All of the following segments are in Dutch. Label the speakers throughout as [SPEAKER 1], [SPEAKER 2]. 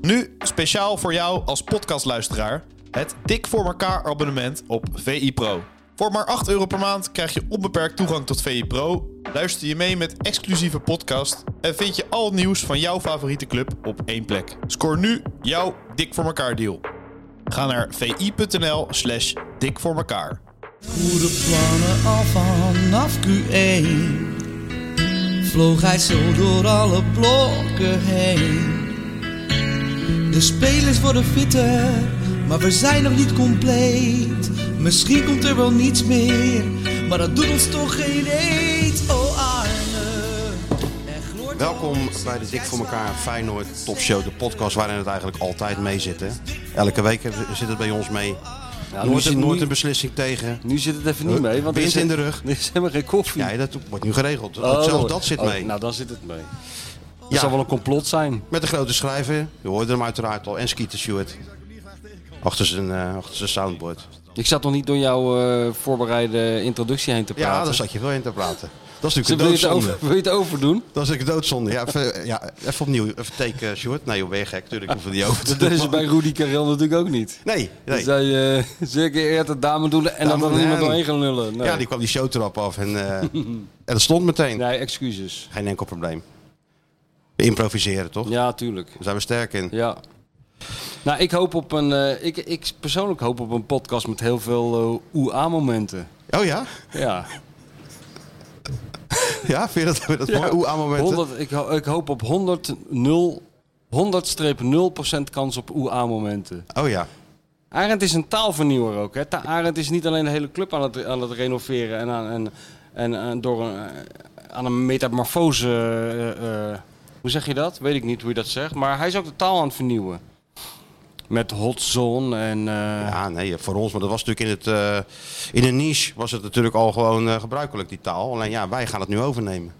[SPEAKER 1] Nu speciaal voor jou als podcastluisteraar het Dik voor elkaar abonnement op VI Pro. Voor maar 8 euro per maand krijg je onbeperkt toegang tot VI Pro, luister je mee met exclusieve podcast en vind je al het nieuws van jouw favoriete club op één plek. Scoor nu jouw Dik voor elkaar deal. Ga naar vi.nl slash dik voor elkaar.
[SPEAKER 2] Goede plannen al vanaf Q1 Vloog hij zo door alle blokken heen De spelers worden fitter, maar we zijn nog niet compleet Misschien komt er wel niets meer, maar dat doet ons toch geen eet Oh Arne, er gloort
[SPEAKER 3] Welkom
[SPEAKER 2] al-
[SPEAKER 3] bij de Dik voor elkaar Feyenoord Top Show, de podcast waarin het eigenlijk altijd mee zit. Hè? Elke week hebben- zit het bij ons mee.
[SPEAKER 4] nu
[SPEAKER 3] nooit,
[SPEAKER 4] zit het
[SPEAKER 3] nooit
[SPEAKER 4] niet-
[SPEAKER 3] een beslissing tegen.
[SPEAKER 4] Nu zit het even niet mee, want er
[SPEAKER 3] Wind
[SPEAKER 4] is-
[SPEAKER 3] in de rug.
[SPEAKER 4] Er is helemaal geen koffie.
[SPEAKER 3] Ja, dat wordt nu geregeld.
[SPEAKER 4] Oh,
[SPEAKER 3] Zelfs dat zit
[SPEAKER 4] oh,
[SPEAKER 3] mee.
[SPEAKER 4] nou, dan zit het mee. Dat
[SPEAKER 3] Ja.
[SPEAKER 4] zou wel een complot zijn.
[SPEAKER 3] Met de grote schrijver, je hoorde hem uiteraard al, en Skeeter Stewart. Achter zijn, eh, achter zijn soundboard.
[SPEAKER 4] Ik zat nog niet door jouw eh, voorbereide introductie heen te praten.
[SPEAKER 3] Ja, daar zat je veel in te praten. Dat is
[SPEAKER 4] Ze-
[SPEAKER 3] natuurlijk
[SPEAKER 4] wil,
[SPEAKER 3] een
[SPEAKER 4] je het
[SPEAKER 3] doodzonde.
[SPEAKER 4] over, wil je het overdoen?
[SPEAKER 3] Dat is natuurlijk een doodzonde. Ja, even, ja, even opnieuw. Even take, eh, Stuart. Nee, joh, ben je gek? Tuurlijk hoeven we die over te
[SPEAKER 4] Dat is
[SPEAKER 3] doen.
[SPEAKER 4] bij Rudy Karel natuurlijk ook niet.
[SPEAKER 3] Nee, nee.
[SPEAKER 4] Dus hij eh, zeer geëerd het dame doen en
[SPEAKER 3] Dame
[SPEAKER 4] dat
[SPEAKER 3] doen,
[SPEAKER 4] er niemand
[SPEAKER 3] ja.
[SPEAKER 4] doorheen gaan lullen. Nee.
[SPEAKER 3] Ja, die kwam die showtrap af en, eh, en dat stond meteen.
[SPEAKER 4] nee, excuses.
[SPEAKER 3] Geen enkel probleem. We improviseren, toch?
[SPEAKER 4] Ja, tuurlijk.
[SPEAKER 3] Daar zijn we sterk in.
[SPEAKER 4] Ja. Nou, ik hoop op een. eh, ik, ik persoonlijk hoop op een podcast met heel veel eh OEA-momenten.
[SPEAKER 3] Oh ja?
[SPEAKER 4] Ja.
[SPEAKER 3] Ja, vind je dat, vind je dat mooi? Oeh, aan momenten.
[SPEAKER 4] 100, ik, ho- ik hoop op 100, 0, 100-0% kans op OEA-momenten.
[SPEAKER 3] Oh ja.
[SPEAKER 4] Arend is een taalvernieuwer ook. Hè? Ta- Arend is niet alleen de hele club aan het, aan het renoveren en, aan, en, en, aan- door een, eh, aan een metamorfose. eh, eh, hoe zeg je dat? Weet ik niet hoe je dat zegt. Maar hij is ook de taal aan het vernieuwen. Met hot zon en. eh,
[SPEAKER 3] Ja, nee, voor ons. Maar dat was natuurlijk in, het, eh, in een niche was het natuurlijk al gewoon eh, gebruikelijk, die taal. Alleen ja, wij gaan het nu overnemen.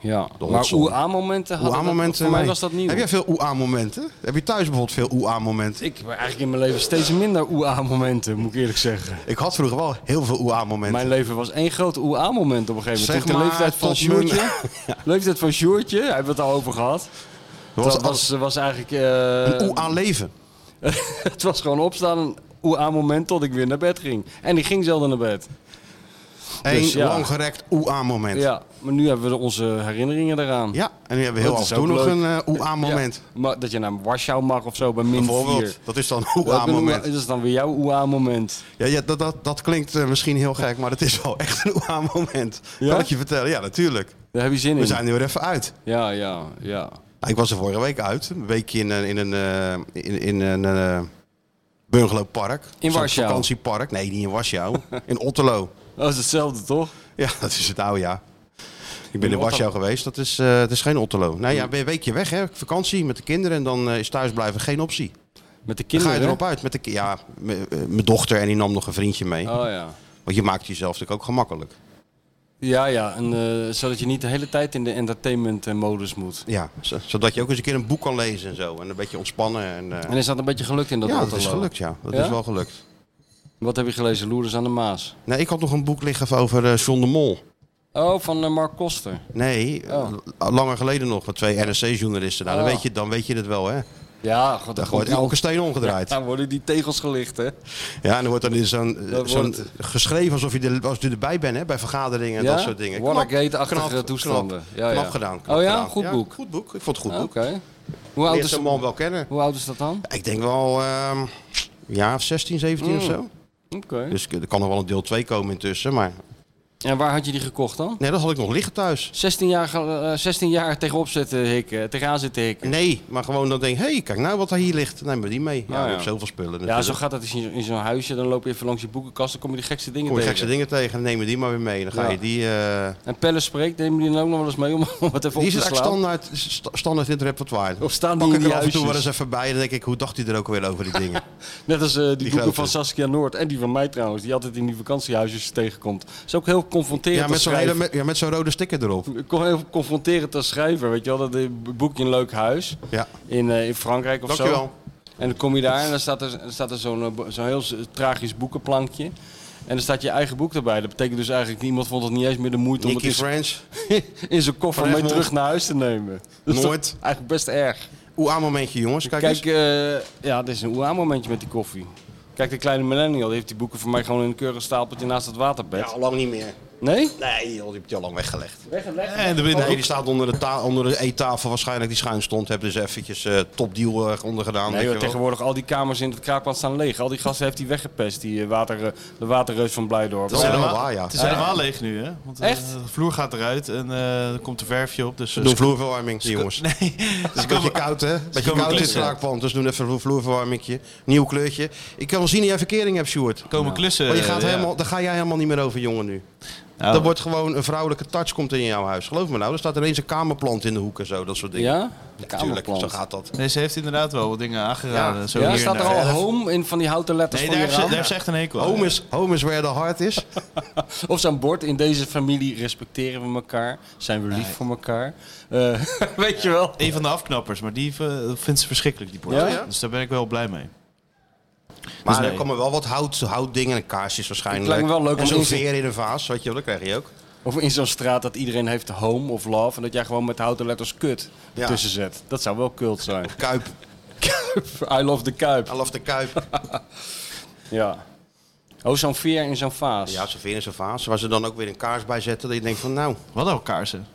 [SPEAKER 4] ja.
[SPEAKER 3] hot
[SPEAKER 4] Maar
[SPEAKER 3] zon.
[SPEAKER 4] OEA-momenten hadden. dat-
[SPEAKER 3] Oeh-aan-momenten.
[SPEAKER 4] Voor mij
[SPEAKER 3] nee.
[SPEAKER 4] was dat nieuw.
[SPEAKER 3] Heb jij veel oeh-aan-momenten? Heb je thuis bijvoorbeeld veel oeh-aan-momenten? Ik,
[SPEAKER 4] Ik heb eigenlijk in mijn leven steeds minder OEA-momenten, moet ik eerlijk zeggen.
[SPEAKER 3] had vroeger wel heel veel oeh-aan-momenten.
[SPEAKER 4] Mijn leven was één groot oeh-aan-moment op een gegeven
[SPEAKER 3] Zeg
[SPEAKER 4] moment. Toen de
[SPEAKER 3] maar,
[SPEAKER 4] leeftijd van
[SPEAKER 3] tot
[SPEAKER 4] Sjoertje. leeftijd van Sjoertje, daar hebben we het al over gehad.
[SPEAKER 3] Dat was,
[SPEAKER 4] dat was, was eigenlijk... eh,
[SPEAKER 3] een oeh-aan-leven.
[SPEAKER 4] het was gewoon opstaan, een oeh-aan-moment tot ik weer naar bed ging. En ik ging zelden naar bed.
[SPEAKER 3] Eén
[SPEAKER 4] dus ja.
[SPEAKER 3] langgerekt oeh-aan-moment. Ja.
[SPEAKER 4] Ja, maar nu hebben we onze herinneringen eraan.
[SPEAKER 3] en nu hebben we heel
[SPEAKER 4] Dat
[SPEAKER 3] af
[SPEAKER 4] is
[SPEAKER 3] en toe
[SPEAKER 4] ook
[SPEAKER 3] nog
[SPEAKER 4] leuk.
[SPEAKER 3] een eh, oeh-aan-moment.
[SPEAKER 4] Ja, maar dat je naar Warschau mag of zo, bij min 4.
[SPEAKER 3] Bijvoorbeeld, dat is dan een oeh-aan-moment.
[SPEAKER 4] Dat is dan weer jouw oeh-aan-moment.
[SPEAKER 3] Ja, ja dat, dat, dat klinkt eh, misschien heel gek, maar het is wel echt een oeh-aan-moment.
[SPEAKER 4] Ja?
[SPEAKER 3] Kan ik je vertellen? Ja, natuurlijk.
[SPEAKER 4] Daar heb je zin
[SPEAKER 3] We
[SPEAKER 4] in.
[SPEAKER 3] zijn er weer even uit.
[SPEAKER 4] Ja, ja, ja.
[SPEAKER 3] Nou, ik was er vorige week uit. Een weekje in, een- in een, eh, in, in een eh, bungalowpark.
[SPEAKER 4] In
[SPEAKER 3] Zo'n
[SPEAKER 4] Warschau.
[SPEAKER 3] vakantiepark. Nee, niet in Warschau. in Otterlo.
[SPEAKER 4] Dat is hetzelfde, toch?
[SPEAKER 3] Ja, dat is het oude ja. Ik ben in,
[SPEAKER 4] In Mm.
[SPEAKER 3] Warschau geweest. Dat is, eh, het is geen Otterlo. Nou ja, ben je een weekje weg, hè. Vakantie met de kinderen en dan eh, is thuisblijven geen optie.
[SPEAKER 4] Met
[SPEAKER 3] Dan
[SPEAKER 4] de
[SPEAKER 3] ga
[SPEAKER 4] kinderen.
[SPEAKER 3] je erop uit. Met de, ki- ja, m- eh, mijn dochter en die nam nog een vriendje mee.
[SPEAKER 4] Oh ja.
[SPEAKER 3] Want je maakt jezelf natuurlijk ook gemakkelijk.
[SPEAKER 4] Ja, ja, en, eh, zodat je niet de hele tijd in de entertainment-modus moet.
[SPEAKER 3] Ja, zo- zodat je ook eens een keer een boek kan lezen en zo. En een beetje ontspannen. En, eh,
[SPEAKER 4] En is dat een beetje gelukt in dat
[SPEAKER 3] ja, dat
[SPEAKER 4] Otterlo?
[SPEAKER 3] is gelukt, ja. Dat
[SPEAKER 4] Ja?
[SPEAKER 3] is wel gelukt.
[SPEAKER 4] Wat heb je gelezen? Loerders aan de Maas.
[SPEAKER 3] Nee, ik had nog een boek liggen over eh John de Mol.
[SPEAKER 4] Oh, van eh, Mark Koster.
[SPEAKER 3] Nee, eh,
[SPEAKER 4] Oh.
[SPEAKER 3] l- langer geleden nog, van twee NRC-journalisten. Nou, dan,
[SPEAKER 4] Oh.
[SPEAKER 3] weet je, dan weet je het wel, hè.
[SPEAKER 4] Ja, god,
[SPEAKER 3] Daar wordt elke steen omgedraaid. Ja,
[SPEAKER 4] Daar worden die tegels gelicht, hè?
[SPEAKER 3] en dan wordt dan in zo'n eh,
[SPEAKER 4] Dat
[SPEAKER 3] zo'n-
[SPEAKER 4] wordt-
[SPEAKER 3] geschreven alsof je, er, als je erbij bent, hè, bij vergaderingen en
[SPEAKER 4] Ja?
[SPEAKER 3] dat soort dingen.
[SPEAKER 4] Watergate-achtige
[SPEAKER 3] knap,
[SPEAKER 4] toestanden.
[SPEAKER 3] Knap,
[SPEAKER 4] Ja, ja.
[SPEAKER 3] knap gedaan. knap
[SPEAKER 4] Oh ja?
[SPEAKER 3] gedaan.
[SPEAKER 4] Goed boek.
[SPEAKER 3] Goed boek. Ik vond het goed
[SPEAKER 4] Oké.
[SPEAKER 3] boek.
[SPEAKER 4] Hoe, oud
[SPEAKER 3] Leer
[SPEAKER 4] is-
[SPEAKER 3] zo'n man wel kennen.
[SPEAKER 4] hoe oud is dat dan?
[SPEAKER 3] Ik denk wel ehm, ja, 16, 17
[SPEAKER 4] Mm.
[SPEAKER 3] of zo.
[SPEAKER 4] Oké.
[SPEAKER 3] Dus er kan nog wel een deel 2 komen intussen. Maar
[SPEAKER 4] En waar had je die gekocht dan?
[SPEAKER 3] nee, dat had ik nog liggen thuis.
[SPEAKER 4] 16 jaar, gel- eh, 16 jaar tegenop zitten hikken, tegenaan zitten hikken.
[SPEAKER 3] Nee, maar gewoon dan denk hé, hey, kijk nou wat er hier ligt. Neem maar die mee. Ja,
[SPEAKER 4] Ah,
[SPEAKER 3] we
[SPEAKER 4] ja.
[SPEAKER 3] hebben zoveel spullen.
[SPEAKER 4] Ja,
[SPEAKER 3] natuurlijk.
[SPEAKER 4] zo gaat dat dus in zo- in zo'n huisje. Dan loop je even langs je boekenkast, dan kom je die gekste dingen
[SPEAKER 3] Kom je
[SPEAKER 4] tegen.
[SPEAKER 3] gekste dingen tegen, dan neem je die maar weer mee. Dan ga
[SPEAKER 4] Ja.
[SPEAKER 3] je die... eh
[SPEAKER 4] En Pelle spreekt, neem je die dan ook nog wel eens mee om, om het even
[SPEAKER 3] die
[SPEAKER 4] op
[SPEAKER 3] is
[SPEAKER 4] te slaan?
[SPEAKER 3] eigenlijk standaard, sta- standaard in het repertoire.
[SPEAKER 4] Of staan die
[SPEAKER 3] Pak
[SPEAKER 4] in
[SPEAKER 3] ik
[SPEAKER 4] die
[SPEAKER 3] er af en toe wel eens
[SPEAKER 4] huisjes?
[SPEAKER 3] even bij. Dan denk ik, hoe dacht hij er ook weer over die dingen?
[SPEAKER 4] Net als eh, die, boeken
[SPEAKER 3] grote.
[SPEAKER 4] van Saskia Noord en die van mij trouwens, die altijd in die vakantiehuisjes tegenkomt. Is ook heel confronterend
[SPEAKER 3] ja, met
[SPEAKER 4] als
[SPEAKER 3] zo'n hele,
[SPEAKER 4] schrijver.
[SPEAKER 3] met, ja, met zo'n rode sticker erop.
[SPEAKER 4] Ik kon heel confronterend als schrijver, weet je wel. Dat eh, boek in een leuk huis
[SPEAKER 3] Ja,
[SPEAKER 4] in, eh, in Frankrijk of zo.
[SPEAKER 3] dankjewel.
[SPEAKER 4] En dan kom je daar en dan staat er, dan staat er zo'n eh, bo- zo'n heel s- tragisch boekenplankje. En dan staat je eigen boek erbij. Dat betekent dus eigenlijk, iemand vond het niet eens meer de moeite om
[SPEAKER 3] Nicky
[SPEAKER 4] het in
[SPEAKER 3] French.
[SPEAKER 4] z- in zijn koffer
[SPEAKER 3] Van
[SPEAKER 4] mee
[SPEAKER 3] Egmond.
[SPEAKER 4] terug naar huis te nemen. Dat is
[SPEAKER 3] Nooit.
[SPEAKER 4] toch Eigenlijk best erg.
[SPEAKER 3] Oea-momentje, jongens. Kijk,
[SPEAKER 4] Kijk,
[SPEAKER 3] eens.
[SPEAKER 4] eh, ja, dit is een oea-momentje met die koffie. Kijk, de kleine millennial die heeft die boeken voor mij gewoon in een keurig stapeltje naast het waterbed.
[SPEAKER 3] Ja, al lang niet meer.
[SPEAKER 4] Nee?
[SPEAKER 3] Nee, joh, die heb je al lang weggelegd.
[SPEAKER 1] En de winnaar.
[SPEAKER 3] Nee, die staat onder de, ta- onder de eettafel waarschijnlijk die schuin stond. Hebben dus eventjes eh topdeal eh, onder gedaan.
[SPEAKER 4] Nee,
[SPEAKER 3] weet
[SPEAKER 4] joh,
[SPEAKER 3] je wel.
[SPEAKER 4] tegenwoordig al die kamers in het kraakpand staan leeg. Al die gasten heeft hij weggepest, die eh, water, eh, de waterreus van Blijdorp.
[SPEAKER 3] Dat is
[SPEAKER 4] Ja.
[SPEAKER 3] helemaal waar, ja.
[SPEAKER 1] Het is helemaal leeg nu, hè? Want eh,
[SPEAKER 4] Echt?
[SPEAKER 1] de vloer gaat eruit en eh, er komt een verfje op. Dus, eh,
[SPEAKER 3] We doen vloerverwarming, die jongens.
[SPEAKER 1] Nee,
[SPEAKER 3] Het is
[SPEAKER 1] ze
[SPEAKER 3] een beetje
[SPEAKER 1] komen-
[SPEAKER 3] koud, hè? Beetje
[SPEAKER 1] komen
[SPEAKER 3] koud in het
[SPEAKER 1] klussen.
[SPEAKER 3] straakpand, dus doen even een vloerverwarmingje. Nieuw kleurtje. Ik kan wel zien dat jij verkering hebt, Sjoerd.
[SPEAKER 1] komen klussen.
[SPEAKER 3] Want Oh, je gaat
[SPEAKER 1] eh, ja.
[SPEAKER 3] helemaal, daar ga jij helemaal niet meer over, jongen, nu.
[SPEAKER 1] Nou,
[SPEAKER 3] Er wordt gewoon een vrouwelijke touch komt in jouw huis. Geloof me nou, er staat ineens een kamerplant in de hoek en zo, dat soort dingen.
[SPEAKER 4] Ja?
[SPEAKER 3] natuurlijk.
[SPEAKER 4] Kamerplant.
[SPEAKER 3] Zo gaat dat.
[SPEAKER 1] nee, ze heeft inderdaad wel wat dingen aangeraden.
[SPEAKER 3] Ja.
[SPEAKER 1] zo
[SPEAKER 4] Ja,
[SPEAKER 1] hier
[SPEAKER 4] staat
[SPEAKER 1] en
[SPEAKER 4] er
[SPEAKER 1] daar.
[SPEAKER 4] al home in van die houten letters
[SPEAKER 1] Nee, daar
[SPEAKER 4] van je
[SPEAKER 1] heeft,
[SPEAKER 4] raam?
[SPEAKER 1] ze, daar heeft ze echt een hekel aan.
[SPEAKER 3] Home is, home is where the heart is.
[SPEAKER 4] Of zo'n bord, in deze familie respecteren we elkaar, zijn we lief voor elkaar. Eh, weet je wel.
[SPEAKER 1] Een van de afknappers, maar die eh, vindt ze verschrikkelijk, die bord.
[SPEAKER 4] Ja? Ja.
[SPEAKER 1] Dus daar ben ik wel blij mee.
[SPEAKER 3] Maar
[SPEAKER 1] nee.
[SPEAKER 3] er komen wel wat hout, houtdingen en kaarsjes waarschijnlijk.
[SPEAKER 4] Het lijkt me wel leuk
[SPEAKER 3] En
[SPEAKER 4] om
[SPEAKER 3] zo'n
[SPEAKER 4] in te-
[SPEAKER 3] veer in een vaas, weet je wel, dat krijg je ook.
[SPEAKER 4] Of in zo'n straat dat iedereen heeft home of love en dat jij gewoon met houten letters kut
[SPEAKER 3] Ja.
[SPEAKER 4] tussen zet. Dat zou wel kult zijn.
[SPEAKER 3] Kuip,
[SPEAKER 4] I love the Kuip.
[SPEAKER 3] I love the kuip.
[SPEAKER 4] Ja. Oh, zo'n veer in zo'n vaas.
[SPEAKER 3] Ja, zo'n veer in zo'n vaas, waar ze dan ook weer een kaars bij zetten. Dat je denkt van, nou,
[SPEAKER 1] Wat ook kaarsen.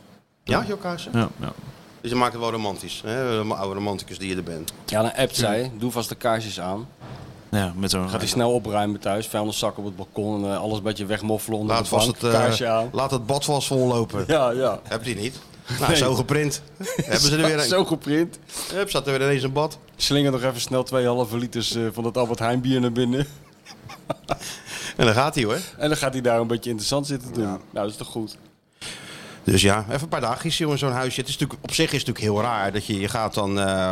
[SPEAKER 3] ja, jouw kaarsen.
[SPEAKER 1] Ja, ja.
[SPEAKER 3] Dus je maakt het wel romantisch, hè, de oude romanticus die je er bent.
[SPEAKER 4] Ja, dan appt zij. Doe vast de kaarsjes aan.
[SPEAKER 1] ja met zo'n...
[SPEAKER 4] Gaat hij snel opruimen thuis. Vuilniszakken op het balkon. En, eh, alles een beetje wegmoffelen onder
[SPEAKER 3] Laat,
[SPEAKER 4] de
[SPEAKER 3] vast
[SPEAKER 4] bank.
[SPEAKER 3] het, eh,
[SPEAKER 4] Kaarsje aan.
[SPEAKER 3] laat het bad vast vollopen.
[SPEAKER 4] Ja, ja.
[SPEAKER 3] Heb je die niet? Nou, zo geprint. Hebben ze er weer een.
[SPEAKER 4] Zo geprint.
[SPEAKER 3] Hup, zat er weer ineens een bad.
[SPEAKER 4] Slinger nog even snel 2,5 liters eh, van dat Albert Heijn bier naar binnen.
[SPEAKER 3] En dan gaat hij hoor.
[SPEAKER 4] En dan gaat hij daar een beetje interessant zitten doen. Nou, dat is toch goed.
[SPEAKER 3] Dus ja, even een paar dagjes joh, in zo'n huisje. Het is natuurlijk, op zich is het natuurlijk heel raar dat je, je gaat dan... eh,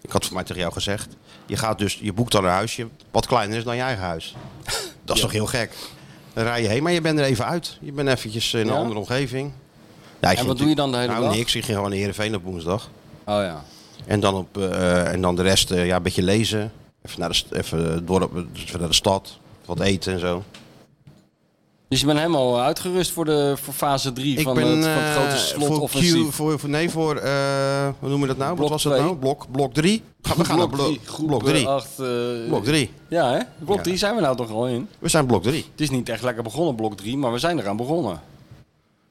[SPEAKER 3] ik had het voor mij tegen jou gezegd. Je gaat dus, je boekt dan een huisje wat kleiner is dan je eigen huis. Dat is toch heel gek. Dan rij je heen, maar je bent er even uit. Je bent eventjes in een
[SPEAKER 4] Ja?
[SPEAKER 3] andere omgeving. Ja, ik
[SPEAKER 4] En
[SPEAKER 3] ging
[SPEAKER 4] wat doe je dan de hele
[SPEAKER 3] nou,
[SPEAKER 4] dag?
[SPEAKER 3] niks. Ik ging gewoon naar Heerenveen op woensdag.
[SPEAKER 4] Oh ja.
[SPEAKER 3] En dan, op, eh, en dan de rest, eh, ja, een beetje lezen. Even naar de, st- even het dorp, even naar de stad. Wat eten en zo.
[SPEAKER 4] Dus je bent helemaal uitgerust voor, de, voor fase 3 van, het, van het
[SPEAKER 3] eh,
[SPEAKER 4] grote
[SPEAKER 3] voor Q,
[SPEAKER 4] slotoffensief.
[SPEAKER 3] voor, voor, nee, voor, eh hoe noemen we dat nou?
[SPEAKER 4] Blok
[SPEAKER 3] Wat was dat
[SPEAKER 4] twee.
[SPEAKER 3] nou? Blok 3. Blok drie. Ga- Ah, we gaan naar blok 3. Blok
[SPEAKER 4] eh,
[SPEAKER 3] 3.
[SPEAKER 4] oh.
[SPEAKER 3] Blok 3.
[SPEAKER 4] Ja, hè? Blok 3 zijn we nou toch al in.
[SPEAKER 3] We zijn blok 3.
[SPEAKER 4] Het is niet echt lekker begonnen, blok 3, maar we zijn eraan begonnen.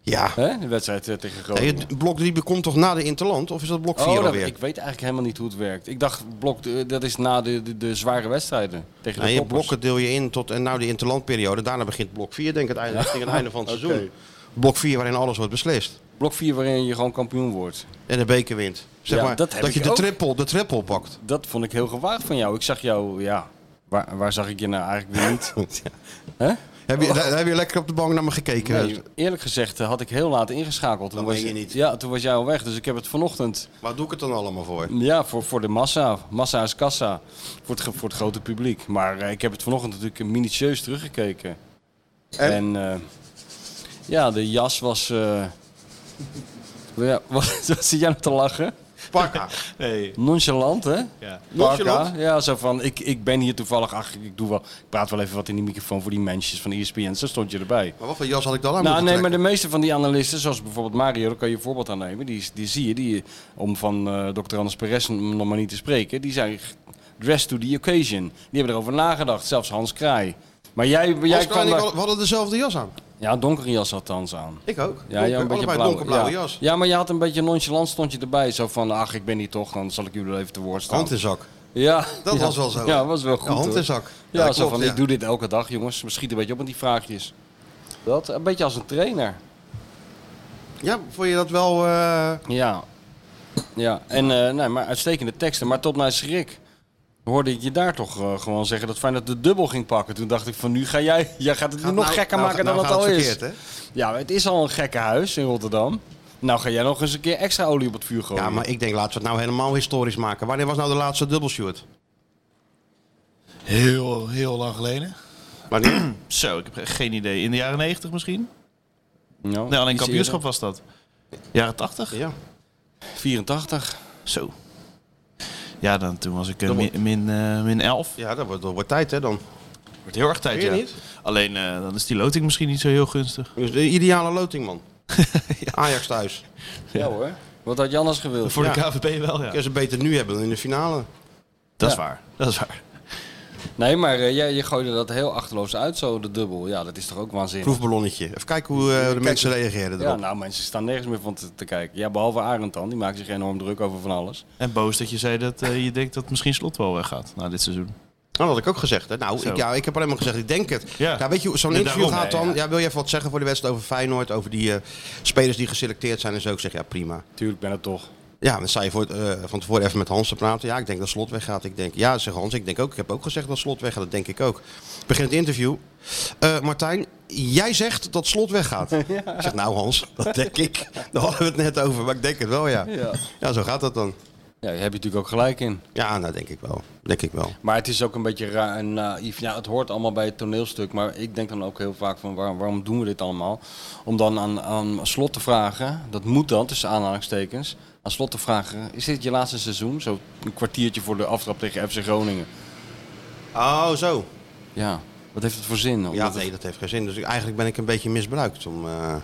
[SPEAKER 3] Ja.
[SPEAKER 4] Hè? De wedstrijd eh, tegen
[SPEAKER 3] Nee,
[SPEAKER 4] Groningen.
[SPEAKER 3] het, blok 3 komt toch na de Interland? Of is dat blok 4
[SPEAKER 4] oh, dat,
[SPEAKER 3] alweer?
[SPEAKER 4] ik weet eigenlijk helemaal niet hoe het werkt. Ik dacht, blok, eh, dat is na de, de, de zware wedstrijden tegen
[SPEAKER 3] Nee,
[SPEAKER 4] de
[SPEAKER 3] Nou, je
[SPEAKER 4] toppers.
[SPEAKER 3] blokken deel je in tot en nou de Interlandperiode. Daarna begint blok 4, denk ik, het einde, tegen het einde van het
[SPEAKER 4] Oké.
[SPEAKER 3] seizoen. Blok 4 waarin alles wordt beslist.
[SPEAKER 4] Blok 4 waarin je gewoon kampioen wordt.
[SPEAKER 3] En de beker wint. Zeg
[SPEAKER 4] Ja,
[SPEAKER 3] maar,
[SPEAKER 4] dat
[SPEAKER 3] dat,
[SPEAKER 4] heb ik
[SPEAKER 3] je de
[SPEAKER 4] ook.
[SPEAKER 3] triple, de triple pakt.
[SPEAKER 4] Dat vond ik heel gewaagd van jou. Ik zag jou, ja, waar, waar zag ik je nou eigenlijk weer niet? Hè?
[SPEAKER 3] Heb je, daar, daar heb je lekker op de bank naar me gekeken.
[SPEAKER 4] Nee, eerlijk gezegd eh, had ik heel laat ingeschakeld. Toen
[SPEAKER 3] Dat
[SPEAKER 4] was
[SPEAKER 3] meen je niet.
[SPEAKER 4] Ja, toen was jij al weg. Dus ik heb het vanochtend
[SPEAKER 3] Waar doe ik het dan allemaal voor?
[SPEAKER 4] Ja, voor, voor de massa. Massa is kassa. Voor het, ge- voor het grote publiek. Maar eh, ik heb het vanochtend natuurlijk minutieus teruggekeken. En,
[SPEAKER 3] En?
[SPEAKER 4] eh, ja, de jas was. eh, ja, wat, wat zit jij nou te lachen?
[SPEAKER 3] Pakka.
[SPEAKER 1] Nee,
[SPEAKER 4] Nonchalant, hè?
[SPEAKER 1] ja.
[SPEAKER 3] Nonchalant?
[SPEAKER 4] Parka. Ja, zo van, ik, ik ben hier toevallig. Ach, ik, doe wel, ik praat wel even wat in die microfoon voor die mensen van E ESPN. Zo stond je erbij.
[SPEAKER 3] Maar wat voor jas had ik dan aan
[SPEAKER 4] Nou,
[SPEAKER 3] moeten
[SPEAKER 4] nee, maar
[SPEAKER 3] trekken?
[SPEAKER 4] de meeste van die analisten, zoals bijvoorbeeld Mario, daar kan je een voorbeeld aan nemen. Die, die zie je, die, om van eh Dr. Anders Perez m- nog maar niet te spreken, die zijn g- dressed to the occasion. Die hebben erover nagedacht, zelfs Hans Kraai. Maar jij, jij eh,
[SPEAKER 3] Hans Kraan
[SPEAKER 4] kwam
[SPEAKER 3] en
[SPEAKER 4] daar...
[SPEAKER 3] ik we hadden dezelfde jas aan.
[SPEAKER 4] Ja, een donkere jas althans aan.
[SPEAKER 3] Ik ook.
[SPEAKER 4] Ja,
[SPEAKER 3] Donker-
[SPEAKER 4] jij een beetje
[SPEAKER 3] allebei
[SPEAKER 4] blauw.
[SPEAKER 3] donkerblauwe
[SPEAKER 4] ja.
[SPEAKER 3] jas.
[SPEAKER 4] Ja, maar je had een beetje nonchalant stond je erbij. Zo van, ach, ik ben hier toch, dan zal ik jullie wel even te woord staan.
[SPEAKER 3] Hand in zak.
[SPEAKER 4] Ja.
[SPEAKER 3] Dat
[SPEAKER 4] Ja.
[SPEAKER 3] was wel zo.
[SPEAKER 4] Ja, was wel goed.
[SPEAKER 3] Ja, hand
[SPEAKER 4] hoor.
[SPEAKER 3] in zak.
[SPEAKER 4] Ja,
[SPEAKER 3] dat
[SPEAKER 4] zo
[SPEAKER 3] klopt,
[SPEAKER 4] van,
[SPEAKER 3] ja.
[SPEAKER 4] ik doe dit elke dag, jongens. Misschien een beetje op met die vraagjes. Dat, een beetje als een trainer.
[SPEAKER 3] Ja, vond je dat wel... eh,
[SPEAKER 4] Ja. Ja, en eh, nee, maar uitstekende teksten. Maar tot mijn schrik hoorde ik je daar toch eh, gewoon zeggen dat Feyenoord de dubbel ging pakken. Toen dacht ik van nu ga jij, jij gaat het nu
[SPEAKER 3] gaat
[SPEAKER 4] nog
[SPEAKER 3] nou-
[SPEAKER 4] gekker
[SPEAKER 3] nou-
[SPEAKER 4] maken
[SPEAKER 3] nou
[SPEAKER 4] dan
[SPEAKER 3] gaat
[SPEAKER 4] het al is.
[SPEAKER 3] verkeerd, hè?
[SPEAKER 4] Ja, het is al een gekke huis in Rotterdam. Nou ga jij nog eens een keer extra olie op het vuur gooien.
[SPEAKER 3] Ja, maar ik denk laten we het nou helemaal historisch maken. Wanneer was nou de laatste dubbelshoot?
[SPEAKER 1] Heel, heel lang geleden.
[SPEAKER 3] Wanneer?
[SPEAKER 1] Zo, ik heb echt geen idee. In de jaren 90 misschien?
[SPEAKER 4] Ja,
[SPEAKER 3] Nou,
[SPEAKER 1] Nee, alleen
[SPEAKER 4] iets
[SPEAKER 1] kampioenschap was dat. Jaren 80?
[SPEAKER 3] ja.
[SPEAKER 4] eerder. 84.
[SPEAKER 1] Zo. Ja, dan toen was ik eh, min, min, eh, min 11.
[SPEAKER 3] ja, dat wordt, dat wordt tijd hè dan.
[SPEAKER 1] Wordt heel erg tijd,
[SPEAKER 3] Weer
[SPEAKER 1] ja.
[SPEAKER 3] niet?
[SPEAKER 1] Alleen eh, dan is die loting misschien niet zo heel gunstig.
[SPEAKER 3] Dus de ideale loting man. Ajax thuis.
[SPEAKER 4] Ja, hoor. Wat had Jannes gewild?
[SPEAKER 1] Voor
[SPEAKER 3] Ja.
[SPEAKER 1] de KVB wel, ja.
[SPEAKER 3] Kun je ze beter nu hebben dan in de finale.
[SPEAKER 1] Dat is
[SPEAKER 4] Ja.
[SPEAKER 1] waar. Dat is waar.
[SPEAKER 4] Nee, maar eh, jij, je gooide dat heel achterloos uit, zo de dubbel. Ja, dat is toch ook waanzinnig.
[SPEAKER 3] Proefballonnetje. Even kijken hoe eh, de mensen reageren
[SPEAKER 4] Ja,
[SPEAKER 3] erop.
[SPEAKER 4] nou, mensen staan nergens meer van te, te kijken. Ja, behalve Arend dan. Die maakt zich enorm druk over van alles.
[SPEAKER 1] En boos dat je zei dat eh, je denkt dat misschien Slot wel weggaat na dit seizoen.
[SPEAKER 3] Nou, dat had ik ook gezegd. Hè. Nou,
[SPEAKER 1] Zo.
[SPEAKER 3] ik, ja, ik heb alleen maar gezegd, ik denk het.
[SPEAKER 1] Ja.
[SPEAKER 3] Ja. weet je, zo'n
[SPEAKER 1] Ja,
[SPEAKER 3] interview
[SPEAKER 1] daarom,
[SPEAKER 3] gaat
[SPEAKER 1] hè,
[SPEAKER 3] dan...
[SPEAKER 1] ja.
[SPEAKER 3] Ja. wil je even wat zeggen voor de wedstrijd over Feyenoord? Over die eh, spelers die geselecteerd zijn en zo? Ik zeg, ja, prima.
[SPEAKER 4] Tuurlijk ben het toch.
[SPEAKER 3] Ja, dan sta je voor, eh, van tevoren even met Hans te praten. Ja, ik denk dat Slot weggaat. Ik denk, ja, zeg Hans, ik denk ook. Ik heb ook gezegd dat Slot weggaat. Dat denk ik ook. Begin het interview. Eh, Martijn, jij zegt dat Slot weggaat. Ik zeg, nou Hans, dat denk ik. Daar hadden we het net over, maar ik denk het wel, ja.
[SPEAKER 4] Ja.
[SPEAKER 3] Ja, zo gaat dat dan.
[SPEAKER 4] Ja, daar heb je natuurlijk ook gelijk in.
[SPEAKER 3] Ja, nou denk ik wel. Denk ik wel.
[SPEAKER 4] Maar het is ook een beetje raar en naïef. Ja, het hoort allemaal bij het toneelstuk. Maar ik denk dan ook heel vaak van waar- waarom doen we dit allemaal? Om dan aan, aan slot te vragen, dat moet dan tussen aanhalingstekens. Aan slot te vragen, is dit je laatste seizoen? Zo een kwartiertje voor de aftrap tegen FC Groningen.
[SPEAKER 3] Oh, zo.
[SPEAKER 4] Ja, wat heeft het voor zin? Omdat
[SPEAKER 3] Ja,
[SPEAKER 4] het
[SPEAKER 3] nee, dat heeft geen zin. Dus ik- eigenlijk ben ik een beetje misbruikt om... eh,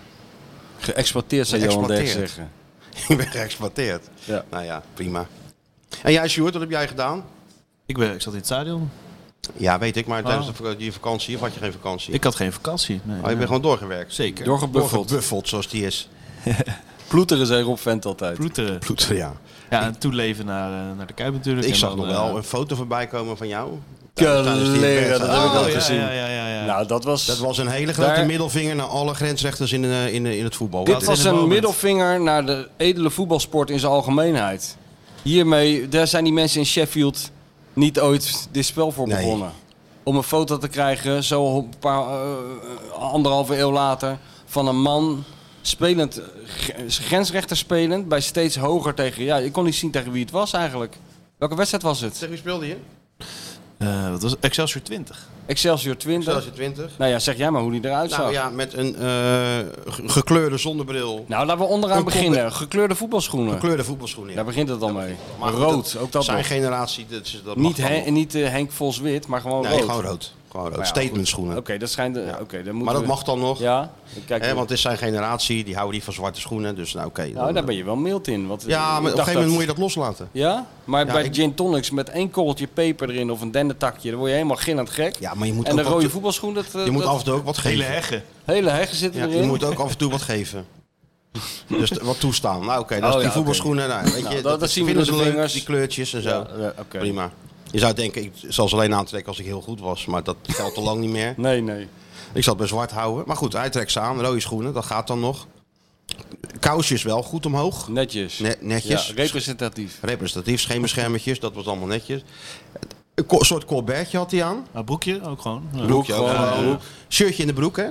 [SPEAKER 4] Geëxporteerd zou Johan Derk
[SPEAKER 3] Geëxporteerd.
[SPEAKER 4] zeggen.
[SPEAKER 3] ik ben geëxploiteerd.
[SPEAKER 4] Ja.
[SPEAKER 3] Nou ja, prima. En jij, Sjoerd, wat heb jij gedaan?
[SPEAKER 1] Ik, ben, ik zat in het stadion.
[SPEAKER 3] Ja, weet ik, maar tijdens de vak- die vakantie, of had je geen vakantie?
[SPEAKER 1] Ik had geen vakantie. Nee, eh,
[SPEAKER 3] Oh, je bent gewoon doorgewerkt.
[SPEAKER 1] Zeker.
[SPEAKER 4] Doorgebuffeld.
[SPEAKER 3] Doorgebuffeld, zoals die is.
[SPEAKER 4] Ploeteren zei Rob Vent altijd.
[SPEAKER 1] Ploeteren.
[SPEAKER 3] Ploeter, ja.
[SPEAKER 1] Ja, en toeleven naar, eh, naar de Kuip natuurlijk.
[SPEAKER 3] Ik
[SPEAKER 1] En
[SPEAKER 3] zag
[SPEAKER 1] dan,
[SPEAKER 3] nog
[SPEAKER 1] eh,
[SPEAKER 3] wel een foto voorbij komen van jou.
[SPEAKER 4] Kaleren,
[SPEAKER 3] Tijdens die
[SPEAKER 4] dat
[SPEAKER 3] wedstrijd.
[SPEAKER 4] heb ik
[SPEAKER 1] Oh,
[SPEAKER 4] al
[SPEAKER 1] ja,
[SPEAKER 4] gezien.
[SPEAKER 1] Ja, ja, ja, ja.
[SPEAKER 4] Nou, dat was...
[SPEAKER 3] Dat was een hele grote
[SPEAKER 4] Daar-
[SPEAKER 3] middelvinger naar alle grensrechters in, eh, in, in het voetbal.
[SPEAKER 4] Dit
[SPEAKER 3] Dat-
[SPEAKER 1] is
[SPEAKER 4] was
[SPEAKER 1] een
[SPEAKER 4] een
[SPEAKER 1] moment.
[SPEAKER 4] middelvinger naar de edele voetbalsport in zijn algemeenheid. Hiermee, daar zijn die mensen in Sheffield niet ooit dit spel voor
[SPEAKER 3] Nee.
[SPEAKER 4] begonnen. Om een foto te krijgen, zo een paar, eh, anderhalve eeuw later, van een man spelend, eh, gr- grensrechter spelend, bij steeds hoger tegen. Ja, ik kon niet zien tegen wie het was eigenlijk. Welke wedstrijd was het?
[SPEAKER 3] Zeg, wie speelde je?
[SPEAKER 1] Eh, wat was het? Excelsior 20.
[SPEAKER 4] Excelsior 20.
[SPEAKER 3] Zelfs je 20.
[SPEAKER 4] Nou ja, zeg jij maar hoe die eruit zag.
[SPEAKER 3] Nou ja, met een eh, ge- gekleurde zonnebril.
[SPEAKER 4] Nou, laten we onderaan
[SPEAKER 3] Een combi-
[SPEAKER 4] beginnen. Gekleurde voetbalschoenen.
[SPEAKER 3] Gekleurde voetbalschoenen.
[SPEAKER 4] Daar
[SPEAKER 3] ja.
[SPEAKER 4] begint het al mee.
[SPEAKER 3] Maar goed,
[SPEAKER 4] rood, ook dat
[SPEAKER 3] Zijn
[SPEAKER 4] nog.
[SPEAKER 3] generatie, dat, is- dat mag
[SPEAKER 4] Niet,
[SPEAKER 3] allemaal.
[SPEAKER 4] hè, niet eh, Henk Vos wit, maar gewoon
[SPEAKER 3] Nee,
[SPEAKER 4] rood.
[SPEAKER 3] gewoon rood. Gewoon rood.
[SPEAKER 4] Maar ja,
[SPEAKER 3] Statement schoenen.
[SPEAKER 4] Oké, dat schijnt... eh, Oké, dan moeten
[SPEAKER 3] Maar dat
[SPEAKER 4] we-
[SPEAKER 3] mag dan nog.
[SPEAKER 4] Ja? Ik Kijk,
[SPEAKER 3] Hè, want het is zijn generatie, die houden niet van zwarte schoenen. Dus nou oké.
[SPEAKER 4] nou,
[SPEAKER 3] dan-
[SPEAKER 4] daar ben je wel mild in. Want eh,
[SPEAKER 3] Ja, maar op een gegeven moment moet je dat loslaten.
[SPEAKER 4] Ja? Maar bij
[SPEAKER 3] ik-
[SPEAKER 4] gin tonics met één korreltje peper erin of een dendetakje, dan word je helemaal gillend gek.
[SPEAKER 3] Ja, maar je moet
[SPEAKER 4] en de
[SPEAKER 3] ook wat-
[SPEAKER 4] rode voetbalschoen, dat, eh,
[SPEAKER 3] Je moet
[SPEAKER 4] dat
[SPEAKER 3] af en toe ook wat
[SPEAKER 1] Hele
[SPEAKER 3] geven.
[SPEAKER 1] heggen.
[SPEAKER 4] hele heggen zitten
[SPEAKER 3] Ja,
[SPEAKER 4] erin.
[SPEAKER 3] je moet ook af en toe wat geven. Dus t- wat toestaan. Nou oké, dat is
[SPEAKER 4] Oh,
[SPEAKER 3] die
[SPEAKER 4] ja,
[SPEAKER 3] voetbalschoenen. Nou, weet je,
[SPEAKER 4] Nou, dat-
[SPEAKER 3] dat,
[SPEAKER 4] dat zien we
[SPEAKER 3] vinden
[SPEAKER 4] door
[SPEAKER 3] ze
[SPEAKER 4] de
[SPEAKER 3] leuk,
[SPEAKER 4] vingers.
[SPEAKER 3] die kleurtjes en zo.
[SPEAKER 4] Ja, ja, oké.
[SPEAKER 3] Prima. Je zou denken, ik zal ze alleen aantrekken als ik heel goed was. Maar dat geldt al lang niet meer.
[SPEAKER 4] Nee, nee.
[SPEAKER 3] Ik zal het bij zwart houden. Maar goed, hij trekt ze aan. Rode schoenen, dat gaat dan nog. Kousjes wel, goed omhoog.
[SPEAKER 4] Netjes.
[SPEAKER 3] Ne- netjes.
[SPEAKER 4] Ja, representatief.
[SPEAKER 3] Representatief, schemerschermetjes, dat was allemaal netjes. Een ko- soort colbertje had hij aan.
[SPEAKER 1] Nou, broekje ook gewoon. Ja.
[SPEAKER 4] Broek,
[SPEAKER 3] Broekje ook
[SPEAKER 4] gewoon
[SPEAKER 3] aan.
[SPEAKER 4] een broek.
[SPEAKER 3] Shirtje in de broek, hè?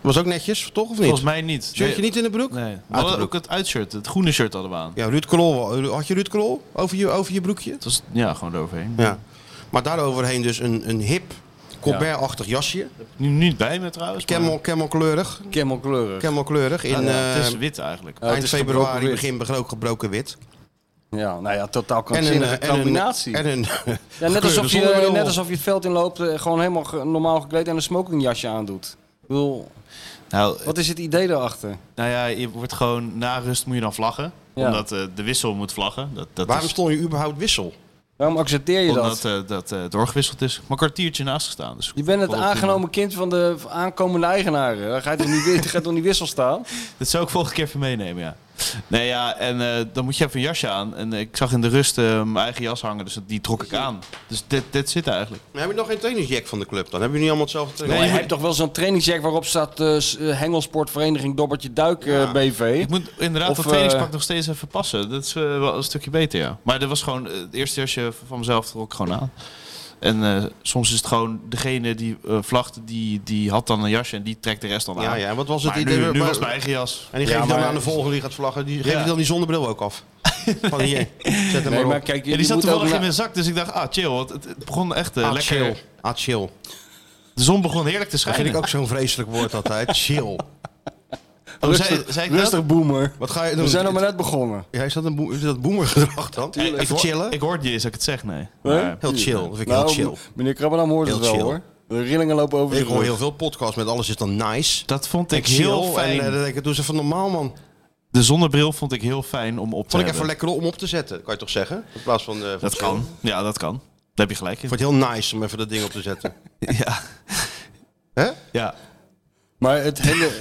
[SPEAKER 3] was ook netjes, toch of niet?
[SPEAKER 1] Volgens mij niet.
[SPEAKER 3] Shirtje
[SPEAKER 1] Nee.
[SPEAKER 3] niet in de broek?
[SPEAKER 1] Nee.
[SPEAKER 3] Uit
[SPEAKER 1] We
[SPEAKER 3] de
[SPEAKER 1] hadden
[SPEAKER 3] broek.
[SPEAKER 1] ook het uitshirt, het groene shirt hadden we aan.
[SPEAKER 3] Ja, Ruud Krol. Had je Ruud Krol over je, over je broekje?
[SPEAKER 1] Het was, ja, gewoon eroverheen.
[SPEAKER 3] Ja. Maar daaroverheen dus een, een hip, colbertachtig jasje.
[SPEAKER 1] Nu niet bij me trouwens. maar-
[SPEAKER 3] Camel, camelkleurig.
[SPEAKER 4] Camelkleurig.
[SPEAKER 3] Camelkleurig. In
[SPEAKER 1] Ja, het is
[SPEAKER 3] eh,
[SPEAKER 1] wit eigenlijk.
[SPEAKER 4] Ja, het
[SPEAKER 3] eind
[SPEAKER 4] is
[SPEAKER 3] februari,
[SPEAKER 4] gebroken wit.
[SPEAKER 3] begin gebroken, gebroken wit.
[SPEAKER 4] Ja, nou ja, totaal
[SPEAKER 3] En een,
[SPEAKER 4] krankzinnige
[SPEAKER 3] eh, en een-
[SPEAKER 4] combinatie.
[SPEAKER 3] En een,
[SPEAKER 4] Ja, net, alsof je, eh,
[SPEAKER 3] zonnebril.
[SPEAKER 4] net alsof je het veld inloopt, eh, gewoon helemaal ge- normaal gekleed en een smokingjasje aandoet. Ik bedoel,
[SPEAKER 1] Nou,
[SPEAKER 4] wat is het idee daarachter?
[SPEAKER 1] nou ja, je wordt gewoon na rust moet je dan vlaggen.
[SPEAKER 4] Ja.
[SPEAKER 1] Omdat eh, de wissel moet vlaggen. Dat, dat
[SPEAKER 3] Waarom
[SPEAKER 1] is,
[SPEAKER 3] stond je überhaupt wissel?
[SPEAKER 4] Waarom accepteer je
[SPEAKER 1] omdat
[SPEAKER 4] dat?
[SPEAKER 1] eh, dat eh, doorgewisseld is. Maar een kwartiertje naast gestaan. Dus
[SPEAKER 4] Je bent het
[SPEAKER 1] valt prima.
[SPEAKER 4] aangenomen kind van de aankomende eigenaar. hè? Dan ga je toch niet, wi- ga je toch niet wissel staan?
[SPEAKER 1] Dat zou ik volgende keer even meenemen, ja. Nee, ja, en eh, dan moet je even een jasje aan. En eh, ik zag in de rust eh, mijn eigen jas hangen, dus die trok ik aan. Dus dit, dit zit eigenlijk.
[SPEAKER 3] Maar heb je nog geen trainingsjack van de club dan? Hebben jullie allemaal hetzelfde
[SPEAKER 4] Nee,
[SPEAKER 3] training?
[SPEAKER 4] je hebt toch wel zo'n trainingsjack waarop staat eh, s- eh, Hengelsportvereniging Dobbertje Duik eh,
[SPEAKER 3] Ja.
[SPEAKER 4] BV.
[SPEAKER 1] Ik moet inderdaad
[SPEAKER 4] Of,
[SPEAKER 1] dat trainingspak
[SPEAKER 4] eh,
[SPEAKER 1] nog steeds even passen. Dat is eh, wel een stukje beter, ja. Maar dat was gewoon, eh, het eerste jasje van mezelf trok ik gewoon aan. En eh, soms is het gewoon degene die eh vlacht, die, die had dan een jasje en die trekt de rest dan
[SPEAKER 3] Ja,
[SPEAKER 1] aan.
[SPEAKER 3] ja, en wat was het
[SPEAKER 1] Maar
[SPEAKER 3] idee?
[SPEAKER 1] nu, nu
[SPEAKER 3] Maar-
[SPEAKER 1] was mijn eigen jas.
[SPEAKER 3] En die geef je dan
[SPEAKER 4] maar-
[SPEAKER 3] aan de volgende die gaat vlaggen. Die geef
[SPEAKER 1] Ja.
[SPEAKER 3] je dan die zonnebril ook af. Van hier, zet hem
[SPEAKER 4] nee,
[SPEAKER 3] maar
[SPEAKER 4] maar
[SPEAKER 3] op.
[SPEAKER 4] kijk,
[SPEAKER 1] Ja,
[SPEAKER 4] je
[SPEAKER 1] die zat
[SPEAKER 4] moet ook
[SPEAKER 1] toevallig
[SPEAKER 4] na-
[SPEAKER 1] in mijn zak, dus ik dacht, ah chill, want het, het begon echt eh,
[SPEAKER 3] Ah,
[SPEAKER 1] lekker.
[SPEAKER 3] chill. Ah, chill.
[SPEAKER 1] De zon begon heerlijk te
[SPEAKER 3] Dat
[SPEAKER 1] schijnen.
[SPEAKER 3] vind ik ook zo'n vreselijk woord altijd. Chill.
[SPEAKER 1] Oh,
[SPEAKER 4] Rustig,
[SPEAKER 1] zei- zei ik dat?
[SPEAKER 4] rustig boomer.
[SPEAKER 3] Wat ga je doen?
[SPEAKER 4] We zijn nog maar net begonnen.
[SPEAKER 3] Ja, is dat een boe- is dat boemergedrag dan?
[SPEAKER 1] Eh, ik
[SPEAKER 3] Even
[SPEAKER 1] hoor-
[SPEAKER 3] chillen?
[SPEAKER 1] Ik hoor het niet eens dat ik het zeg, nee.
[SPEAKER 4] Huh?
[SPEAKER 1] Maar-
[SPEAKER 3] Heel chill. Dat vind ik
[SPEAKER 4] Nou,
[SPEAKER 3] heel chill.
[SPEAKER 4] m- meneer Krabbenam hoort
[SPEAKER 3] Heel
[SPEAKER 4] het wel
[SPEAKER 3] chill.
[SPEAKER 4] hoor. De rillingen lopen over
[SPEAKER 3] Ik
[SPEAKER 4] zijn
[SPEAKER 3] hoor
[SPEAKER 4] rug.
[SPEAKER 3] heel veel podcasts met alles is dan nice.
[SPEAKER 1] Dat vond
[SPEAKER 3] En
[SPEAKER 1] ik heel
[SPEAKER 3] chill. En
[SPEAKER 1] fijn.
[SPEAKER 3] eh, dan denk ik, doe ze van normaal man.
[SPEAKER 1] De zonnebril vond ik heel fijn om op te
[SPEAKER 3] Vond ik even
[SPEAKER 1] hebben.
[SPEAKER 3] lekker om op te zetten, kan je toch zeggen? In plaats van... eh, van
[SPEAKER 1] dat
[SPEAKER 3] het
[SPEAKER 1] kan.
[SPEAKER 3] scherm.
[SPEAKER 1] Ja, dat kan. Daar heb je gelijk in.
[SPEAKER 3] Ik vond het heel nice om even dat ding op te zetten.
[SPEAKER 1] Ja.
[SPEAKER 3] Hè?
[SPEAKER 1] Ja.
[SPEAKER 4] Maar het hele...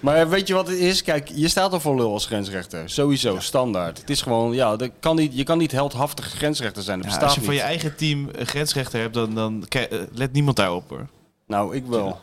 [SPEAKER 4] Maar weet je wat het is? Kijk, je staat al voor lul als grensrechter. Sowieso, standaard. Het is gewoon, ja, dat kan niet, je kan niet heldhaftig grensrechter zijn. Dat
[SPEAKER 1] Ja,
[SPEAKER 4] bestaat
[SPEAKER 1] als je van
[SPEAKER 4] niet.
[SPEAKER 1] je eigen team een grensrechter hebt, dan, dan ke- eh, let niemand daarop hoor.
[SPEAKER 4] Nou, ik wel.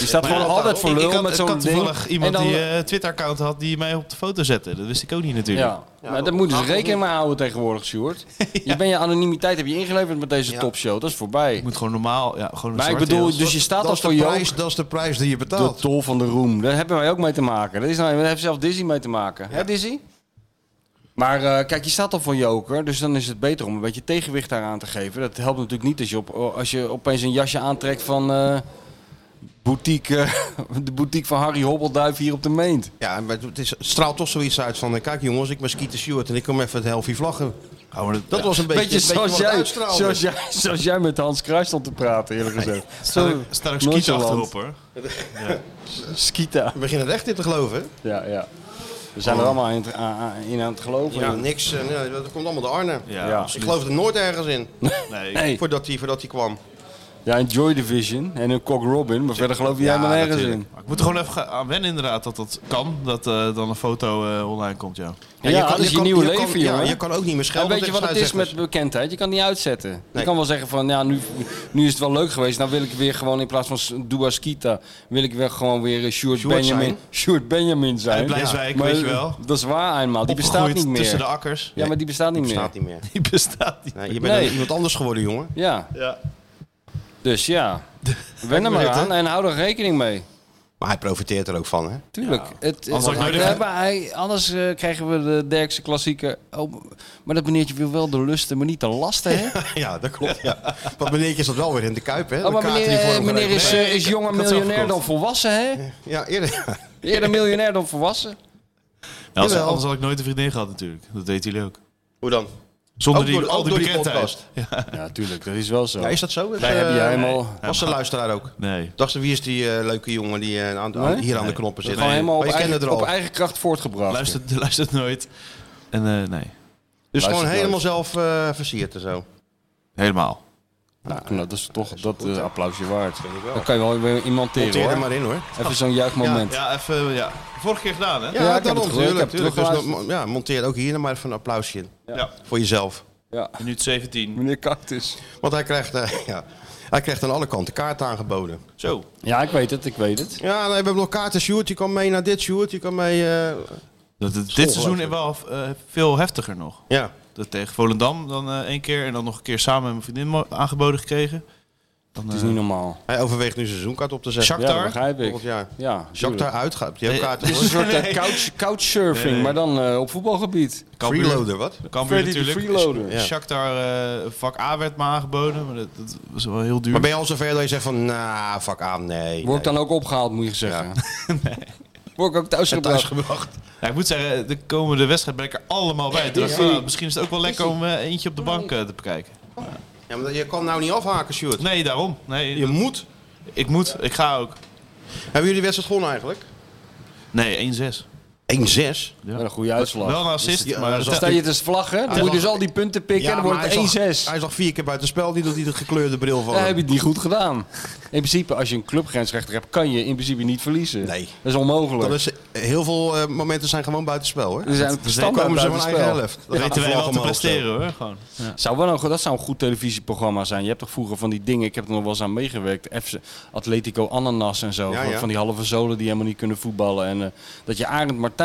[SPEAKER 4] Je staat
[SPEAKER 3] maar
[SPEAKER 4] gewoon
[SPEAKER 3] ja,
[SPEAKER 4] altijd
[SPEAKER 3] ik-
[SPEAKER 4] voor
[SPEAKER 1] ik,
[SPEAKER 4] lul
[SPEAKER 1] ik had,
[SPEAKER 4] met
[SPEAKER 1] ik
[SPEAKER 4] zo'n
[SPEAKER 1] had
[SPEAKER 4] ding.
[SPEAKER 1] toevallig iemand
[SPEAKER 4] En dan-
[SPEAKER 1] die eh, een Twitter-account had die mij op de foto zette. Dat wist ik ook niet natuurlijk.
[SPEAKER 4] Ja, maar daar
[SPEAKER 3] dat
[SPEAKER 4] moeten
[SPEAKER 3] gaat
[SPEAKER 4] ze
[SPEAKER 3] toch
[SPEAKER 4] rekening
[SPEAKER 3] niet?
[SPEAKER 4] mee houden tegenwoordig, Sjoerd. Je bent je anonimiteit heb je ingeleverd met deze
[SPEAKER 3] Ja.
[SPEAKER 4] topshow. Dat is voorbij.
[SPEAKER 1] Ik moet gewoon normaal, ja, gewoon een
[SPEAKER 4] Maar ik
[SPEAKER 1] zwart
[SPEAKER 4] bedoel,
[SPEAKER 1] heel-
[SPEAKER 4] dus je staat
[SPEAKER 3] dat
[SPEAKER 4] al
[SPEAKER 3] is de
[SPEAKER 4] voor je
[SPEAKER 3] prijs- Dat is de prijs die je
[SPEAKER 4] De
[SPEAKER 3] betaalt.
[SPEAKER 4] tol van de roem. Daar hebben wij ook mee te maken. Dat is nou, daar heeft zelf Disney mee te maken. Hè, Disney? Maar eh, kijk, je staat al voor joker, dus dan is het beter om een beetje tegenwicht daaraan te geven. Dat helpt natuurlijk niet als je, op, als je opeens een jasje aantrekt van eh, boutique, eh, de boutique van Harry Hobbelduif hier op de Meent.
[SPEAKER 3] Ja, maar het, is, het straalt toch zoiets uit van... eh, Kijk jongens, ik ben Skeeter Stewart en ik kom even het healthy vlaggen.
[SPEAKER 1] Oh, maar dat-
[SPEAKER 3] Dat
[SPEAKER 1] ja.
[SPEAKER 3] was een beetje,
[SPEAKER 4] Beetje,
[SPEAKER 3] een beetje
[SPEAKER 4] zoals,
[SPEAKER 3] wat het
[SPEAKER 4] jij,
[SPEAKER 3] uitstraalde.
[SPEAKER 4] zoals, jij, zoals jij met Hans Kruis stond te praten, eerlijk gezegd.
[SPEAKER 1] Staat ook- staat ook skiet
[SPEAKER 4] nonchalant.
[SPEAKER 1] achterop hoor.
[SPEAKER 4] Skita.
[SPEAKER 3] We beginnen er echt in te geloven.
[SPEAKER 4] Ja, ja. We zijn er allemaal in, aan- aan- in aan het geloven.
[SPEAKER 3] Oh. Ja,
[SPEAKER 4] joh.
[SPEAKER 3] niks. eh, nee, dat komt allemaal door Arne.
[SPEAKER 1] Ja,
[SPEAKER 4] Ja.
[SPEAKER 3] Ik
[SPEAKER 1] absoluut.
[SPEAKER 3] geloof er nooit ergens in.
[SPEAKER 1] Nee.
[SPEAKER 4] Nee.
[SPEAKER 3] Voordat hij voordat hij kwam.
[SPEAKER 4] Ja, een Joy Division en een Cock Robin, maar verder geloof jij
[SPEAKER 3] Ja,
[SPEAKER 4] maar nergens
[SPEAKER 3] natuurlijk.
[SPEAKER 1] Maar ik moet er gewoon even aan wennen inderdaad dat dat kan. Dat eh, dan een foto eh, online komt, ja.
[SPEAKER 4] in. Ja, dat is je, nieuwe leven,
[SPEAKER 3] kan,
[SPEAKER 4] jongen.
[SPEAKER 3] Ja, je kan ook niet meer
[SPEAKER 4] en
[SPEAKER 3] schelden.
[SPEAKER 4] weet je
[SPEAKER 3] tegen
[SPEAKER 4] wat het is met
[SPEAKER 3] scheidsrechters.
[SPEAKER 4] bekendheid? Je kan het niet uitzetten. Je
[SPEAKER 3] Nee.
[SPEAKER 4] kan wel zeggen van, ja, nu, nu is het wel leuk geweest. Nou wil ik weer gewoon in plaats van S- Dua Skita, wil ik weer gewoon weer eh, Sjoerd
[SPEAKER 3] Sjoerd
[SPEAKER 4] Benjamin,
[SPEAKER 3] zijn.
[SPEAKER 4] Sjoerd Benjamin zijn.
[SPEAKER 1] En Blijswijk,
[SPEAKER 4] Maar
[SPEAKER 1] weet je wel.
[SPEAKER 4] Dat is waar eenmaal. Die bestaat
[SPEAKER 1] Opgegroeid
[SPEAKER 4] niet meer.
[SPEAKER 1] tussen de akkers.
[SPEAKER 4] Ja, maar die bestaat niet
[SPEAKER 3] Het
[SPEAKER 4] meer.
[SPEAKER 3] staat niet meer.
[SPEAKER 1] Die bestaat niet.
[SPEAKER 3] Nee, je bent
[SPEAKER 4] Nee.
[SPEAKER 3] een- iemand anders geworden, jongen.
[SPEAKER 4] Ja,
[SPEAKER 1] Ja.
[SPEAKER 4] dus ja. Wen er maar
[SPEAKER 3] Correct, hè?
[SPEAKER 4] aan en hou er rekening mee.
[SPEAKER 3] Maar hij profiteert er ook van, hè?
[SPEAKER 4] Tuurlijk. Het, het,
[SPEAKER 1] Anders had ik nooit
[SPEAKER 4] we
[SPEAKER 1] even-
[SPEAKER 4] hebben- hij- anders eh, krijgen we de Derkse klassieker. Oh, maar dat meneertje wil wel de lusten, maar niet de lasten, hè?
[SPEAKER 3] Ja, dat klopt. Ja. Want meneertje zat wel weer in de kuip, hè?
[SPEAKER 4] Oh,
[SPEAKER 3] De
[SPEAKER 4] maar
[SPEAKER 3] kaarten
[SPEAKER 4] meneer,
[SPEAKER 3] die voor
[SPEAKER 4] eh,
[SPEAKER 3] hem
[SPEAKER 4] meneer
[SPEAKER 3] geregeld
[SPEAKER 4] is,
[SPEAKER 3] werden.
[SPEAKER 4] eh, is jonger
[SPEAKER 1] Ik had ze
[SPEAKER 4] miljonair dan
[SPEAKER 1] afgekocht.
[SPEAKER 4] volwassen, hè?
[SPEAKER 3] Ja, eerder.
[SPEAKER 4] Eerder miljonair dan volwassen.
[SPEAKER 1] Ja, als-
[SPEAKER 3] Jawel.
[SPEAKER 1] anders had ik nooit een vriendin gehad natuurlijk. Dat deed jullie ook.
[SPEAKER 3] Hoe dan?
[SPEAKER 1] Zonder
[SPEAKER 3] Ook
[SPEAKER 1] die,
[SPEAKER 3] door-
[SPEAKER 1] al
[SPEAKER 3] ook
[SPEAKER 1] die
[SPEAKER 3] door die
[SPEAKER 1] bekendheid.
[SPEAKER 3] podcast.
[SPEAKER 4] Ja, tuurlijk, dat is wel zo.
[SPEAKER 3] Ja, is dat zo? Is,
[SPEAKER 4] Wij
[SPEAKER 3] eh,
[SPEAKER 4] hebben je helemaal,
[SPEAKER 3] Was de luisteraar ook?
[SPEAKER 1] nee.
[SPEAKER 3] Dacht ze, wie is die eh, leuke jongen die eh, aan, aan-
[SPEAKER 4] Nee?
[SPEAKER 3] hier aan
[SPEAKER 1] Nee.
[SPEAKER 3] de knoppen zit?
[SPEAKER 1] Nee.
[SPEAKER 4] gewoon helemaal op
[SPEAKER 3] Maar je kende
[SPEAKER 4] eigen,
[SPEAKER 3] er al.
[SPEAKER 4] op eigen kracht voortgebracht.
[SPEAKER 1] Luistert, luistert nooit. En eh, nee,
[SPEAKER 3] Dus gewoon
[SPEAKER 4] Luistert nooit.
[SPEAKER 3] helemaal zelf eh, versierd en zo.
[SPEAKER 1] helemaal.
[SPEAKER 4] Nou, nou, dat is toch dat eh, applausje waard.
[SPEAKER 3] ik wel.
[SPEAKER 4] Dan kan je wel weer iemand
[SPEAKER 3] Monteer
[SPEAKER 4] teren,
[SPEAKER 3] er
[SPEAKER 4] hoor.
[SPEAKER 3] maar in, hoor.
[SPEAKER 4] Even zo'n juichmoment.
[SPEAKER 1] Ja, even, ja. Vorige keer gedaan, hè?
[SPEAKER 3] Ja,
[SPEAKER 4] Ja, ik heb
[SPEAKER 3] daarom,
[SPEAKER 4] het gehoord, ik
[SPEAKER 3] tuurlijk.
[SPEAKER 4] heb
[SPEAKER 3] tuurlijk.
[SPEAKER 4] het
[SPEAKER 3] Dus dan, mo-
[SPEAKER 4] teruggeluisterd.
[SPEAKER 3] ja, monteer ook hier maar even een applausje in.
[SPEAKER 1] Ja.
[SPEAKER 3] Voor jezelf.
[SPEAKER 4] Ja.
[SPEAKER 1] Minuut 17.
[SPEAKER 4] Meneer Cactus.
[SPEAKER 3] Want hij krijgt, eh, ja, hij krijgt aan alle kanten kaarten aangeboden.
[SPEAKER 1] Zo.
[SPEAKER 4] Ja, ik weet het, ik weet het.
[SPEAKER 3] Ja, nee, we hebben nog kaarten. Sjoerd, die kan mee naar dit. Sjoerd, die kan mee... eh,
[SPEAKER 1] Dat, dat- dit seizoen is wel eh, veel heftiger nog.
[SPEAKER 3] ja.
[SPEAKER 1] Dat tegen Volendam dan eh, één keer en dan nog een keer samen met mijn vriendin mo- aangeboden gekregen. Dan,
[SPEAKER 4] Het is
[SPEAKER 1] eh,
[SPEAKER 4] niet normaal.
[SPEAKER 3] Hij overweegt nu zijn seizoenkaart op te zetten.
[SPEAKER 1] Shakhtar?
[SPEAKER 4] Ja, dat begrijp ik.
[SPEAKER 3] Volgend jaar.
[SPEAKER 4] Ja,
[SPEAKER 3] Jacques
[SPEAKER 4] tuurlijk.
[SPEAKER 3] daaruit gaat. Die heeft
[SPEAKER 1] Nee,
[SPEAKER 3] kaarten
[SPEAKER 4] Het is een
[SPEAKER 3] voor.
[SPEAKER 4] soort eh,
[SPEAKER 1] Nee.
[SPEAKER 4] couch, couchsurfing,
[SPEAKER 1] Nee.
[SPEAKER 4] maar dan eh, op voetbalgebied.
[SPEAKER 1] Cambuur-
[SPEAKER 3] Freeloader, wat?
[SPEAKER 1] Cambuur
[SPEAKER 4] Freddy de
[SPEAKER 1] natuurlijk.
[SPEAKER 4] freeloader.
[SPEAKER 1] Ja. Shakhtar eh, vak A werd me aangeboden, maar dat, dat was wel heel duur.
[SPEAKER 3] Maar ben je al zover dat je zegt van, nou, fuck aan, nee.
[SPEAKER 4] Word ik
[SPEAKER 3] nee.
[SPEAKER 4] dan ook opgehaald, moet je zeggen. Word ik ook thuis
[SPEAKER 3] thuis
[SPEAKER 4] gebracht.
[SPEAKER 3] gebracht.
[SPEAKER 1] Ja, ik moet zeggen, de komende wedstrijd ben ik er allemaal bij. Toen dacht ik,
[SPEAKER 4] Ja.
[SPEAKER 1] nou, misschien is het ook wel lekker om eh, eentje op de bank eh, te bekijken.
[SPEAKER 3] Ja, maar je kan nou niet afhaken, Sjoerd.
[SPEAKER 1] Nee, daarom. Nee,
[SPEAKER 3] Je moet.
[SPEAKER 1] Ik moet, ik ga ook.
[SPEAKER 3] Hebben jullie de wedstrijd gewonnen eigenlijk?
[SPEAKER 1] Nee, 1-6.
[SPEAKER 3] 1-6.
[SPEAKER 4] Wel een goede uitslag.
[SPEAKER 1] Wel een assist,
[SPEAKER 3] Ja,
[SPEAKER 1] maar
[SPEAKER 3] dat
[SPEAKER 1] dat-
[SPEAKER 4] Stel je het als vlag, hè? Dan moet je dus al die punten pikken en dan wordt het 1-6.
[SPEAKER 3] Hij zag vier keer buiten spel, niet dat hij de gekleurde bril van
[SPEAKER 4] Dan heb
[SPEAKER 3] hem.
[SPEAKER 4] je het niet goed gedaan. In principe, als je een clubgrensrechter hebt, kan je in principe niet verliezen.
[SPEAKER 3] Nee.
[SPEAKER 4] Dat is onmogelijk.
[SPEAKER 3] Dat is, heel veel eh, momenten zijn gewoon buitenspel hoor.
[SPEAKER 4] Er zijn standaard
[SPEAKER 3] komen ze van
[SPEAKER 4] buitenspel.
[SPEAKER 3] eigen helft.
[SPEAKER 1] dat weten wij
[SPEAKER 3] we
[SPEAKER 1] wel te presteren hoor. Gewoon.
[SPEAKER 4] Zou wel een, dat zou een goed televisieprogramma zijn. Je hebt toch vroeger van die dingen, ik heb er nog wel eens aan meegewerkt. FC Atletico Ananas en zo.
[SPEAKER 3] Ja, ja.
[SPEAKER 4] Van die halve zolen die helemaal niet kunnen voetballen. En eh, dat je Arend Martijn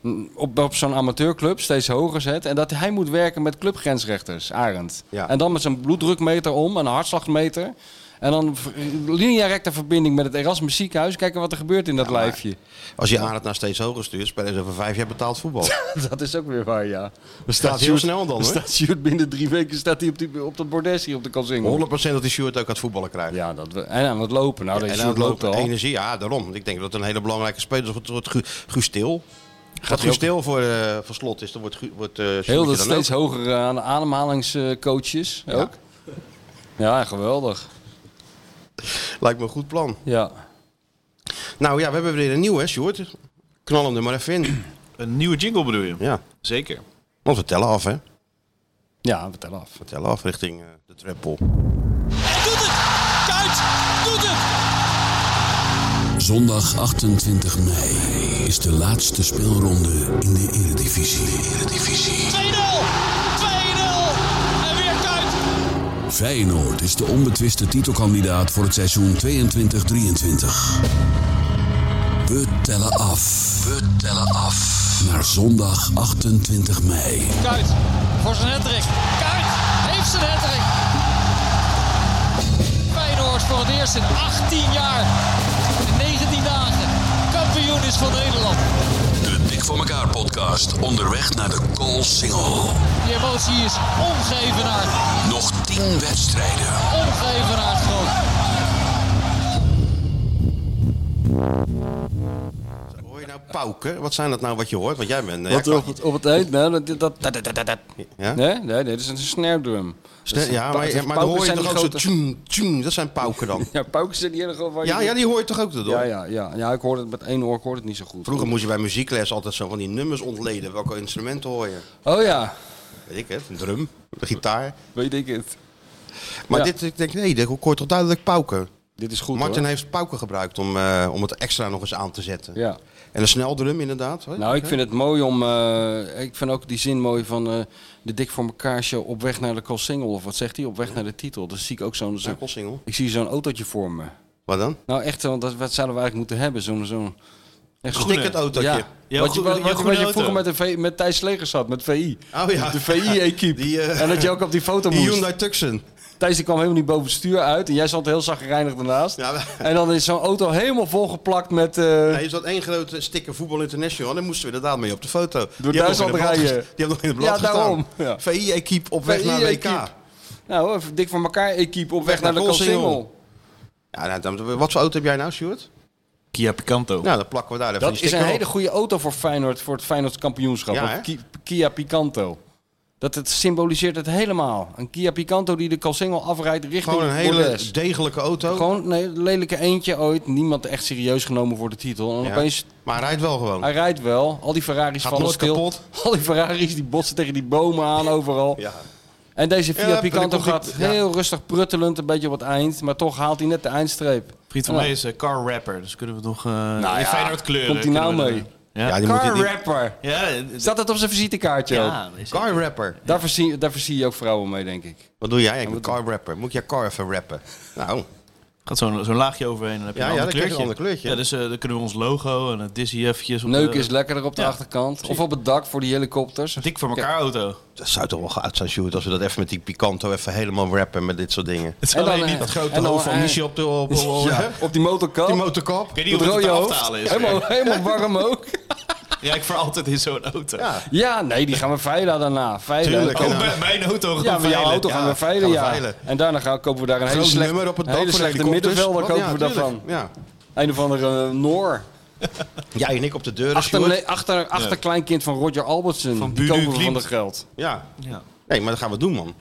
[SPEAKER 4] mm, op, op zo'n amateurclub steeds hoger zet. En dat hij moet werken met clubgrensrechters, Arend.
[SPEAKER 3] Ja.
[SPEAKER 4] En dan met zijn bloeddrukmeter om en een hartslagmeter. En dan v- linea recta verbinding met het Erasmus ziekenhuis. Kijken wat er gebeurt in dat lijfje.
[SPEAKER 3] Als je Arend naar steeds hoger stuurt, spelen ze over vijf jaar betaald voetbal.
[SPEAKER 4] Dat is ook weer waar, ja. Dan
[SPEAKER 3] Gaat heel
[SPEAKER 4] Sjoerd-
[SPEAKER 3] snel dan,
[SPEAKER 4] dan
[SPEAKER 3] hoor.
[SPEAKER 4] staat Sjoerd binnen drie weken staat hij op, die, op dat bordes hier op de Kalsingel.
[SPEAKER 3] 100% dat die Sjoerd ook gaat voetballen krijgt.
[SPEAKER 4] Ja, dat we, en aan het lopen. Nou, deze
[SPEAKER 3] en
[SPEAKER 4] en
[SPEAKER 3] aan het
[SPEAKER 4] loopt
[SPEAKER 3] lopen
[SPEAKER 4] al.
[SPEAKER 3] energie, ja, daarom. Ik denk dat een hele belangrijke speler is. Het wordt Gu- Guus Til. Gaat
[SPEAKER 4] hij ook-
[SPEAKER 3] Guus Til voor, eh, voor slot is, dan wordt, Gu- wordt eh,
[SPEAKER 4] Heel
[SPEAKER 3] Sjoerdje
[SPEAKER 4] dat
[SPEAKER 3] dan
[SPEAKER 4] steeds
[SPEAKER 3] ook.
[SPEAKER 4] hoger eh, aan de ademhalingscoaches ook. Ja, geweldig.
[SPEAKER 3] Lijkt me een goed plan.
[SPEAKER 4] Ja.
[SPEAKER 3] Nou ja, we hebben weer een nieuw, hè, Sjoerd? Knal hem er maar even in.
[SPEAKER 1] Een nieuwe jingle bedoel je?
[SPEAKER 3] Ja,
[SPEAKER 1] Zeker.
[SPEAKER 3] want we tellen af, hè?
[SPEAKER 4] Ja, we tellen af.
[SPEAKER 3] We tellen af richting eh, de treppel.
[SPEAKER 5] Zondag 28 mei is de laatste speelronde in de Eredivisie. Eredivisie.
[SPEAKER 6] 2-0! 2-0! En weer Kuit!
[SPEAKER 5] Feyenoord is de onbetwiste titelkandidaat voor het seizoen 22-23. We tellen af. We tellen af. Naar zondag 28 mei.
[SPEAKER 6] Kuit voor zijn hattrick. Kuit heeft zijn hattrick. Feyenoord voor het eerst in 18 jaar in 19 dagen kampioen is van Nederland.
[SPEAKER 5] De Dik voor elkaar podcast onderweg naar de goal single.
[SPEAKER 6] Die emotie is ongevenaard,
[SPEAKER 5] Nog 10 wedstrijden.
[SPEAKER 6] ongevenaard groot.
[SPEAKER 3] Hoor je nou pauken? Wat zijn dat nou wat je hoort? Want jij bent... eh,
[SPEAKER 4] Wat
[SPEAKER 3] ja,
[SPEAKER 4] op het, op het eind? Nou, dat, dat, dat, dat, dat, dat.
[SPEAKER 3] Ja?
[SPEAKER 4] Nee, nee, nee, dit is een Dus snare drum.
[SPEAKER 3] Sne- ja, maar, ja, maar dan hoor je toch ook zo... tjoem, tjoem, dat zijn pauken dan.
[SPEAKER 4] Ja, pauken zijn die hele grote... waar je-
[SPEAKER 3] Ja, ja, die hoor je toch ook door?
[SPEAKER 4] ja, ja, ja. Ja, ik hoorde het met één oor, ik hoorde het niet zo goed.
[SPEAKER 3] Vroeger moest je bij muziekles altijd zo van die nummers ontleden. Welke instrumenten hoor je?
[SPEAKER 4] Oh ja,
[SPEAKER 3] Weet ik het, een drum, een gitaar.
[SPEAKER 4] weet ik het.
[SPEAKER 3] Maar
[SPEAKER 4] Ja.
[SPEAKER 3] dit, ik denk, nee, ik hoor toch duidelijk pauken.
[SPEAKER 4] Dit is goed
[SPEAKER 3] Martin
[SPEAKER 4] hoor.
[SPEAKER 3] heeft pauken gebruikt om, eh, om het extra nog eens aan te zetten.
[SPEAKER 4] Ja.
[SPEAKER 3] En een sneldrum inderdaad. hoor.
[SPEAKER 4] Nou, ik vind het mooi om... eh, ik vind ook die zin mooi van eh, de Dik voor elkaar show op weg naar de call single. Of wat zegt hij? Op weg naar de titel. Dus zie ik ook zo'n...
[SPEAKER 3] Een
[SPEAKER 4] zo'n-
[SPEAKER 3] kotsingel.
[SPEAKER 4] ik zie zo'n autootje voor me.
[SPEAKER 3] Wat dan?
[SPEAKER 4] Nou echt, want dat, wat zouden we eigenlijk moeten hebben? Zo'n... zo'n echt zo'n-
[SPEAKER 1] Groene.
[SPEAKER 3] Stikkend autootje.
[SPEAKER 4] Ja,
[SPEAKER 1] Ja,
[SPEAKER 4] wat je,
[SPEAKER 1] goed-
[SPEAKER 4] wat,
[SPEAKER 1] ja,
[SPEAKER 4] wat-
[SPEAKER 1] goed
[SPEAKER 4] wat je
[SPEAKER 1] auto.
[SPEAKER 4] vroeger met, de v, met Thijs Legers zat, met VI.
[SPEAKER 3] Oh ja.
[SPEAKER 4] De VI-equipe.
[SPEAKER 3] Die, eh,
[SPEAKER 4] en dat je ook op die foto
[SPEAKER 3] Die
[SPEAKER 4] moest.
[SPEAKER 3] Hyundai Tucson.
[SPEAKER 4] Thijs die kwam helemaal niet boven het stuur uit. En jij zat heel zagrijnig ernaast.
[SPEAKER 3] Ja, maar-
[SPEAKER 4] En dan is zo'n auto helemaal volgeplakt met... eh,
[SPEAKER 3] Hij is dat één grote sticker Voetbal International. En daar moesten we inderdaad mee op de foto. Door
[SPEAKER 4] Duitsland
[SPEAKER 3] Die
[SPEAKER 4] rijden.
[SPEAKER 3] hebben nog in het blad
[SPEAKER 4] Ja, daarom.
[SPEAKER 3] gestaan.
[SPEAKER 4] Ja. E
[SPEAKER 3] VI-equipe op weg naar WK.
[SPEAKER 4] VI-equipe. Nou, even dik voor elkaar equipe op weg naar de
[SPEAKER 3] Koolsingel.
[SPEAKER 4] Koolsingel.
[SPEAKER 3] Ja, nou, dan- wat voor auto heb jij nou, Stuart?
[SPEAKER 1] Kia Picanto.
[SPEAKER 3] Nou, dan plakken we daar even
[SPEAKER 4] Dat
[SPEAKER 3] die
[SPEAKER 4] is een
[SPEAKER 3] sticker
[SPEAKER 4] hele
[SPEAKER 3] op.
[SPEAKER 4] goede auto voor Feyenoord, voor het Feyenoords kampioenschap.
[SPEAKER 3] Ja,
[SPEAKER 4] Een
[SPEAKER 3] hè?
[SPEAKER 4] Ki- Kia Picanto. Dat het symboliseert het helemaal. Een Kia Picanto die de Koolsingel afrijdt richting
[SPEAKER 3] Gewoon een hele
[SPEAKER 4] Bordeaux.
[SPEAKER 3] degelijke auto.
[SPEAKER 4] Gewoon nee, een lelijke eentje ooit. Niemand echt serieus genomen voor de titel. En
[SPEAKER 3] Ja.
[SPEAKER 4] opeens,
[SPEAKER 3] Maar hij rijdt wel gewoon.
[SPEAKER 4] hij rijdt wel. Al die Ferraris
[SPEAKER 3] Gaat
[SPEAKER 4] vallen
[SPEAKER 3] nooit
[SPEAKER 4] stil.
[SPEAKER 3] kapot.
[SPEAKER 4] Al die Ferraris die botsen tegen die bomen aan overal.
[SPEAKER 3] Ja.
[SPEAKER 4] En deze Fiat
[SPEAKER 3] Ja, dan
[SPEAKER 4] Picanto
[SPEAKER 3] komt die-
[SPEAKER 4] gaat
[SPEAKER 3] ja.
[SPEAKER 4] heel rustig pruttelend een beetje op het eind. Maar toch haalt hij net de eindstreep.
[SPEAKER 1] Vriend van
[SPEAKER 4] Ja.
[SPEAKER 1] mij is eh, car rapper, dus kunnen we toch eh in
[SPEAKER 4] ja,
[SPEAKER 1] Feyenoord kleuren.
[SPEAKER 4] komt die nou
[SPEAKER 1] kunnen we
[SPEAKER 4] mee?
[SPEAKER 1] dat- Ja,
[SPEAKER 3] Nou Ja, die moet je
[SPEAKER 4] Car
[SPEAKER 3] niet-
[SPEAKER 4] rapper.
[SPEAKER 1] ja, eh,
[SPEAKER 4] Staat dat op zijn visitekaartje ook?
[SPEAKER 1] ja, is-
[SPEAKER 3] Car rapper.
[SPEAKER 4] Daar verzie, daar verzie je ook vrouwen mee, denk ik.
[SPEAKER 3] Wat doe jij? Ik ben car rapper. Moet ik je car even rappen? Nou,
[SPEAKER 1] gaat zo'n zo'n laagje overheen en dan heb je
[SPEAKER 3] Ja,
[SPEAKER 1] een,
[SPEAKER 3] ja,
[SPEAKER 1] ander
[SPEAKER 3] dan krijg je
[SPEAKER 1] kleurtje.
[SPEAKER 3] een ander kleurtje.
[SPEAKER 1] Ja, dus eh, dan kunnen we ons logo en het Dizzy eventjes... Op
[SPEAKER 4] Neuk
[SPEAKER 1] de-
[SPEAKER 4] is lekkerder op de
[SPEAKER 1] ja.
[SPEAKER 4] achterkant. Of op het dak voor die helikopters.
[SPEAKER 1] Dik voor elkaar auto.
[SPEAKER 3] dat zou toch wel goud zijn, Sjoerd, als we dat even met die Picanto even helemaal rappen met dit soort dingen.
[SPEAKER 1] Het is
[SPEAKER 4] En dan,
[SPEAKER 1] alleen
[SPEAKER 4] eh,
[SPEAKER 1] niet dat grote...
[SPEAKER 4] en dan-
[SPEAKER 3] hoofd van
[SPEAKER 4] eh,
[SPEAKER 3] Michel op de... Op,
[SPEAKER 1] Oh,
[SPEAKER 3] op-
[SPEAKER 4] Ja, op die motorkap.
[SPEAKER 3] Die motorkap.
[SPEAKER 1] Ik weet niet
[SPEAKER 4] Het
[SPEAKER 1] hoe het
[SPEAKER 4] rode
[SPEAKER 1] af
[SPEAKER 4] hoofd.
[SPEAKER 1] te halen is.
[SPEAKER 4] helemaal, helemaal warm ook.
[SPEAKER 1] Rijk voor altijd in zo'n auto.
[SPEAKER 3] Ja,
[SPEAKER 4] Ja, nee, die gaan we veilen daarna. Veilen.
[SPEAKER 3] Tuurlijk,
[SPEAKER 1] Ook
[SPEAKER 4] Kopen-
[SPEAKER 3] ja.
[SPEAKER 1] bij- mijn auto gaan
[SPEAKER 4] ja, voor
[SPEAKER 1] we
[SPEAKER 4] jouw
[SPEAKER 1] veilen.
[SPEAKER 4] auto gaan
[SPEAKER 3] Ja,
[SPEAKER 4] we veilen,
[SPEAKER 3] gaan we
[SPEAKER 4] ja.
[SPEAKER 3] veilen.
[SPEAKER 4] En daarna gaan, kopen we daar een hele
[SPEAKER 3] groot
[SPEAKER 4] slechte,
[SPEAKER 3] nummer op het dak
[SPEAKER 4] hele
[SPEAKER 3] voor
[SPEAKER 4] slechte
[SPEAKER 3] helikopters.
[SPEAKER 4] middenvelder
[SPEAKER 1] Oh,
[SPEAKER 3] Wat?
[SPEAKER 4] kopen
[SPEAKER 3] Ja,
[SPEAKER 4] we
[SPEAKER 3] tuurlijk.
[SPEAKER 4] daarvan.
[SPEAKER 3] Ja.
[SPEAKER 4] Een of andere eh, Noor.
[SPEAKER 3] Jij en ik op de deuren, Sjoerd.
[SPEAKER 4] Achter, achter, achterkleinkind van Roger Albertson.
[SPEAKER 1] Van
[SPEAKER 4] die
[SPEAKER 1] Budu
[SPEAKER 4] kopen we van
[SPEAKER 1] Klimt.
[SPEAKER 4] dat geld.
[SPEAKER 3] Ja.
[SPEAKER 1] Ja.
[SPEAKER 3] Nee, maar dat gaan we doen, man.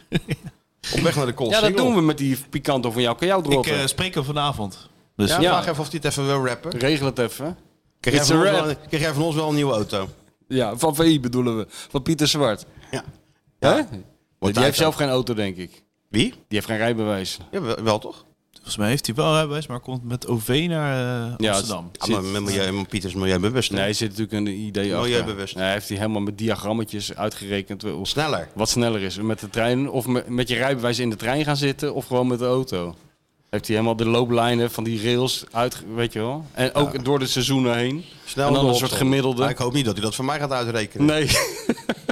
[SPEAKER 3] Op weg naar de kool.
[SPEAKER 4] Ja, dat doen we met die Picanto van jou. Kan jou
[SPEAKER 1] Ik
[SPEAKER 4] droppen?
[SPEAKER 1] eh, spreek hem vanavond. Dus
[SPEAKER 3] Ja,
[SPEAKER 1] ja.
[SPEAKER 4] Ja.
[SPEAKER 3] vraag even of hij het even wil rappen.
[SPEAKER 4] Regel het even.
[SPEAKER 3] Krijg jij,
[SPEAKER 4] It's a
[SPEAKER 3] van ons
[SPEAKER 4] rap.
[SPEAKER 3] wel, krijg jij van ons wel een nieuwe auto?
[SPEAKER 4] Ja, van VI bedoelen we. Van Pieter Zwart.
[SPEAKER 3] Ja.
[SPEAKER 4] Hè?
[SPEAKER 3] tijd
[SPEAKER 4] Die heeft zelf
[SPEAKER 3] ook.
[SPEAKER 4] geen auto, denk ik. Die
[SPEAKER 3] Wie?
[SPEAKER 4] heeft geen rijbewijs.
[SPEAKER 3] Ja, wel, wel toch?
[SPEAKER 1] volgens mij heeft hij wel rijbewijs, maar komt met OV naar eh,
[SPEAKER 4] Ja,
[SPEAKER 1] Amsterdam.
[SPEAKER 3] Ja, Ah, maar met milieu, met Pieters milieubewust. hè?
[SPEAKER 4] Nee, er zit natuurlijk een idee achter.
[SPEAKER 3] Milieubewust.
[SPEAKER 4] Nee, Hij heeft die helemaal met diagrammetjes uitgerekend. wel-
[SPEAKER 3] Sneller.
[SPEAKER 4] Wat sneller is, met de trein of me- met je rijbewijs in de trein gaan zitten of gewoon met de auto. Heeft hij helemaal de looplijnen van die rails uit, weet je wel. En ook door de seizoenen heen.
[SPEAKER 3] Snel
[SPEAKER 4] en dan een
[SPEAKER 3] erop,
[SPEAKER 4] soort
[SPEAKER 3] zo.
[SPEAKER 4] gemiddelde.
[SPEAKER 3] Maar ik hoop niet dat hij dat voor mij gaat uitrekenen.
[SPEAKER 4] Nee. het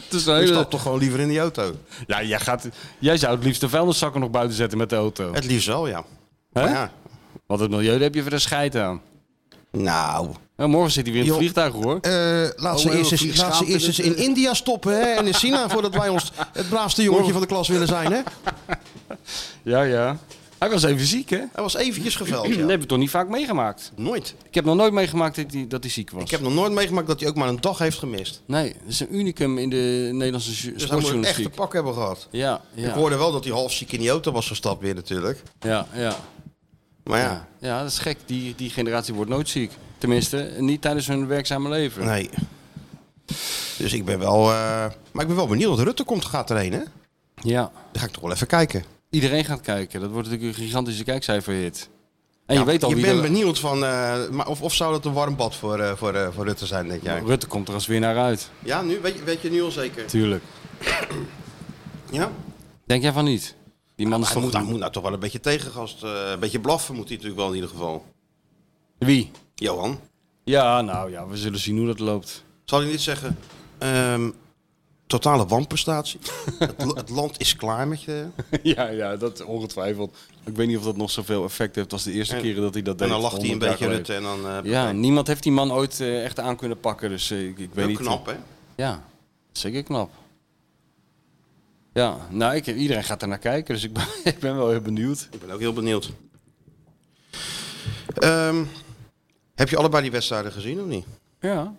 [SPEAKER 4] is een
[SPEAKER 3] Ik
[SPEAKER 4] hele...
[SPEAKER 3] stap toch gewoon liever in die auto.
[SPEAKER 4] Ja, jij, gaat, jij zou het liefst de vuilniszakken nog buiten zetten met de auto.
[SPEAKER 3] Het liefst wel, ja.
[SPEAKER 4] Hè?
[SPEAKER 3] Maar ja.
[SPEAKER 4] Want het milieu daar heb je weer een scheid aan.
[SPEAKER 3] Nou.
[SPEAKER 4] Nou, morgen zit hij weer in het
[SPEAKER 3] Joh.
[SPEAKER 4] vliegtuig hoor.
[SPEAKER 3] Eh, laat
[SPEAKER 4] ze Oh, eerst eens- heel laat ze schaamte eerst dus.
[SPEAKER 3] in India stoppen hè, en in China voordat wij ons het braafste
[SPEAKER 4] Oh.
[SPEAKER 3] jongetje van de klas willen zijn. Hè?
[SPEAKER 4] Ja, ja. Hij was even ziek hè?
[SPEAKER 3] Hij was eventjes geveld.
[SPEAKER 4] Dat heb ik toch niet vaak meegemaakt.
[SPEAKER 3] Nooit.
[SPEAKER 4] Ik heb nog nooit meegemaakt dat hij, dat hij ziek was.
[SPEAKER 3] Ik heb nog nooit meegemaakt dat hij ook maar een dag heeft gemist.
[SPEAKER 4] Nee, dat is een unicum in de Nederlandse ju-
[SPEAKER 3] Dus hij moet een
[SPEAKER 4] sportjournalistiek.
[SPEAKER 3] echte pak hebben gehad.
[SPEAKER 4] Ja, ja.
[SPEAKER 3] Ik hoorde wel dat hij half ziek in die auto was gestapt weer natuurlijk.
[SPEAKER 4] Ja, ja.
[SPEAKER 3] Maar ja,
[SPEAKER 4] Ja, dat is gek. Die, die generatie wordt nooit ziek. Tenminste, niet tijdens hun werkzame leven.
[SPEAKER 3] Nee. Dus ik ben wel... eh, Maar ik ben wel benieuwd. Rutte komt gaat erheen, hè?
[SPEAKER 4] Ja.
[SPEAKER 3] Dan ga ik toch wel even kijken.
[SPEAKER 4] Iedereen gaat kijken. Dat wordt natuurlijk een gigantische kijkcijferhit. En
[SPEAKER 3] Ja,
[SPEAKER 4] je weet al wie
[SPEAKER 3] bent
[SPEAKER 4] er-
[SPEAKER 3] benieuwd van... eh, maar of, of zou dat een warm bad voor, eh, voor, eh, voor Rutte zijn, denk jij?
[SPEAKER 4] Rutte komt er als winnaar uit.
[SPEAKER 3] Ja, nu weet je, weet je nu al zeker.
[SPEAKER 4] Tuurlijk.
[SPEAKER 3] Ja?
[SPEAKER 4] Denk jij van niet? Die man is
[SPEAKER 3] Hij
[SPEAKER 4] toch
[SPEAKER 3] moet, hij moet nou toch wel een beetje tegengast. eh, een beetje blaffen moet hij natuurlijk wel in ieder geval.
[SPEAKER 4] Wie?
[SPEAKER 3] Johan,
[SPEAKER 4] Ja, nou ja, we zullen zien hoe dat loopt.
[SPEAKER 3] zal hij niet zeggen... ehm, totale wanprestatie. het, lo- het land is klaar met je.
[SPEAKER 4] ja, ja, dat ongetwijfeld. Ik weet niet of dat nog zoveel effect heeft als de eerste
[SPEAKER 3] En-
[SPEAKER 4] keren dat hij dat deed.
[SPEAKER 3] En dan lacht hij een
[SPEAKER 4] 100 jaar
[SPEAKER 3] beetje
[SPEAKER 4] geleden.
[SPEAKER 3] Rutte. En dan, eh,
[SPEAKER 4] Ja, niemand heeft die man ooit eh, echt aan kunnen pakken. Dus eh, ik, ik weet
[SPEAKER 3] heel
[SPEAKER 4] niet.
[SPEAKER 3] knap, hè?
[SPEAKER 4] Ja, zeker knap. Ja, nou, ik, iedereen gaat er naar kijken, dus ik ben, ik ben wel heel benieuwd.
[SPEAKER 3] Ik ben ook heel benieuwd. Ehm, heb je allebei die wedstrijden gezien of niet?
[SPEAKER 4] Ja,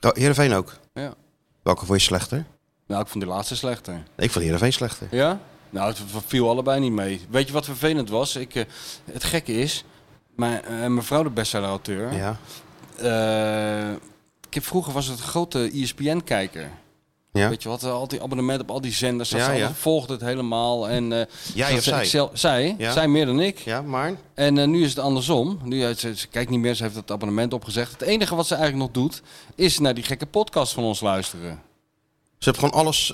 [SPEAKER 3] Nou, Heerenveen ook.
[SPEAKER 4] ja.
[SPEAKER 3] Welke vond je slechter?
[SPEAKER 4] Nou, ik vond die laatste slechter.
[SPEAKER 3] Nee, ik vond Heerenveen slechter.
[SPEAKER 4] Ja? Nou, het v- viel allebei niet mee. Weet je wat vervelend was? Ik, eh, het gekke is, mijn, eh, mevrouw de bestseller-auteur...
[SPEAKER 3] Ja.
[SPEAKER 4] eh, ik heb, vroeger was het een grote E ESPN-kijker.
[SPEAKER 3] ja.
[SPEAKER 4] Weet je wat, eh, al die abonnement op al die zenders. Dat
[SPEAKER 3] Ja,
[SPEAKER 4] ze
[SPEAKER 3] ja.
[SPEAKER 4] allemaal- volgde het helemaal. En, eh,
[SPEAKER 3] Jij
[SPEAKER 4] dat
[SPEAKER 3] of
[SPEAKER 4] ze-
[SPEAKER 3] zij?
[SPEAKER 4] ik zelf- zij,
[SPEAKER 3] Ja.
[SPEAKER 4] zij meer dan ik.
[SPEAKER 3] Ja, maar...
[SPEAKER 4] En eh, nu is het andersom. Nu, eh, ze, ze kijkt niet meer, ze heeft het abonnement opgezegd. Het enige wat ze eigenlijk nog doet, is naar die gekke podcast van ons luisteren.
[SPEAKER 3] Ze heeft gewoon alles...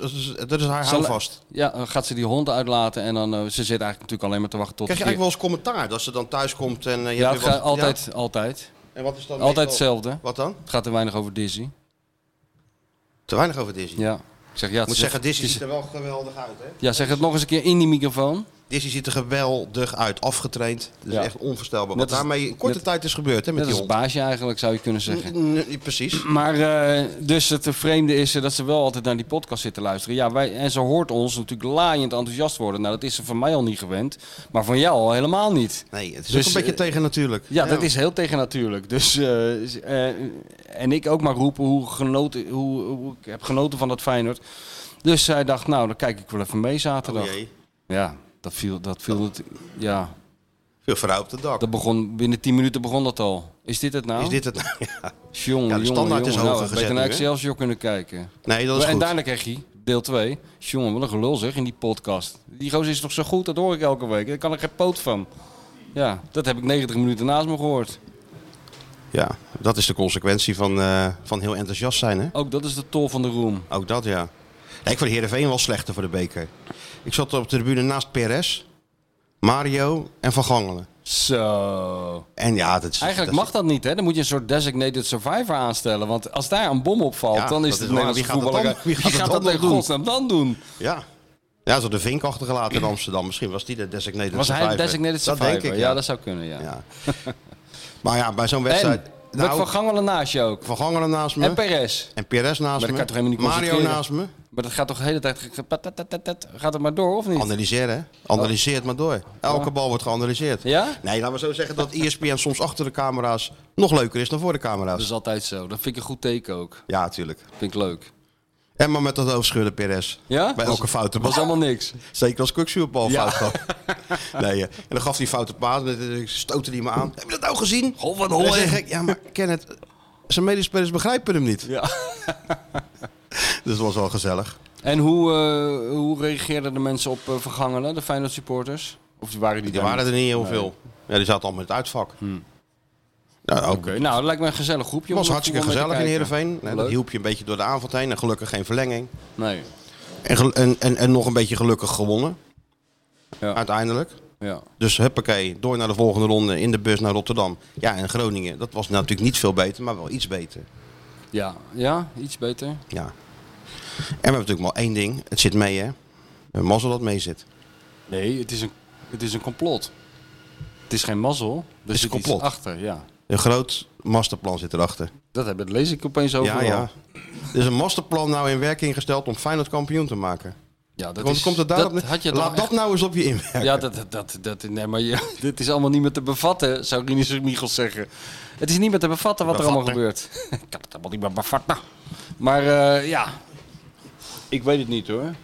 [SPEAKER 3] Dat is haar
[SPEAKER 4] Ze
[SPEAKER 3] houvast.
[SPEAKER 4] Ja, dan gaat ze die hond uitlaten en dan... eh, ze zit eigenlijk natuurlijk alleen maar te wachten tot...
[SPEAKER 3] Krijg je
[SPEAKER 4] ze
[SPEAKER 3] eigenlijk wel eens commentaar dat ze dan thuis komt en eh, je
[SPEAKER 4] ja,
[SPEAKER 3] hebt
[SPEAKER 4] het
[SPEAKER 3] weer
[SPEAKER 4] gaat
[SPEAKER 3] wat-
[SPEAKER 4] altijd, altijd.
[SPEAKER 3] Ja? En wat is dan
[SPEAKER 4] Altijd
[SPEAKER 3] meestal-
[SPEAKER 4] hetzelfde.
[SPEAKER 3] Wat dan?
[SPEAKER 4] Het gaat er weinig over Disney.
[SPEAKER 3] Te weinig over Disney.
[SPEAKER 4] Ja. Ik zeg, ja, het
[SPEAKER 3] Ik moet
[SPEAKER 4] is-
[SPEAKER 3] zeggen,
[SPEAKER 4] het
[SPEAKER 3] Disney
[SPEAKER 4] is-
[SPEAKER 3] ziet er wel geweldig uit, hè?
[SPEAKER 4] Ja, zeg het nog eens een keer in die microfoon.
[SPEAKER 3] Disney ziet er geweldig uit, afgetraind. Dat is
[SPEAKER 4] Ja.
[SPEAKER 3] echt onvoorstelbaar.
[SPEAKER 4] Net
[SPEAKER 3] Wat
[SPEAKER 4] als-
[SPEAKER 3] daarmee in korte
[SPEAKER 4] net-
[SPEAKER 3] tijd is gebeurd, hè, met
[SPEAKER 4] Dat
[SPEAKER 3] die
[SPEAKER 4] is het
[SPEAKER 3] hond.
[SPEAKER 4] baasje eigenlijk, zou je kunnen zeggen.
[SPEAKER 3] N- n- Precies.
[SPEAKER 4] Maar eh, dus het vreemde is eh, dat ze wel altijd naar die podcast zitten luisteren. Ja, wij, en ze hoort ons natuurlijk laaiend enthousiast worden. Nou, dat is ze van mij al niet gewend, maar van jou al helemaal niet.
[SPEAKER 3] Nee, het is
[SPEAKER 4] Dus,
[SPEAKER 3] ook een beetje
[SPEAKER 4] eh,
[SPEAKER 3] tegen natuurlijk. Nou,
[SPEAKER 4] Ja, dat is heel tegennatuurlijk. Dus, eh, is- eh, en ik ook maar roepen hoe, genoten, hoe, hoe ik heb genoten van dat Feyenoord. Dus zij dacht, nou, dan kijk ik wel even mee zaterdag.
[SPEAKER 3] Oh jee.
[SPEAKER 4] ja, dat viel, dat viel het, ja,
[SPEAKER 3] Veel vrouw op het dak.
[SPEAKER 4] dat begon, binnen 10 minuten begon dat al. Is dit het nou?
[SPEAKER 3] Is dit het nou? Ja.
[SPEAKER 4] Jongen,
[SPEAKER 3] Ja, de standaard is
[SPEAKER 4] jongen, jongen. Nou,
[SPEAKER 3] hoger
[SPEAKER 4] had beter
[SPEAKER 3] gezet
[SPEAKER 4] naar
[SPEAKER 3] nu, hè?
[SPEAKER 4] Excelsior kunnen kijken.
[SPEAKER 3] Nee, dat is
[SPEAKER 4] en
[SPEAKER 3] goed.
[SPEAKER 4] daarna kreeg hij deel 2. Jongen, wat een gelul zeg in die podcast. Die gozer is toch zo goed, dat hoor ik elke week. Daar kan ik geen poot van. Ja, dat heb ik 90 minuten naast me gehoord.
[SPEAKER 3] Ja, dat is de consequentie van, eh, van heel enthousiast zijn, hè?
[SPEAKER 4] Ook dat is de tol van de roem.
[SPEAKER 3] Ook dat, ja. Nee, ik vond Heerenveen wel slechter voor de beker. Ik zat op de tribune naast Perez, Mario en Van Gangelen.
[SPEAKER 4] Zo.
[SPEAKER 3] En ja, dat is...
[SPEAKER 4] Eigenlijk
[SPEAKER 3] dat
[SPEAKER 4] mag dat niet, hè? Dan moet je een soort designated survivor aanstellen. Want als daar een bom op valt,
[SPEAKER 3] Ja,
[SPEAKER 4] dan is
[SPEAKER 3] dat
[SPEAKER 4] het
[SPEAKER 3] is waar.
[SPEAKER 4] Nederlandse
[SPEAKER 3] Wie gaat dat
[SPEAKER 4] voetballer.
[SPEAKER 3] dan- wie gaat dat
[SPEAKER 4] dat
[SPEAKER 3] dan
[SPEAKER 4] in
[SPEAKER 3] doen?
[SPEAKER 4] godsnaam dan doen?
[SPEAKER 3] Ja. Ja, ze hadden Vink achtergelaten in Amsterdam. Misschien was die de designated
[SPEAKER 4] Was hij
[SPEAKER 3] survivor.
[SPEAKER 4] designated survivor?
[SPEAKER 3] Dat denk ik,
[SPEAKER 4] ja.
[SPEAKER 3] ja.
[SPEAKER 4] dat zou kunnen, ja.
[SPEAKER 3] Ja. maar ja, bij zo'n
[SPEAKER 4] En,
[SPEAKER 3] wedstrijd...
[SPEAKER 4] met
[SPEAKER 3] nou, Hm?
[SPEAKER 4] Van Gangelen naast je ook.
[SPEAKER 3] Van Gangelen naast me.
[SPEAKER 4] En Perez.
[SPEAKER 3] en Perez naast
[SPEAKER 4] dat
[SPEAKER 3] me.
[SPEAKER 4] kan je toch helemaal niet
[SPEAKER 3] Mario
[SPEAKER 4] concentreren?
[SPEAKER 3] naast me.
[SPEAKER 4] Maar dat gaat toch de hele tijd... ge- pat- tat- tat- tat- tat. Gaat het maar door, of niet?
[SPEAKER 3] Analyseren, hè? Analyseer het maar door. Elke bal wordt geanalyseerd.
[SPEAKER 4] Ja?
[SPEAKER 3] Nee, laten we zo zeggen dat E ESPN soms achter de camera's nog leuker is dan voor de camera's.
[SPEAKER 4] Dat is altijd zo. Dat vind ik een goed teken ook.
[SPEAKER 3] Ja, tuurlijk.
[SPEAKER 4] Vind ik leuk.
[SPEAKER 3] En maar met dat hoofdschudden Perez.
[SPEAKER 4] Ja?
[SPEAKER 3] Bij elke foute
[SPEAKER 4] Dat
[SPEAKER 3] bal.
[SPEAKER 4] is allemaal niks.
[SPEAKER 3] Zeker als Kuxu op bal
[SPEAKER 4] Ja.
[SPEAKER 3] fout gaf. Nee, eh, en dan gaf hij foute paas en dan stootte hij me aan. Heb je dat nou gezien?
[SPEAKER 4] Goh, Oh, wat
[SPEAKER 3] En dan
[SPEAKER 4] hoor.
[SPEAKER 3] zeg ik, Ja, maar Kenneth, zijn medespelers begrijpen hem niet.
[SPEAKER 4] Ja.
[SPEAKER 3] Dus dat was wel gezellig.
[SPEAKER 4] En hoe, eh, hoe reageerden de mensen op eh, vergangenen, de Feyenoord supporters? Of waren die
[SPEAKER 3] Die
[SPEAKER 4] daar
[SPEAKER 3] waren er niet heel veel. Ja, die zaten allemaal in het uitvak. Nou, ook
[SPEAKER 4] Hm. Oké, nou, dat lijkt me een gezellig
[SPEAKER 3] Het
[SPEAKER 4] groepje. om
[SPEAKER 3] was
[SPEAKER 4] naar
[SPEAKER 3] hartstikke
[SPEAKER 4] voetbal
[SPEAKER 3] gezellig
[SPEAKER 4] mee
[SPEAKER 3] in
[SPEAKER 4] te
[SPEAKER 3] Heerenveen.
[SPEAKER 4] kijken.
[SPEAKER 3] Nee, dat
[SPEAKER 4] Leuk.
[SPEAKER 3] hielp je een beetje door de avond heen. En gelukkig geen verlenging.
[SPEAKER 4] Nee,
[SPEAKER 3] En, gel- en, en, en nog een beetje gelukkig gewonnen.
[SPEAKER 4] Ja.
[SPEAKER 3] Uiteindelijk.
[SPEAKER 4] ja.
[SPEAKER 3] Dus huppakee, door naar de volgende ronde in de bus naar Rotterdam. Ja, en Groningen. Dat was natuurlijk niet veel beter, maar wel iets beter.
[SPEAKER 4] Ja. ja, iets beter.
[SPEAKER 3] Ja. En we hebben natuurlijk maar één ding. Het zit mee, hè. Eh, Een mazzel dat mee zit.
[SPEAKER 4] Nee, het is een, het is een complot. Het is geen mazzel. Er
[SPEAKER 3] is
[SPEAKER 4] zit
[SPEAKER 3] een
[SPEAKER 4] iets
[SPEAKER 3] complot.
[SPEAKER 4] achter, ja.
[SPEAKER 3] Een groot masterplan zit erachter.
[SPEAKER 4] Dat, heb, dat lees ik opeens overal.
[SPEAKER 3] Ja, ja. Er is een masterplan nou in werking gesteld om Feyenoord kampioen te maken.
[SPEAKER 4] Ja, dat
[SPEAKER 3] Komt,
[SPEAKER 4] is,
[SPEAKER 3] komt het daarop
[SPEAKER 4] dat
[SPEAKER 3] neer?
[SPEAKER 4] had je toch
[SPEAKER 3] Laat
[SPEAKER 4] echt-
[SPEAKER 3] dat nou eens op je inwerken.
[SPEAKER 4] Ja, dat, dat, dat, dat- nee, maar je, dit is allemaal niet meer te bevatten, zou Rinus Michels zeggen. Het is niet meer te bevatten wat er allemaal gebeurt. ik kan het allemaal niet meer bevatten. Maar eh, ja, ik weet het niet hoor.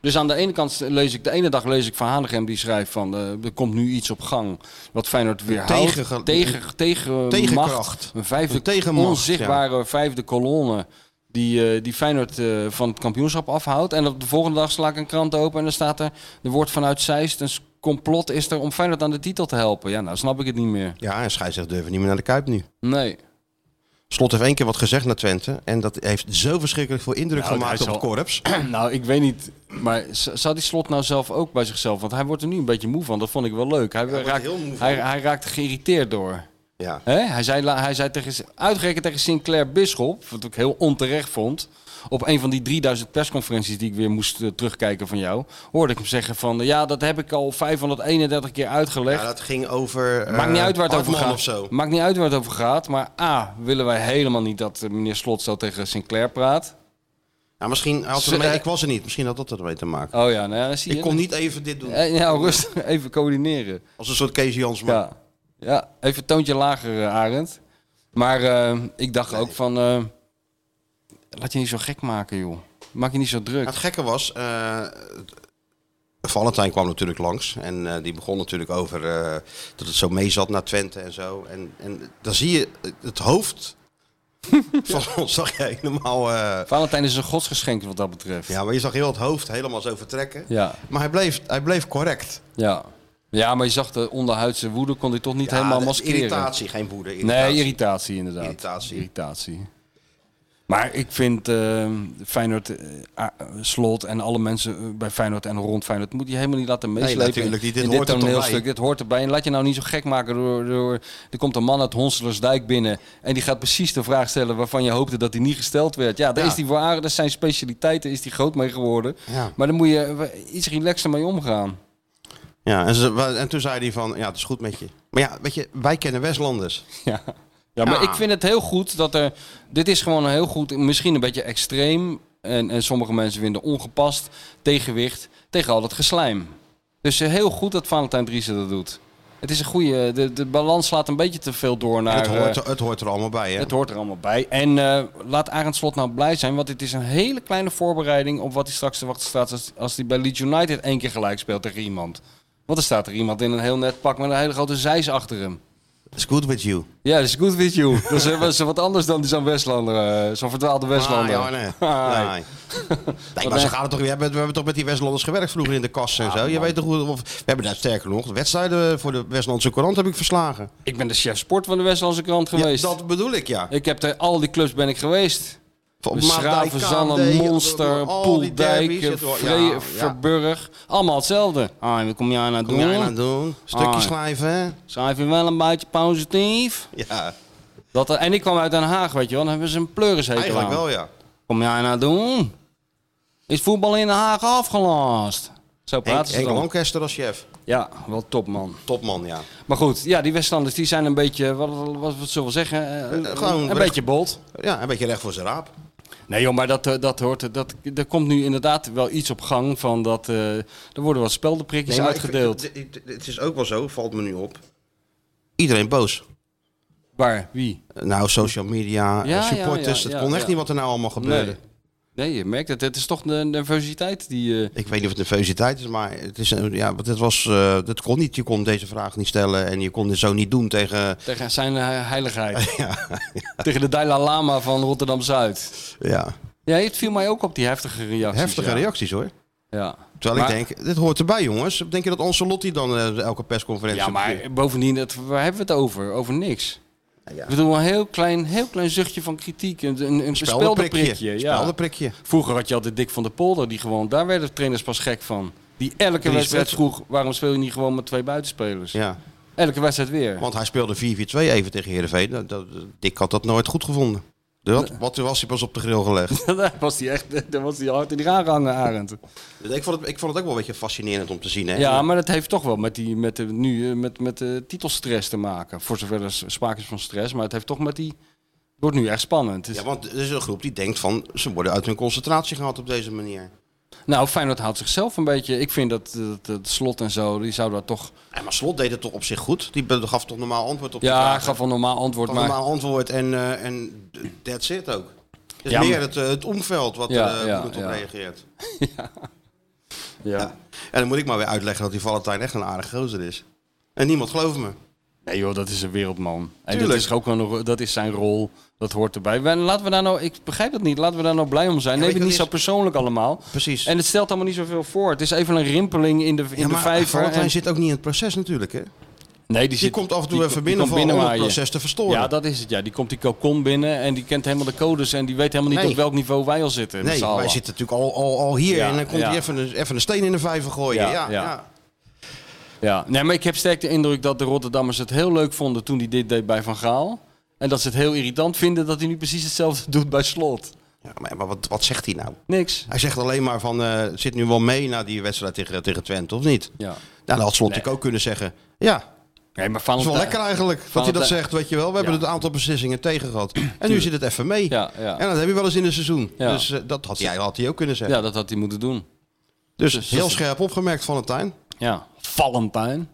[SPEAKER 4] Dus aan de ene kant lees ik, de ene dag lees ik van Hanegem die schrijft van eh, er komt nu iets op gang wat Feyenoord weer
[SPEAKER 3] Tegen-
[SPEAKER 4] houdt. Tegen, tegen
[SPEAKER 3] Tegenkracht.
[SPEAKER 4] macht. Een vijfde,
[SPEAKER 3] Een tegenmacht,
[SPEAKER 4] onzichtbare vijfde kolonne die, eh, die Feyenoord eh, van het kampioenschap afhoudt. En op de volgende dag sla ik een krant open en dan staat er, er wordt vanuit Zeist een s- complot is er om Feyenoord aan de titel te helpen. Ja, nou snap ik het niet meer.
[SPEAKER 3] Ja, en scheidsrechter durven niet meer naar de Kuip nu.
[SPEAKER 4] Nee.
[SPEAKER 3] Slot heeft één keer wat gezegd naar Twente. En dat heeft zo verschrikkelijk veel indruk
[SPEAKER 4] Nou,
[SPEAKER 3] gemaakt
[SPEAKER 4] hij
[SPEAKER 3] op
[SPEAKER 4] zal-
[SPEAKER 3] het korps.
[SPEAKER 4] Nou, ik weet niet. Maar z- zou die slot nou zelf ook bij zichzelf? Want hij wordt er nu een beetje moe van. Dat vond ik wel leuk. Hij,
[SPEAKER 3] wordt
[SPEAKER 4] raakt,
[SPEAKER 3] heel moe van.
[SPEAKER 4] hij, hij raakt geïrriteerd door.
[SPEAKER 3] Ja.
[SPEAKER 4] Hè? Hij zei, la- hij zei tegen, uitgerekend tegen Sinclair Bisschop, wat ik heel onterecht vond. Op een van die 3000 persconferenties die ik weer moest eh, terugkijken van jou, hoorde ik hem zeggen van, ja, dat heb ik al 531 keer uitgelegd.
[SPEAKER 3] ja, dat ging over... eh,
[SPEAKER 4] Maakt niet uit waar het over
[SPEAKER 3] Hartman
[SPEAKER 4] gaat.
[SPEAKER 3] of zo.
[SPEAKER 4] Maakt niet uit waar het over gaat. Maar A, willen wij helemaal niet dat eh, meneer Slot zo tegen Sinclair praat.
[SPEAKER 3] Ja, Nou, misschien had het
[SPEAKER 4] Ze-
[SPEAKER 3] ermee- ik was er niet. Misschien had dat ermee te maken.
[SPEAKER 4] Oh ja, nou ja, dan zie je.
[SPEAKER 3] ik kon niet even dit doen.
[SPEAKER 4] Eh, Nou, rustig, even coördineren.
[SPEAKER 3] Als een soort Kees Jansma.
[SPEAKER 4] Ja. ja, even een toontje lager, eh, Arend. Maar eh, ik dacht ook van, eh, laat je niet zo gek maken, joh. Maak je niet zo druk.
[SPEAKER 3] Nou, het gekke was, eh, Valentijn kwam natuurlijk langs. En eh, die begon natuurlijk over eh, dat het zo mee zat naar Twente en zo. En, en dan zie je het hoofd van ons, zag je helemaal... eh,
[SPEAKER 4] Valentijn is een godsgeschenk wat dat betreft.
[SPEAKER 3] ja, maar je zag heel het hoofd helemaal zo vertrekken.
[SPEAKER 4] ja,
[SPEAKER 3] Maar hij bleef, hij bleef correct.
[SPEAKER 4] ja. Ja, maar je zag de onderhuidse woede kon hij toch niet
[SPEAKER 3] Ja,
[SPEAKER 4] helemaal
[SPEAKER 3] de-
[SPEAKER 4] maskeren.
[SPEAKER 3] Irritatie, geen woede.
[SPEAKER 4] Nee,
[SPEAKER 3] Irritatie.
[SPEAKER 4] irritatie inderdaad.
[SPEAKER 3] Irritatie.
[SPEAKER 4] Irritatie. Maar ik vind eh, Feyenoord, eh, A- Slot en alle mensen eh, bij Feyenoord en rond Feyenoord... moet je helemaal niet laten meeslepen
[SPEAKER 3] natuurlijk niet. Dit
[SPEAKER 4] in
[SPEAKER 3] hoort er
[SPEAKER 4] dit
[SPEAKER 3] toch bij?
[SPEAKER 4] toneelstuk. Dit hoort erbij. En laat je nou niet zo gek maken door... door er komt een man uit Honselersdijk binnen... en die gaat precies de vraag stellen waarvan je hoopte dat die niet gesteld werd. Ja, daar
[SPEAKER 3] Ja.
[SPEAKER 4] is die voor aardig. Dat zijn specialiteiten, is die groot mee geworden.
[SPEAKER 3] Ja.
[SPEAKER 4] Maar dan moet je eh, iets relaxter mee omgaan.
[SPEAKER 3] Ja, en, ze- wa- en toen zei hij van, ja, het is goed met je. Maar ja, weet je, wij kennen Westlanders.
[SPEAKER 4] Ja. Ja, maar
[SPEAKER 3] Ja.
[SPEAKER 4] ik vind het heel goed dat er. Dit is gewoon een heel goed, misschien een beetje extreem. En, en sommige mensen vinden ongepast tegenwicht tegen al dat geslijm. Dus eh, heel goed dat Valentijn Driessen dat doet. Het is een goede. De, de balans slaat een beetje te veel door naar.
[SPEAKER 3] het, hoort,
[SPEAKER 4] eh,
[SPEAKER 3] er- het hoort er allemaal bij, hè?
[SPEAKER 4] het hoort er allemaal bij. En eh, laat Arend Slot nou blij zijn, want dit is een hele kleine voorbereiding op wat hij straks te wachten staat als, als hij bij Leeds United één keer gelijk speelt tegen iemand. Want er staat er iemand in een heel net pak met een hele grote zeis achter hem.
[SPEAKER 3] It's good with you.
[SPEAKER 4] Ja, dat is goed with you. Dat is, eh, was wat anders dan die zo'n Westlander, eh, zo'n verdwaalde Westlander.
[SPEAKER 3] Ah, ja, nee.
[SPEAKER 4] Ah.
[SPEAKER 3] Nee. Nee, maar ze gaan het toch, we, hebben, we hebben toch met die Westlanders gewerkt vroeger in de kassen en zo. Je weet toch hoe, of, we hebben daar sterker nog, wedstrijden voor de Westlandse Courant heb ik verslagen.
[SPEAKER 4] Ik ben de chef sport van de Westlandse krant geweest.
[SPEAKER 3] Ja, dat bedoel ik, ja.
[SPEAKER 4] Ik heb er al die clubs ben ik geweest.
[SPEAKER 3] Van
[SPEAKER 4] De
[SPEAKER 3] Maasdijk,
[SPEAKER 4] Schravenzanne,
[SPEAKER 3] KMD,
[SPEAKER 4] Monster,
[SPEAKER 3] al die
[SPEAKER 4] Poeldijk,
[SPEAKER 3] derbies, het wordt-
[SPEAKER 4] Vre-
[SPEAKER 3] ja, ja.
[SPEAKER 4] Verburg. Allemaal hetzelfde. Ah, wat kom jij nou
[SPEAKER 3] Kom
[SPEAKER 4] doen?
[SPEAKER 3] jij nou doen? Stukjes
[SPEAKER 4] Ah.
[SPEAKER 3] schrijven, hè?
[SPEAKER 4] Schrijf je wel een beetje positief?
[SPEAKER 3] Ja,
[SPEAKER 4] Dat, er- en ik kwam uit Den Haag, weet je wel. Dan hebben ze een pleurishekel
[SPEAKER 3] eigenlijk
[SPEAKER 4] aan.
[SPEAKER 3] wel, ja.
[SPEAKER 4] Kom jij nou doen? Is voetbal in Den Haag afgelast? Zo
[SPEAKER 3] Henk,
[SPEAKER 4] praten ze
[SPEAKER 3] Henk
[SPEAKER 4] dan.
[SPEAKER 3] Lancaster als chef.
[SPEAKER 4] Ja, wel top man.
[SPEAKER 3] Topman, ja.
[SPEAKER 4] Maar goed, ja, die Westlanders die zijn een beetje, wat, wat, wat zullen we zeggen, eh, een,
[SPEAKER 3] gewoon
[SPEAKER 4] een
[SPEAKER 3] recht-
[SPEAKER 4] beetje bold.
[SPEAKER 3] Ja, een beetje recht voor zijn raap.
[SPEAKER 4] Nee joh, maar dat, eh, dat hoort, dat, er komt nu inderdaad wel iets op gang van dat, eh, er worden wat speldenprikjes
[SPEAKER 3] Nee, maar ik vind-
[SPEAKER 4] uitgedeeld.
[SPEAKER 3] d- d- d- Het is ook wel zo, valt me nu op. Iedereen boos.
[SPEAKER 4] Waar, wie?
[SPEAKER 3] Nou, social media,
[SPEAKER 4] Ja,
[SPEAKER 3] eh, supporters.
[SPEAKER 4] ja, ja,
[SPEAKER 3] het
[SPEAKER 4] ja,
[SPEAKER 3] kon echt
[SPEAKER 4] ja.
[SPEAKER 3] niet wat er nou allemaal gebeurde.
[SPEAKER 4] Nee. nee, je merkt het, het is toch de nervositeit die... eh,
[SPEAKER 3] Ik weet niet of het nervositeit is, maar het is, een- ja, want het was, eh dat kon niet. Je kon deze vraag niet stellen en je kon dit zo niet doen tegen...
[SPEAKER 4] tegen zijn he- heiligheid. Tegen de Dalai Lama van Rotterdam-Zuid.
[SPEAKER 3] Ja,
[SPEAKER 4] Ja, het viel mij ook op die heftige reacties.
[SPEAKER 3] heftige
[SPEAKER 4] ja.
[SPEAKER 3] reacties hoor.
[SPEAKER 4] Ja.
[SPEAKER 3] Terwijl
[SPEAKER 4] Maar-
[SPEAKER 3] ik denk, dit hoort erbij jongens. Denk je dat Ancelotti dan eh, elke persconferentie...
[SPEAKER 4] Ja, maar bovendien, het, waar hebben we het over? Over niks.
[SPEAKER 3] Ja, ja.
[SPEAKER 4] Ik bedoel, een heel klein, heel klein zuchtje van kritiek. Een, een, een speldenprikje. Ja.
[SPEAKER 3] Speldenprikje.
[SPEAKER 4] Vroeger had je altijd Dick van der Polder, die gewoon, daar werden trainers pas gek van. Die elke
[SPEAKER 3] Drie
[SPEAKER 4] wedstrijd
[SPEAKER 3] spelers.
[SPEAKER 4] vroeg, waarom speel je niet gewoon met twee buitenspelers?
[SPEAKER 3] Ja.
[SPEAKER 4] Elke wedstrijd weer.
[SPEAKER 3] Want hij speelde 4-4-2 even tegen Heerenveen. Dat, dat, Dick had dat nooit goed gevonden. Dat, wat was hij pas op de grill gelegd.
[SPEAKER 4] daar was hij echt, daar was hij hard in die raar hangen, Arend.
[SPEAKER 3] Dus ik, vond het, ik vond het ook wel een beetje fascinerend om te zien. Hè?
[SPEAKER 4] Ja, maar dat heeft toch wel met, die, met, de, nu, eh, met, met de titelstress te maken. Voor zover er s- sprake is van stress, maar het heeft toch met die... Het wordt nu echt spannend. Het is-
[SPEAKER 3] ja, want er is een groep die denkt van, ze worden uit hun concentratie gehaald op deze manier.
[SPEAKER 4] Nou, Feyenoord haalt zichzelf een beetje. Ik vind dat, dat, dat Slot en zo, die zou daar toch...
[SPEAKER 3] Ja, maar Slot deed het toch op zich goed? Die be- gaf toch normaal antwoord op die
[SPEAKER 4] Ja,
[SPEAKER 3] vragen?
[SPEAKER 4] gaf wel normaal antwoord,
[SPEAKER 3] Gaf
[SPEAKER 4] maar...
[SPEAKER 3] normaal antwoord en, eh en d- that's it ook. Het is
[SPEAKER 4] Ja,
[SPEAKER 3] meer
[SPEAKER 4] maar-
[SPEAKER 3] het, eh, het omveld wat
[SPEAKER 4] Ja,
[SPEAKER 3] er eh,
[SPEAKER 4] ja,
[SPEAKER 3] woedend op
[SPEAKER 4] ja.
[SPEAKER 3] reageert.
[SPEAKER 4] Ja.
[SPEAKER 3] En dan moet ik maar weer uitleggen dat die Valentijn echt een aardige gozer is. En niemand gelooft me.
[SPEAKER 4] Nee joh, dat is een wereldman. En dat
[SPEAKER 3] Tuurlijk.
[SPEAKER 4] is, ook wel een, ro- dat is zijn rol. Dat hoort erbij. En laten we daar nou, ik begrijp dat niet. Laten we daar nou blij om zijn.
[SPEAKER 3] Ja,
[SPEAKER 4] Neem
[SPEAKER 3] weet
[SPEAKER 4] het
[SPEAKER 3] je,
[SPEAKER 4] niet zo
[SPEAKER 3] dat
[SPEAKER 4] persoonlijk allemaal.
[SPEAKER 3] Precies.
[SPEAKER 4] En het stelt allemaal niet zoveel voor. Het is even een rimpeling in de, in
[SPEAKER 3] Ja,
[SPEAKER 4] de
[SPEAKER 3] maar
[SPEAKER 4] vijver.
[SPEAKER 3] Valentijn
[SPEAKER 4] en-
[SPEAKER 3] zit ook niet in het proces natuurlijk, hè?
[SPEAKER 4] nee, die,
[SPEAKER 3] Die
[SPEAKER 4] zit-
[SPEAKER 3] komt af en toe
[SPEAKER 4] die-
[SPEAKER 3] even
[SPEAKER 4] die
[SPEAKER 3] binnen
[SPEAKER 4] komt
[SPEAKER 3] van, om het
[SPEAKER 4] binnenwaaien.
[SPEAKER 3] proces te verstoren.
[SPEAKER 4] Ja, dat is het. Ja, die komt die cocon binnen en die kent helemaal de codes en die weet helemaal niet
[SPEAKER 3] Nee.
[SPEAKER 4] op welk niveau wij al zitten. met
[SPEAKER 3] nee,
[SPEAKER 4] z'n allen.
[SPEAKER 3] wij zitten natuurlijk al, al, al hier
[SPEAKER 4] Ja,
[SPEAKER 3] en dan komt
[SPEAKER 4] ja.
[SPEAKER 3] hij even een, even een steen in de vijver gooien.
[SPEAKER 4] Ja,
[SPEAKER 3] Ja, ja,
[SPEAKER 4] ja. Ja, nee, maar ik heb sterk de indruk dat de Rotterdammers het heel leuk vonden toen hij dit deed bij Van Gaal. En dat ze het heel irritant vinden dat hij nu precies hetzelfde doet bij Slot.
[SPEAKER 3] Ja, maar, maar wat, wat zegt hij nou?
[SPEAKER 4] Niks.
[SPEAKER 3] Hij zegt alleen maar van, eh, het zit nu wel mee na die wedstrijd tegen, tegen Twente, of niet?
[SPEAKER 4] Ja.
[SPEAKER 3] Nou, dat had Slot
[SPEAKER 4] Nee. eh,
[SPEAKER 3] natuurlijk ook kunnen zeggen. Ja,
[SPEAKER 4] Nee, maar
[SPEAKER 3] Dat is
[SPEAKER 4] Valentijn...
[SPEAKER 3] wel lekker eigenlijk dat hij
[SPEAKER 4] Valentijn-
[SPEAKER 3] dat zegt, weet je wel. We hebben
[SPEAKER 4] Ja.
[SPEAKER 3] het aantal beslissingen tegen gehad. En nu zit het even mee.
[SPEAKER 4] Ja, ja.
[SPEAKER 3] En dat heb je wel eens in een seizoen.
[SPEAKER 4] Ja.
[SPEAKER 3] Dus eh, dat had hij, had hij ook kunnen zeggen.
[SPEAKER 4] Ja, dat had hij moeten doen.
[SPEAKER 3] dus
[SPEAKER 4] dus-
[SPEAKER 3] heel scherp opgemerkt, Valentijn.
[SPEAKER 4] Ja, Valentijn.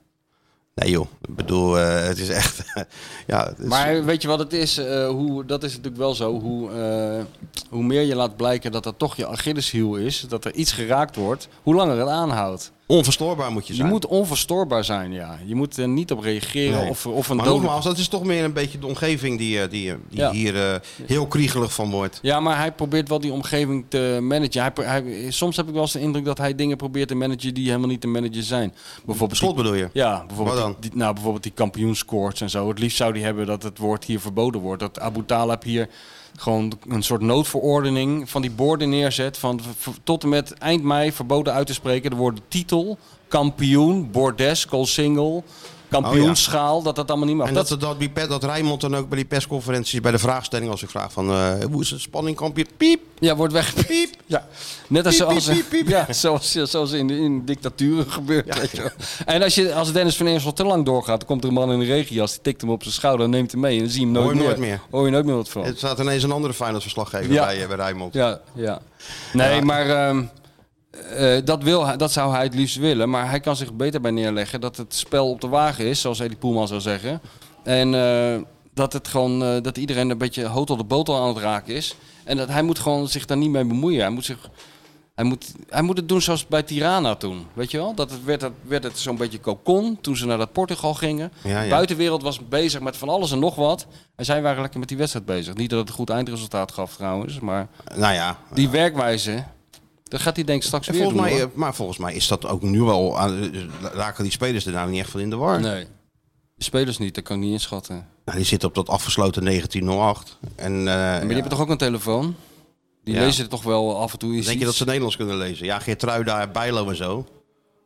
[SPEAKER 3] Nee joh, ik bedoel, eh, het is echt... ja, het is-
[SPEAKER 4] Maar weet je wat het is? Eh, hoe, dat is natuurlijk wel zo. Hoe, eh, hoe meer je laat blijken dat dat toch je Achilleshiel is, dat er iets geraakt wordt, hoe langer het aanhoudt.
[SPEAKER 3] onverstoorbaar moet je
[SPEAKER 4] Je
[SPEAKER 3] zijn.
[SPEAKER 4] moet onverstoorbaar zijn, ja. Je moet er niet op reageren
[SPEAKER 3] Nee.
[SPEAKER 4] of, of een
[SPEAKER 3] maar
[SPEAKER 4] dodelijk-
[SPEAKER 3] nogmaals, dat is toch meer een beetje de omgeving die, eh, die, eh, die
[SPEAKER 4] Ja.
[SPEAKER 3] hier eh, heel kriegelig van wordt.
[SPEAKER 4] Ja, maar hij probeert wel die omgeving te managen. Hij, pro- hij, soms heb ik wel eens de indruk dat hij dingen probeert te managen die helemaal niet te managen zijn. Bijvoorbeeld
[SPEAKER 3] Slot bedoel je?
[SPEAKER 4] Ja, bijvoorbeeld,
[SPEAKER 3] Wat dan?
[SPEAKER 4] Die, die- nou, bijvoorbeeld die kampioenscoorts en zo. Het liefst zou die hebben dat het woord hier verboden wordt. Dat Abu Talib hier gewoon een soort noodverordening van die borden neerzet. Van v- v- tot en met eind mei verboden uit te spreken. De woorden titel, kampioen, bordes, goal single, kampioensschaal. Dat dat allemaal niet mag.
[SPEAKER 3] Oh En dat, dat, die pet- dat Rijnmond dan ook bij die persconferenties, bij de vraagstelling, als ik vraag van eh, hoe is het spanningkampje? Piep,
[SPEAKER 4] Ja, wordt weg.
[SPEAKER 3] piep.
[SPEAKER 4] Ja, net als
[SPEAKER 3] Piep, piep,
[SPEAKER 4] zoals,
[SPEAKER 3] piep, piep.
[SPEAKER 4] Ja, zoals, zoals in, in dictaturen gebeurt. weet je wel. En als, je, als Dennis van Eersel te lang doorgaat, dan komt er een man in de regenjas, die tikt hem op zijn schouder, neemt hem mee en dan zie je hem nooit,
[SPEAKER 3] Hoor je
[SPEAKER 4] meer.
[SPEAKER 3] nooit meer.
[SPEAKER 4] Hoor je nooit meer wat van.
[SPEAKER 3] Het staat ineens een andere Feyenoord-verslaggever
[SPEAKER 4] Oh. Ja.
[SPEAKER 3] bij, eh, bij Rijnmond.
[SPEAKER 4] Ja, ja. Nee, maar ehm, eh, dat, wil, hij- dat zou hij het liefst willen. Maar hij kan zich er beter bij neerleggen dat het spel op de wagen is, zoals Eddie Poelman zou zeggen. En eh, dat, het gewoon, eh, dat iedereen een beetje hotel de botel aan het raken is. En dat hij moet gewoon zich daar niet mee bemoeien. Hij moet, zich, hij moet, hij moet het doen zoals bij Tirana toen. Weet je wel? Dat het werd, het- werd het zo'n beetje cocon toen ze naar dat Portugal gingen.
[SPEAKER 3] Ja, ja.
[SPEAKER 4] De buitenwereld was bezig met van alles en nog wat. En zij waren lekker met die wedstrijd bezig. Niet dat het een goed eindresultaat gaf trouwens, maar...
[SPEAKER 3] Nou ja,
[SPEAKER 4] Die werkwijze, dat gaat hij denk ik straks
[SPEAKER 3] en
[SPEAKER 4] weer
[SPEAKER 3] volgens
[SPEAKER 4] doen.
[SPEAKER 3] mij, eh, maar volgens mij is dat ook nu wel, aan- eh, raken die spelers er nou niet echt van in de war.
[SPEAKER 4] hoor. Nee, de spelers niet, dat kan ik niet inschatten.
[SPEAKER 3] Nou, die zitten op dat afgesloten 1908. En, eh,
[SPEAKER 4] Maar die
[SPEAKER 3] ja,
[SPEAKER 4] hebben toch ook een telefoon? Die
[SPEAKER 3] Ja.
[SPEAKER 4] lezen er toch wel af en toe iets.
[SPEAKER 3] denk je dat ze Nederlands kunnen lezen? Ja, Geertruida, Bijlo en zo.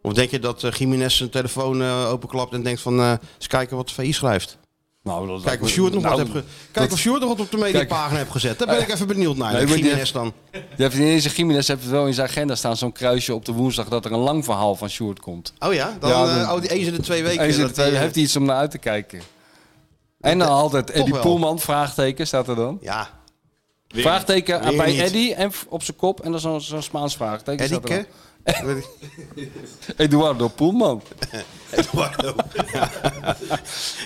[SPEAKER 3] Of denk je dat eh Jiménez zijn telefoon eh, openklapt en denkt van, eh, eens kijken wat VI schrijft.
[SPEAKER 4] Nou, dat
[SPEAKER 3] Kijk of Sjoerd nog,
[SPEAKER 4] Nou, Eh,
[SPEAKER 3] wat, heb ge- Kijk of Sjoerd nog wat op de mediapagina heeft gezet. Daar ben ik even benieuwd naar.
[SPEAKER 4] Nee, maar die-
[SPEAKER 3] Jiménez dan.
[SPEAKER 4] Die heeft in deze Gimenez heeft het wel in zijn agenda staan, zo'n kruisje op de woensdag, dat er een lang verhaal van Sjoerd komt.
[SPEAKER 3] Oh ja, dan,
[SPEAKER 4] Ja,
[SPEAKER 3] eh,
[SPEAKER 4] dan-
[SPEAKER 3] oh, die eens in de twee weken.
[SPEAKER 4] Hij
[SPEAKER 3] dat
[SPEAKER 4] zit-
[SPEAKER 3] die, eh,
[SPEAKER 4] heeft hij iets om naar uit te kijken. En dan altijd Eddie
[SPEAKER 3] wel.
[SPEAKER 4] Poelman, vraagteken staat er dan.
[SPEAKER 3] Ja,
[SPEAKER 4] vraagteken
[SPEAKER 3] Weer
[SPEAKER 4] bij
[SPEAKER 3] niet.
[SPEAKER 4] Eddie en f- op zijn kop en dan zo'n zo'n Spaans vraagteken. staat er
[SPEAKER 3] Eddie.
[SPEAKER 4] dan. Eduardo Poelman.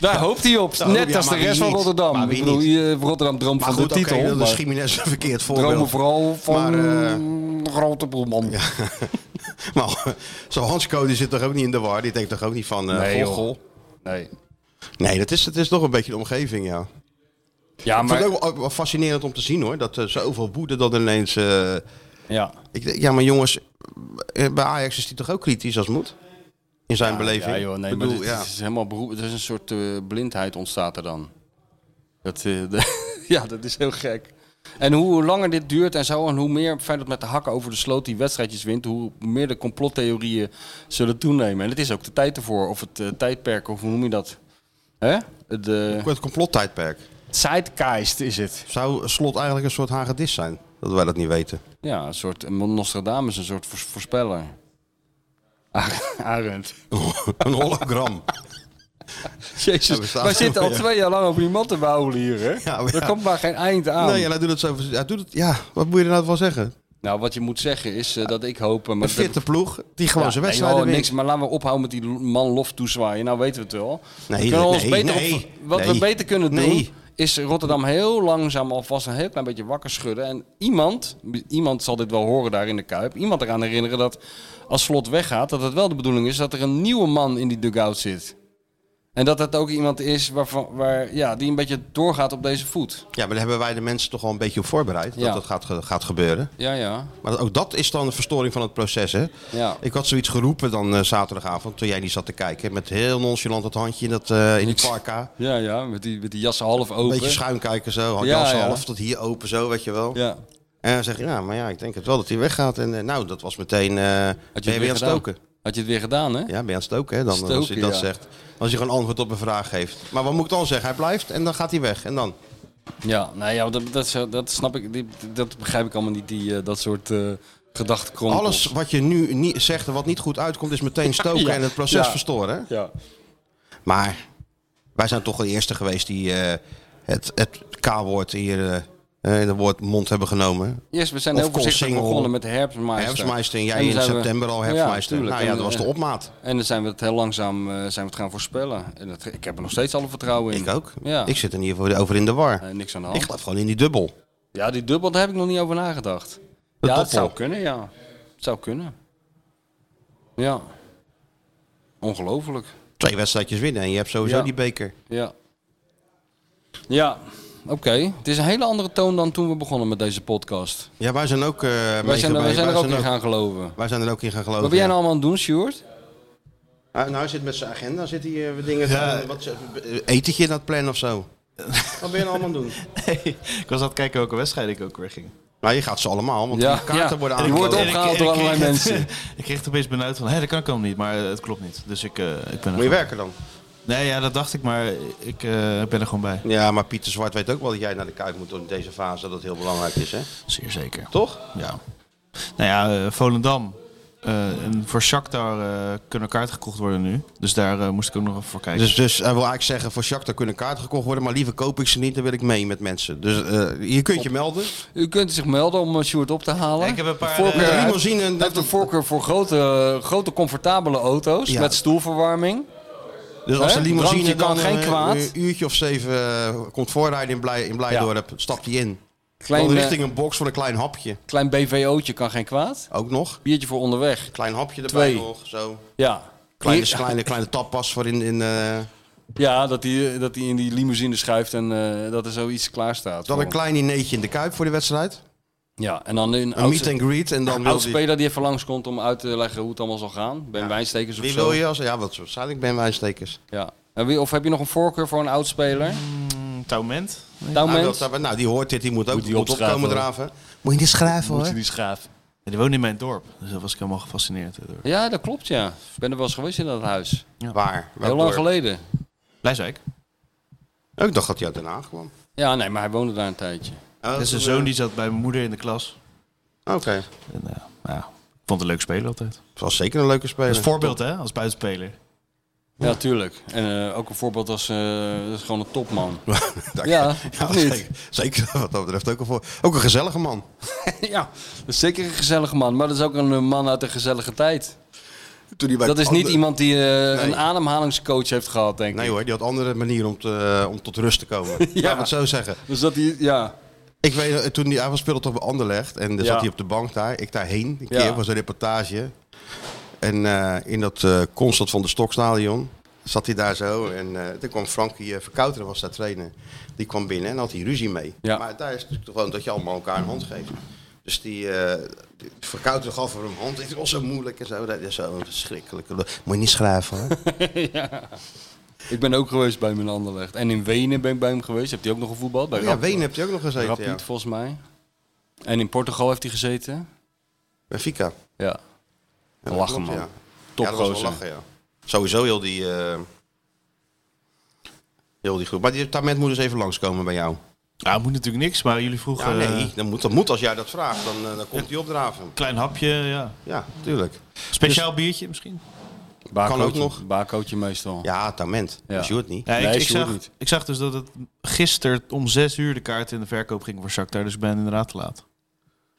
[SPEAKER 4] Daar hoopt hij op.
[SPEAKER 3] Daar
[SPEAKER 4] Net
[SPEAKER 3] hoopt hij-
[SPEAKER 4] als de
[SPEAKER 3] maar wie
[SPEAKER 4] rest van
[SPEAKER 3] niet?
[SPEAKER 4] Rotterdam.
[SPEAKER 3] Maar
[SPEAKER 4] Ik
[SPEAKER 3] wie
[SPEAKER 4] bedoel,
[SPEAKER 3] niet?
[SPEAKER 4] hier, Rotterdam droomt
[SPEAKER 3] Maar
[SPEAKER 4] van
[SPEAKER 3] goed,
[SPEAKER 4] de
[SPEAKER 3] oké, dus
[SPEAKER 4] titel.
[SPEAKER 3] dat
[SPEAKER 4] maar
[SPEAKER 3] is Jiménez een verkeerd
[SPEAKER 4] dromen
[SPEAKER 3] voorbeeld.
[SPEAKER 4] vooral van
[SPEAKER 3] Maar, eh,
[SPEAKER 4] een grote boelman.
[SPEAKER 3] Maar eh, zo'n Hansco die zit toch ook niet in de war? Die denkt toch ook niet van... eh
[SPEAKER 4] Nee,
[SPEAKER 3] goh,
[SPEAKER 4] joh.
[SPEAKER 3] goh.
[SPEAKER 4] Nee.
[SPEAKER 3] Nee, dat is, dat is toch een beetje de omgeving, ja.
[SPEAKER 4] Ja,
[SPEAKER 3] Ik vind
[SPEAKER 4] maar...
[SPEAKER 3] het ook wel- wel fascinerend om te zien, hoor. Dat er zoveel woede dan ineens... eh,
[SPEAKER 4] Ja.
[SPEAKER 3] ik, denk, ja, maar jongens, eh, bij Ajax is die toch ook kritisch als moet? In zijn beleving.
[SPEAKER 4] Ja, joh, nee,
[SPEAKER 3] Ik bedoel,
[SPEAKER 4] maar dit,
[SPEAKER 3] ja.
[SPEAKER 4] dit is helemaal beroep. Het is een soort eh, blindheid ontstaat er dan. Dat, eh, de- ja, dat is heel gek. En hoe langer dit duurt en zo, en hoe meer Feyenoord met de hakken over de sloot die wedstrijdjes wint, hoe meer de complottheorieën zullen toenemen. En het is ook de tijd ervoor, of het eh, tijdperk, of hoe noem je dat? Hè? eh, De
[SPEAKER 3] Het complottijdperk.
[SPEAKER 4] zeitgeist is het.
[SPEAKER 3] Zou Slot eigenlijk een soort hagedis zijn? Dat wij dat niet weten.
[SPEAKER 4] Ja, een soort Nostradamus, een soort voors- voorspeller. Arend.
[SPEAKER 3] een hologram. Ja, we
[SPEAKER 4] Jezus,
[SPEAKER 3] staan
[SPEAKER 4] wij zitten al
[SPEAKER 3] ja.
[SPEAKER 4] twee jaar lang over die man te bouwen hier, hè?
[SPEAKER 3] Ja, maar
[SPEAKER 4] Er
[SPEAKER 3] ja.
[SPEAKER 4] komt maar geen eind aan.
[SPEAKER 3] Nee, en hij doet het zo... Hij doet het, ja, wat moet je er nou van zeggen?
[SPEAKER 4] Nou, wat je moet zeggen is eh, dat ik hoop... eh, Maar
[SPEAKER 3] Een fitte ploeg die gewoon zijn wedstrijden
[SPEAKER 4] nee, joh,
[SPEAKER 3] wint.
[SPEAKER 4] niks, Maar laten we ophouden met die man lof toezwaaien. Nou weten we het wel.
[SPEAKER 3] Nee,
[SPEAKER 4] we kunnen
[SPEAKER 3] nee,
[SPEAKER 4] ons beter
[SPEAKER 3] nee,
[SPEAKER 4] op- wat we
[SPEAKER 3] nee,
[SPEAKER 4] beter kunnen doen...
[SPEAKER 3] nee.
[SPEAKER 4] is Rotterdam heel langzaam alvast een heel klein beetje wakker schudden. En iemand, iemand zal dit wel horen daar in de Kuip, iemand eraan herinneren dat als Slot weggaat, dat het wel de bedoeling is dat er een nieuwe man in die dugout zit. En dat dat ook iemand is waarvan, waar, ja, die een beetje doorgaat op deze voet.
[SPEAKER 3] Ja, maar daar hebben wij de mensen toch al een beetje op voorbereid. Dat
[SPEAKER 4] Ja.
[SPEAKER 3] dat gaat, ge- gaat gebeuren.
[SPEAKER 4] Ja, ja.
[SPEAKER 3] Maar ook dat is dan een verstoring van het proces, hè?
[SPEAKER 4] Ja.
[SPEAKER 3] Ik had zoiets geroepen dan eh, zaterdagavond, toen jij niet zat te kijken. Met heel nonchalant dat handje in, dat, eh, in die parka.
[SPEAKER 4] Ja, ja, met die, met die jassen half open.
[SPEAKER 3] Beetje schuin kijken zo, had
[SPEAKER 4] Ja,
[SPEAKER 3] jas
[SPEAKER 4] ja.
[SPEAKER 3] half tot hier open zo, weet je wel.
[SPEAKER 4] Ja.
[SPEAKER 3] En dan zeg je, ja, maar ja, ik denk het wel dat hij weggaat. En eh, nou, dat was meteen, eh ben je
[SPEAKER 4] het
[SPEAKER 3] weer aan
[SPEAKER 4] weer
[SPEAKER 3] het
[SPEAKER 4] gedaan?
[SPEAKER 3] stoken.
[SPEAKER 4] Had je het weer gedaan, hè?
[SPEAKER 3] Ja, ben je aan het stoken, hè? Dan, eh, als hij
[SPEAKER 4] Stoken,
[SPEAKER 3] dat
[SPEAKER 4] ja.
[SPEAKER 3] zegt. Als hij gewoon antwoord op een vraag geeft. Maar wat moet ik dan zeggen? Hij blijft en dan gaat hij weg. En dan?
[SPEAKER 4] Ja, nou ja, dat, dat, is- dat snap ik. die- dat begrijp ik allemaal niet, die, eh, dat soort eh gedachtenkronkels.
[SPEAKER 3] Alles wat je nu niet zegt en wat niet goed uitkomt, is meteen stoken
[SPEAKER 4] ja.
[SPEAKER 3] en het proces
[SPEAKER 4] Ja.
[SPEAKER 3] verstoren. hè?
[SPEAKER 4] Ja.
[SPEAKER 3] Maar wij zijn toch de eerste geweest die eh, het, het K-woord hier eh, in de woordmond hebben genomen.
[SPEAKER 4] Yes, we zijn
[SPEAKER 3] Of
[SPEAKER 4] heel voorzichtig
[SPEAKER 3] Koolsingel.
[SPEAKER 4] begonnen met de Herfstmeister.
[SPEAKER 3] Herfstmeister en
[SPEAKER 4] En
[SPEAKER 3] jij
[SPEAKER 4] dan
[SPEAKER 3] in
[SPEAKER 4] zijn we-
[SPEAKER 3] september al
[SPEAKER 4] Ja,
[SPEAKER 3] herfstmeister.
[SPEAKER 4] tuurlijk.
[SPEAKER 3] nou ja,
[SPEAKER 4] En,
[SPEAKER 3] dat was de
[SPEAKER 4] eh,
[SPEAKER 3] opmaat.
[SPEAKER 4] En dan zijn we het heel langzaam eh, zijn we het gaan voorspellen. En dat, ik heb er nog steeds alle vertrouwen in.
[SPEAKER 3] Ik ook.
[SPEAKER 4] Ja.
[SPEAKER 3] Ik zit er niet over- over in de war.
[SPEAKER 4] Eh, niks aan de
[SPEAKER 3] Ik
[SPEAKER 4] hand.
[SPEAKER 3] geloof gewoon in die dubbel.
[SPEAKER 4] Ja, die dubbel, daar heb ik nog niet over nagedacht.
[SPEAKER 3] De
[SPEAKER 4] ja,
[SPEAKER 3] toppel.
[SPEAKER 4] het zou kunnen, ja. Het zou kunnen. Ja. Ongelooflijk.
[SPEAKER 3] Twee wedstrijdjes winnen en je hebt sowieso
[SPEAKER 4] Ja.
[SPEAKER 3] die beker.
[SPEAKER 4] Ja. Ja, oké. Het is een hele andere toon dan toen we begonnen met deze podcast.
[SPEAKER 3] Ja, wij zijn ook eh,
[SPEAKER 4] Wij zijn,
[SPEAKER 3] meegewe-
[SPEAKER 4] wij zijn er ook in
[SPEAKER 3] ook-
[SPEAKER 4] gaan geloven.
[SPEAKER 3] wij zijn er ook in gaan geloven.
[SPEAKER 4] Wat ben jij
[SPEAKER 3] ja.
[SPEAKER 4] nou allemaal aan het doen, Sjoerd?
[SPEAKER 3] Ah, nou, hij zit met zijn agenda, zit hij eh, dingen
[SPEAKER 1] Ja.
[SPEAKER 3] te- wat, eh, etentje in dat plan of zo. Wat ben je nou allemaal aan het doen?
[SPEAKER 1] ik was aan het kijken welke wedstrijd ik ook weer ging.
[SPEAKER 3] Nou, je gaat ze allemaal, want
[SPEAKER 4] Ja,
[SPEAKER 3] die kaarten
[SPEAKER 4] ja.
[SPEAKER 3] worden
[SPEAKER 4] En die wordt
[SPEAKER 3] aangeboden.
[SPEAKER 1] En ik-
[SPEAKER 4] opgehaald
[SPEAKER 1] en ik
[SPEAKER 4] door allerlei
[SPEAKER 1] kreeg het-
[SPEAKER 4] mensen.
[SPEAKER 1] ik kreeg het opeens benauwd van, hé, dat kan ik helemaal niet, maar eh, het klopt niet. Dus ik, eh, ik ben er
[SPEAKER 3] Moet je
[SPEAKER 1] gewoon-
[SPEAKER 3] werken dan?
[SPEAKER 1] Nee, ja, dat dacht ik, maar ik eh, ben er gewoon bij.
[SPEAKER 3] Ja, maar Pieter Zwart weet ook wel dat jij naar de kuik moet in deze fase. Dat het heel belangrijk is, hè?
[SPEAKER 1] Zeer zeker.
[SPEAKER 3] Toch?
[SPEAKER 1] Ja. Nou ja, eh, Volendam. Eh, en voor Shakhtar eh, kunnen kaarten gekocht worden nu. Dus daar eh, moest ik ook nog even voor kijken.
[SPEAKER 3] Dus, dus hij wil eigenlijk zeggen, voor Shakhtar kunnen kaarten gekocht worden, maar liever koop ik ze niet, dan wil ik mee met mensen. Dus eh, je kunt je melden.
[SPEAKER 4] U kunt zich melden om eh, Sjoerd op te halen.
[SPEAKER 1] Ik heb een paar,
[SPEAKER 4] Voorkeur
[SPEAKER 1] eh,
[SPEAKER 3] Met een
[SPEAKER 4] uit-
[SPEAKER 3] limousine en
[SPEAKER 4] Hij heeft
[SPEAKER 3] dat...
[SPEAKER 4] een voorkeur voor grote, eh, grote comfortabele auto's
[SPEAKER 3] Ja.
[SPEAKER 4] met stoelverwarming.
[SPEAKER 3] Dus als
[SPEAKER 4] Hè?
[SPEAKER 3] de limousine
[SPEAKER 4] Drankje kan
[SPEAKER 3] dan,
[SPEAKER 4] geen
[SPEAKER 3] eh,
[SPEAKER 4] kwaad.
[SPEAKER 3] een uurtje of zeven eh, komt voorrijden in, Blij, in Blijdorp, stapt hij in.
[SPEAKER 4] Klein,
[SPEAKER 3] dan
[SPEAKER 4] eh,
[SPEAKER 3] richting een box voor een klein hapje.
[SPEAKER 4] Klein BVO'tje kan geen kwaad.
[SPEAKER 3] Ook nog.
[SPEAKER 4] Biertje voor onderweg.
[SPEAKER 3] Klein hapje erbij
[SPEAKER 4] Twee.
[SPEAKER 3] nog, zo.
[SPEAKER 4] Ja.
[SPEAKER 3] Kleine,
[SPEAKER 4] Hier-
[SPEAKER 3] kleine, kleine tappas voor in... in eh,
[SPEAKER 4] Ja, dat hij dat die in die limousine schuift en eh, dat er zoiets klaar staat.
[SPEAKER 3] dan
[SPEAKER 4] voor
[SPEAKER 3] een klein dineetje in de Kuip voor de wedstrijd.
[SPEAKER 4] hem. Ja, en dan een
[SPEAKER 3] Een meet
[SPEAKER 4] oud-
[SPEAKER 3] and greet en dan
[SPEAKER 4] een
[SPEAKER 3] wil hij...
[SPEAKER 4] oud-speler die even langskomt om uit te leggen hoe het allemaal zal gaan. Ben Wijnstekers of
[SPEAKER 3] Wie
[SPEAKER 4] zo. Oh,
[SPEAKER 3] wil je als... Ja, wat zo- zei ik, Ben Wijnstekers.
[SPEAKER 4] Ja. En wie- Of heb je nog een voorkeur voor een oud-speler?
[SPEAKER 1] Mm, Touwment.
[SPEAKER 3] Nou,
[SPEAKER 4] Touwmens?
[SPEAKER 3] dat- dat- nou, die hoort dit, die moet ook
[SPEAKER 4] Moet die
[SPEAKER 3] moet opkomen
[SPEAKER 4] opschrijven, hoor.
[SPEAKER 3] draven. Moet je dit schrijven hoor.
[SPEAKER 4] die schaaf.
[SPEAKER 1] Ja, Die woont in mijn dorp. Dus daar was ik helemaal gefascineerd door.
[SPEAKER 4] Ja, dat klopt ja. Ik ben er wel eens geweest in dat huis.
[SPEAKER 3] Waar?
[SPEAKER 4] Heel lang geleden.
[SPEAKER 1] Blijswijk.
[SPEAKER 3] geleden. Oh, Ik dacht dat hij uit Den Haag kwam. Oh,
[SPEAKER 4] Ja, nee, maar hij woonde daar een tijdje.
[SPEAKER 1] Dat is een zoon die zat bij mijn moeder in de klas.
[SPEAKER 3] eh, Oké.
[SPEAKER 1] En, eh, nou, ja, ik vond het leuk spelen altijd.
[SPEAKER 3] Dat was zeker een leuke speler.
[SPEAKER 1] Als voorbeeld hè, als buitenspeler.
[SPEAKER 4] Ja, tuurlijk. En eh, ook een voorbeeld als eh, dat is gewoon een topman.
[SPEAKER 3] Dank je.
[SPEAKER 4] Ja, of niet?
[SPEAKER 3] zeker, zeker, wat dat betreft ook een voor. Ook een gezellige man.
[SPEAKER 4] ja, dat is zeker een gezellige man. Maar dat is ook een eh, man uit een gezellige tijd.
[SPEAKER 3] Toen die bij
[SPEAKER 4] Dat is niet
[SPEAKER 3] andere-
[SPEAKER 4] iemand die eh,
[SPEAKER 3] Nee.
[SPEAKER 4] een ademhalingscoach heeft gehad, denk ik.
[SPEAKER 3] Nee hoor, die had andere manieren om, te, eh, om tot rust te komen. ja. Laat me het zo zeggen.
[SPEAKER 4] Dus dat hij, ja.
[SPEAKER 3] Ik weet, eh, toen die, hij was speelde toch bij Anderlecht en daar
[SPEAKER 4] Ja.
[SPEAKER 3] zat hij op de bank daar. Ik daarheen, een
[SPEAKER 4] Ja.
[SPEAKER 3] keer was een reportage. En eh, in dat eh Constant van de Stokstadion zat hij daar zo. En eh, toen kwam Frankie eh, Verkouteren, was daar trainer. Die kwam binnen en had hij ruzie mee.
[SPEAKER 4] Ja.
[SPEAKER 3] Maar daar is het natuurlijk gewoon dat je allemaal elkaar een hand geeft. Dus die, eh die Verkouteren gaf hem een hand. Het was zo moeilijk en zo. Dat is zo'n verschrikkelijke... Moet je niet schrijven, hè?
[SPEAKER 4] Ik ben ook geweest bij hem in Anderlecht. En in Wenen ben ik bij hem geweest. Heeft hij ook nog gevoetbald? Bij
[SPEAKER 3] Oh ja,
[SPEAKER 4] Rap-
[SPEAKER 3] Wenen heb je ook nog gezeten,
[SPEAKER 4] Rapid,
[SPEAKER 3] ja.
[SPEAKER 4] volgens mij. En in Portugal heeft hij gezeten.
[SPEAKER 3] Benfica.
[SPEAKER 4] Ja.
[SPEAKER 3] Ja, dat
[SPEAKER 4] Lachen,
[SPEAKER 3] klopt,
[SPEAKER 4] man.
[SPEAKER 3] Ja.
[SPEAKER 4] Top
[SPEAKER 3] ja, dat was wel
[SPEAKER 4] gozer.
[SPEAKER 3] lachen, ja. Sowieso heel die, eh, heel die groep. Maar die Tament moet dus even langskomen bij jou.
[SPEAKER 1] Nou, moet natuurlijk niks, maar jullie
[SPEAKER 3] Ja,
[SPEAKER 1] vroegen... eh,
[SPEAKER 3] nee, dat moet, dat moet als jij dat vraagt. Dan, eh, dan komt hij opdraven.
[SPEAKER 1] klein hapje, ja.
[SPEAKER 3] Ja, tuurlijk.
[SPEAKER 1] Speciaal
[SPEAKER 4] Dus-
[SPEAKER 1] biertje misschien?
[SPEAKER 4] Baarcootje-
[SPEAKER 3] ook nog.
[SPEAKER 4] Baarcootje meestal.
[SPEAKER 3] Ja, Tament.
[SPEAKER 4] Ja.
[SPEAKER 3] Dat je het niet.
[SPEAKER 1] Ja, ik,
[SPEAKER 4] Nee,
[SPEAKER 1] ik
[SPEAKER 4] Sjoerd
[SPEAKER 1] zag,
[SPEAKER 4] niet.
[SPEAKER 1] ik zag dus dat het gisteren om zes uur de kaart in de verkoop ging voor Shakhtar. Dus ik ben inderdaad te laat.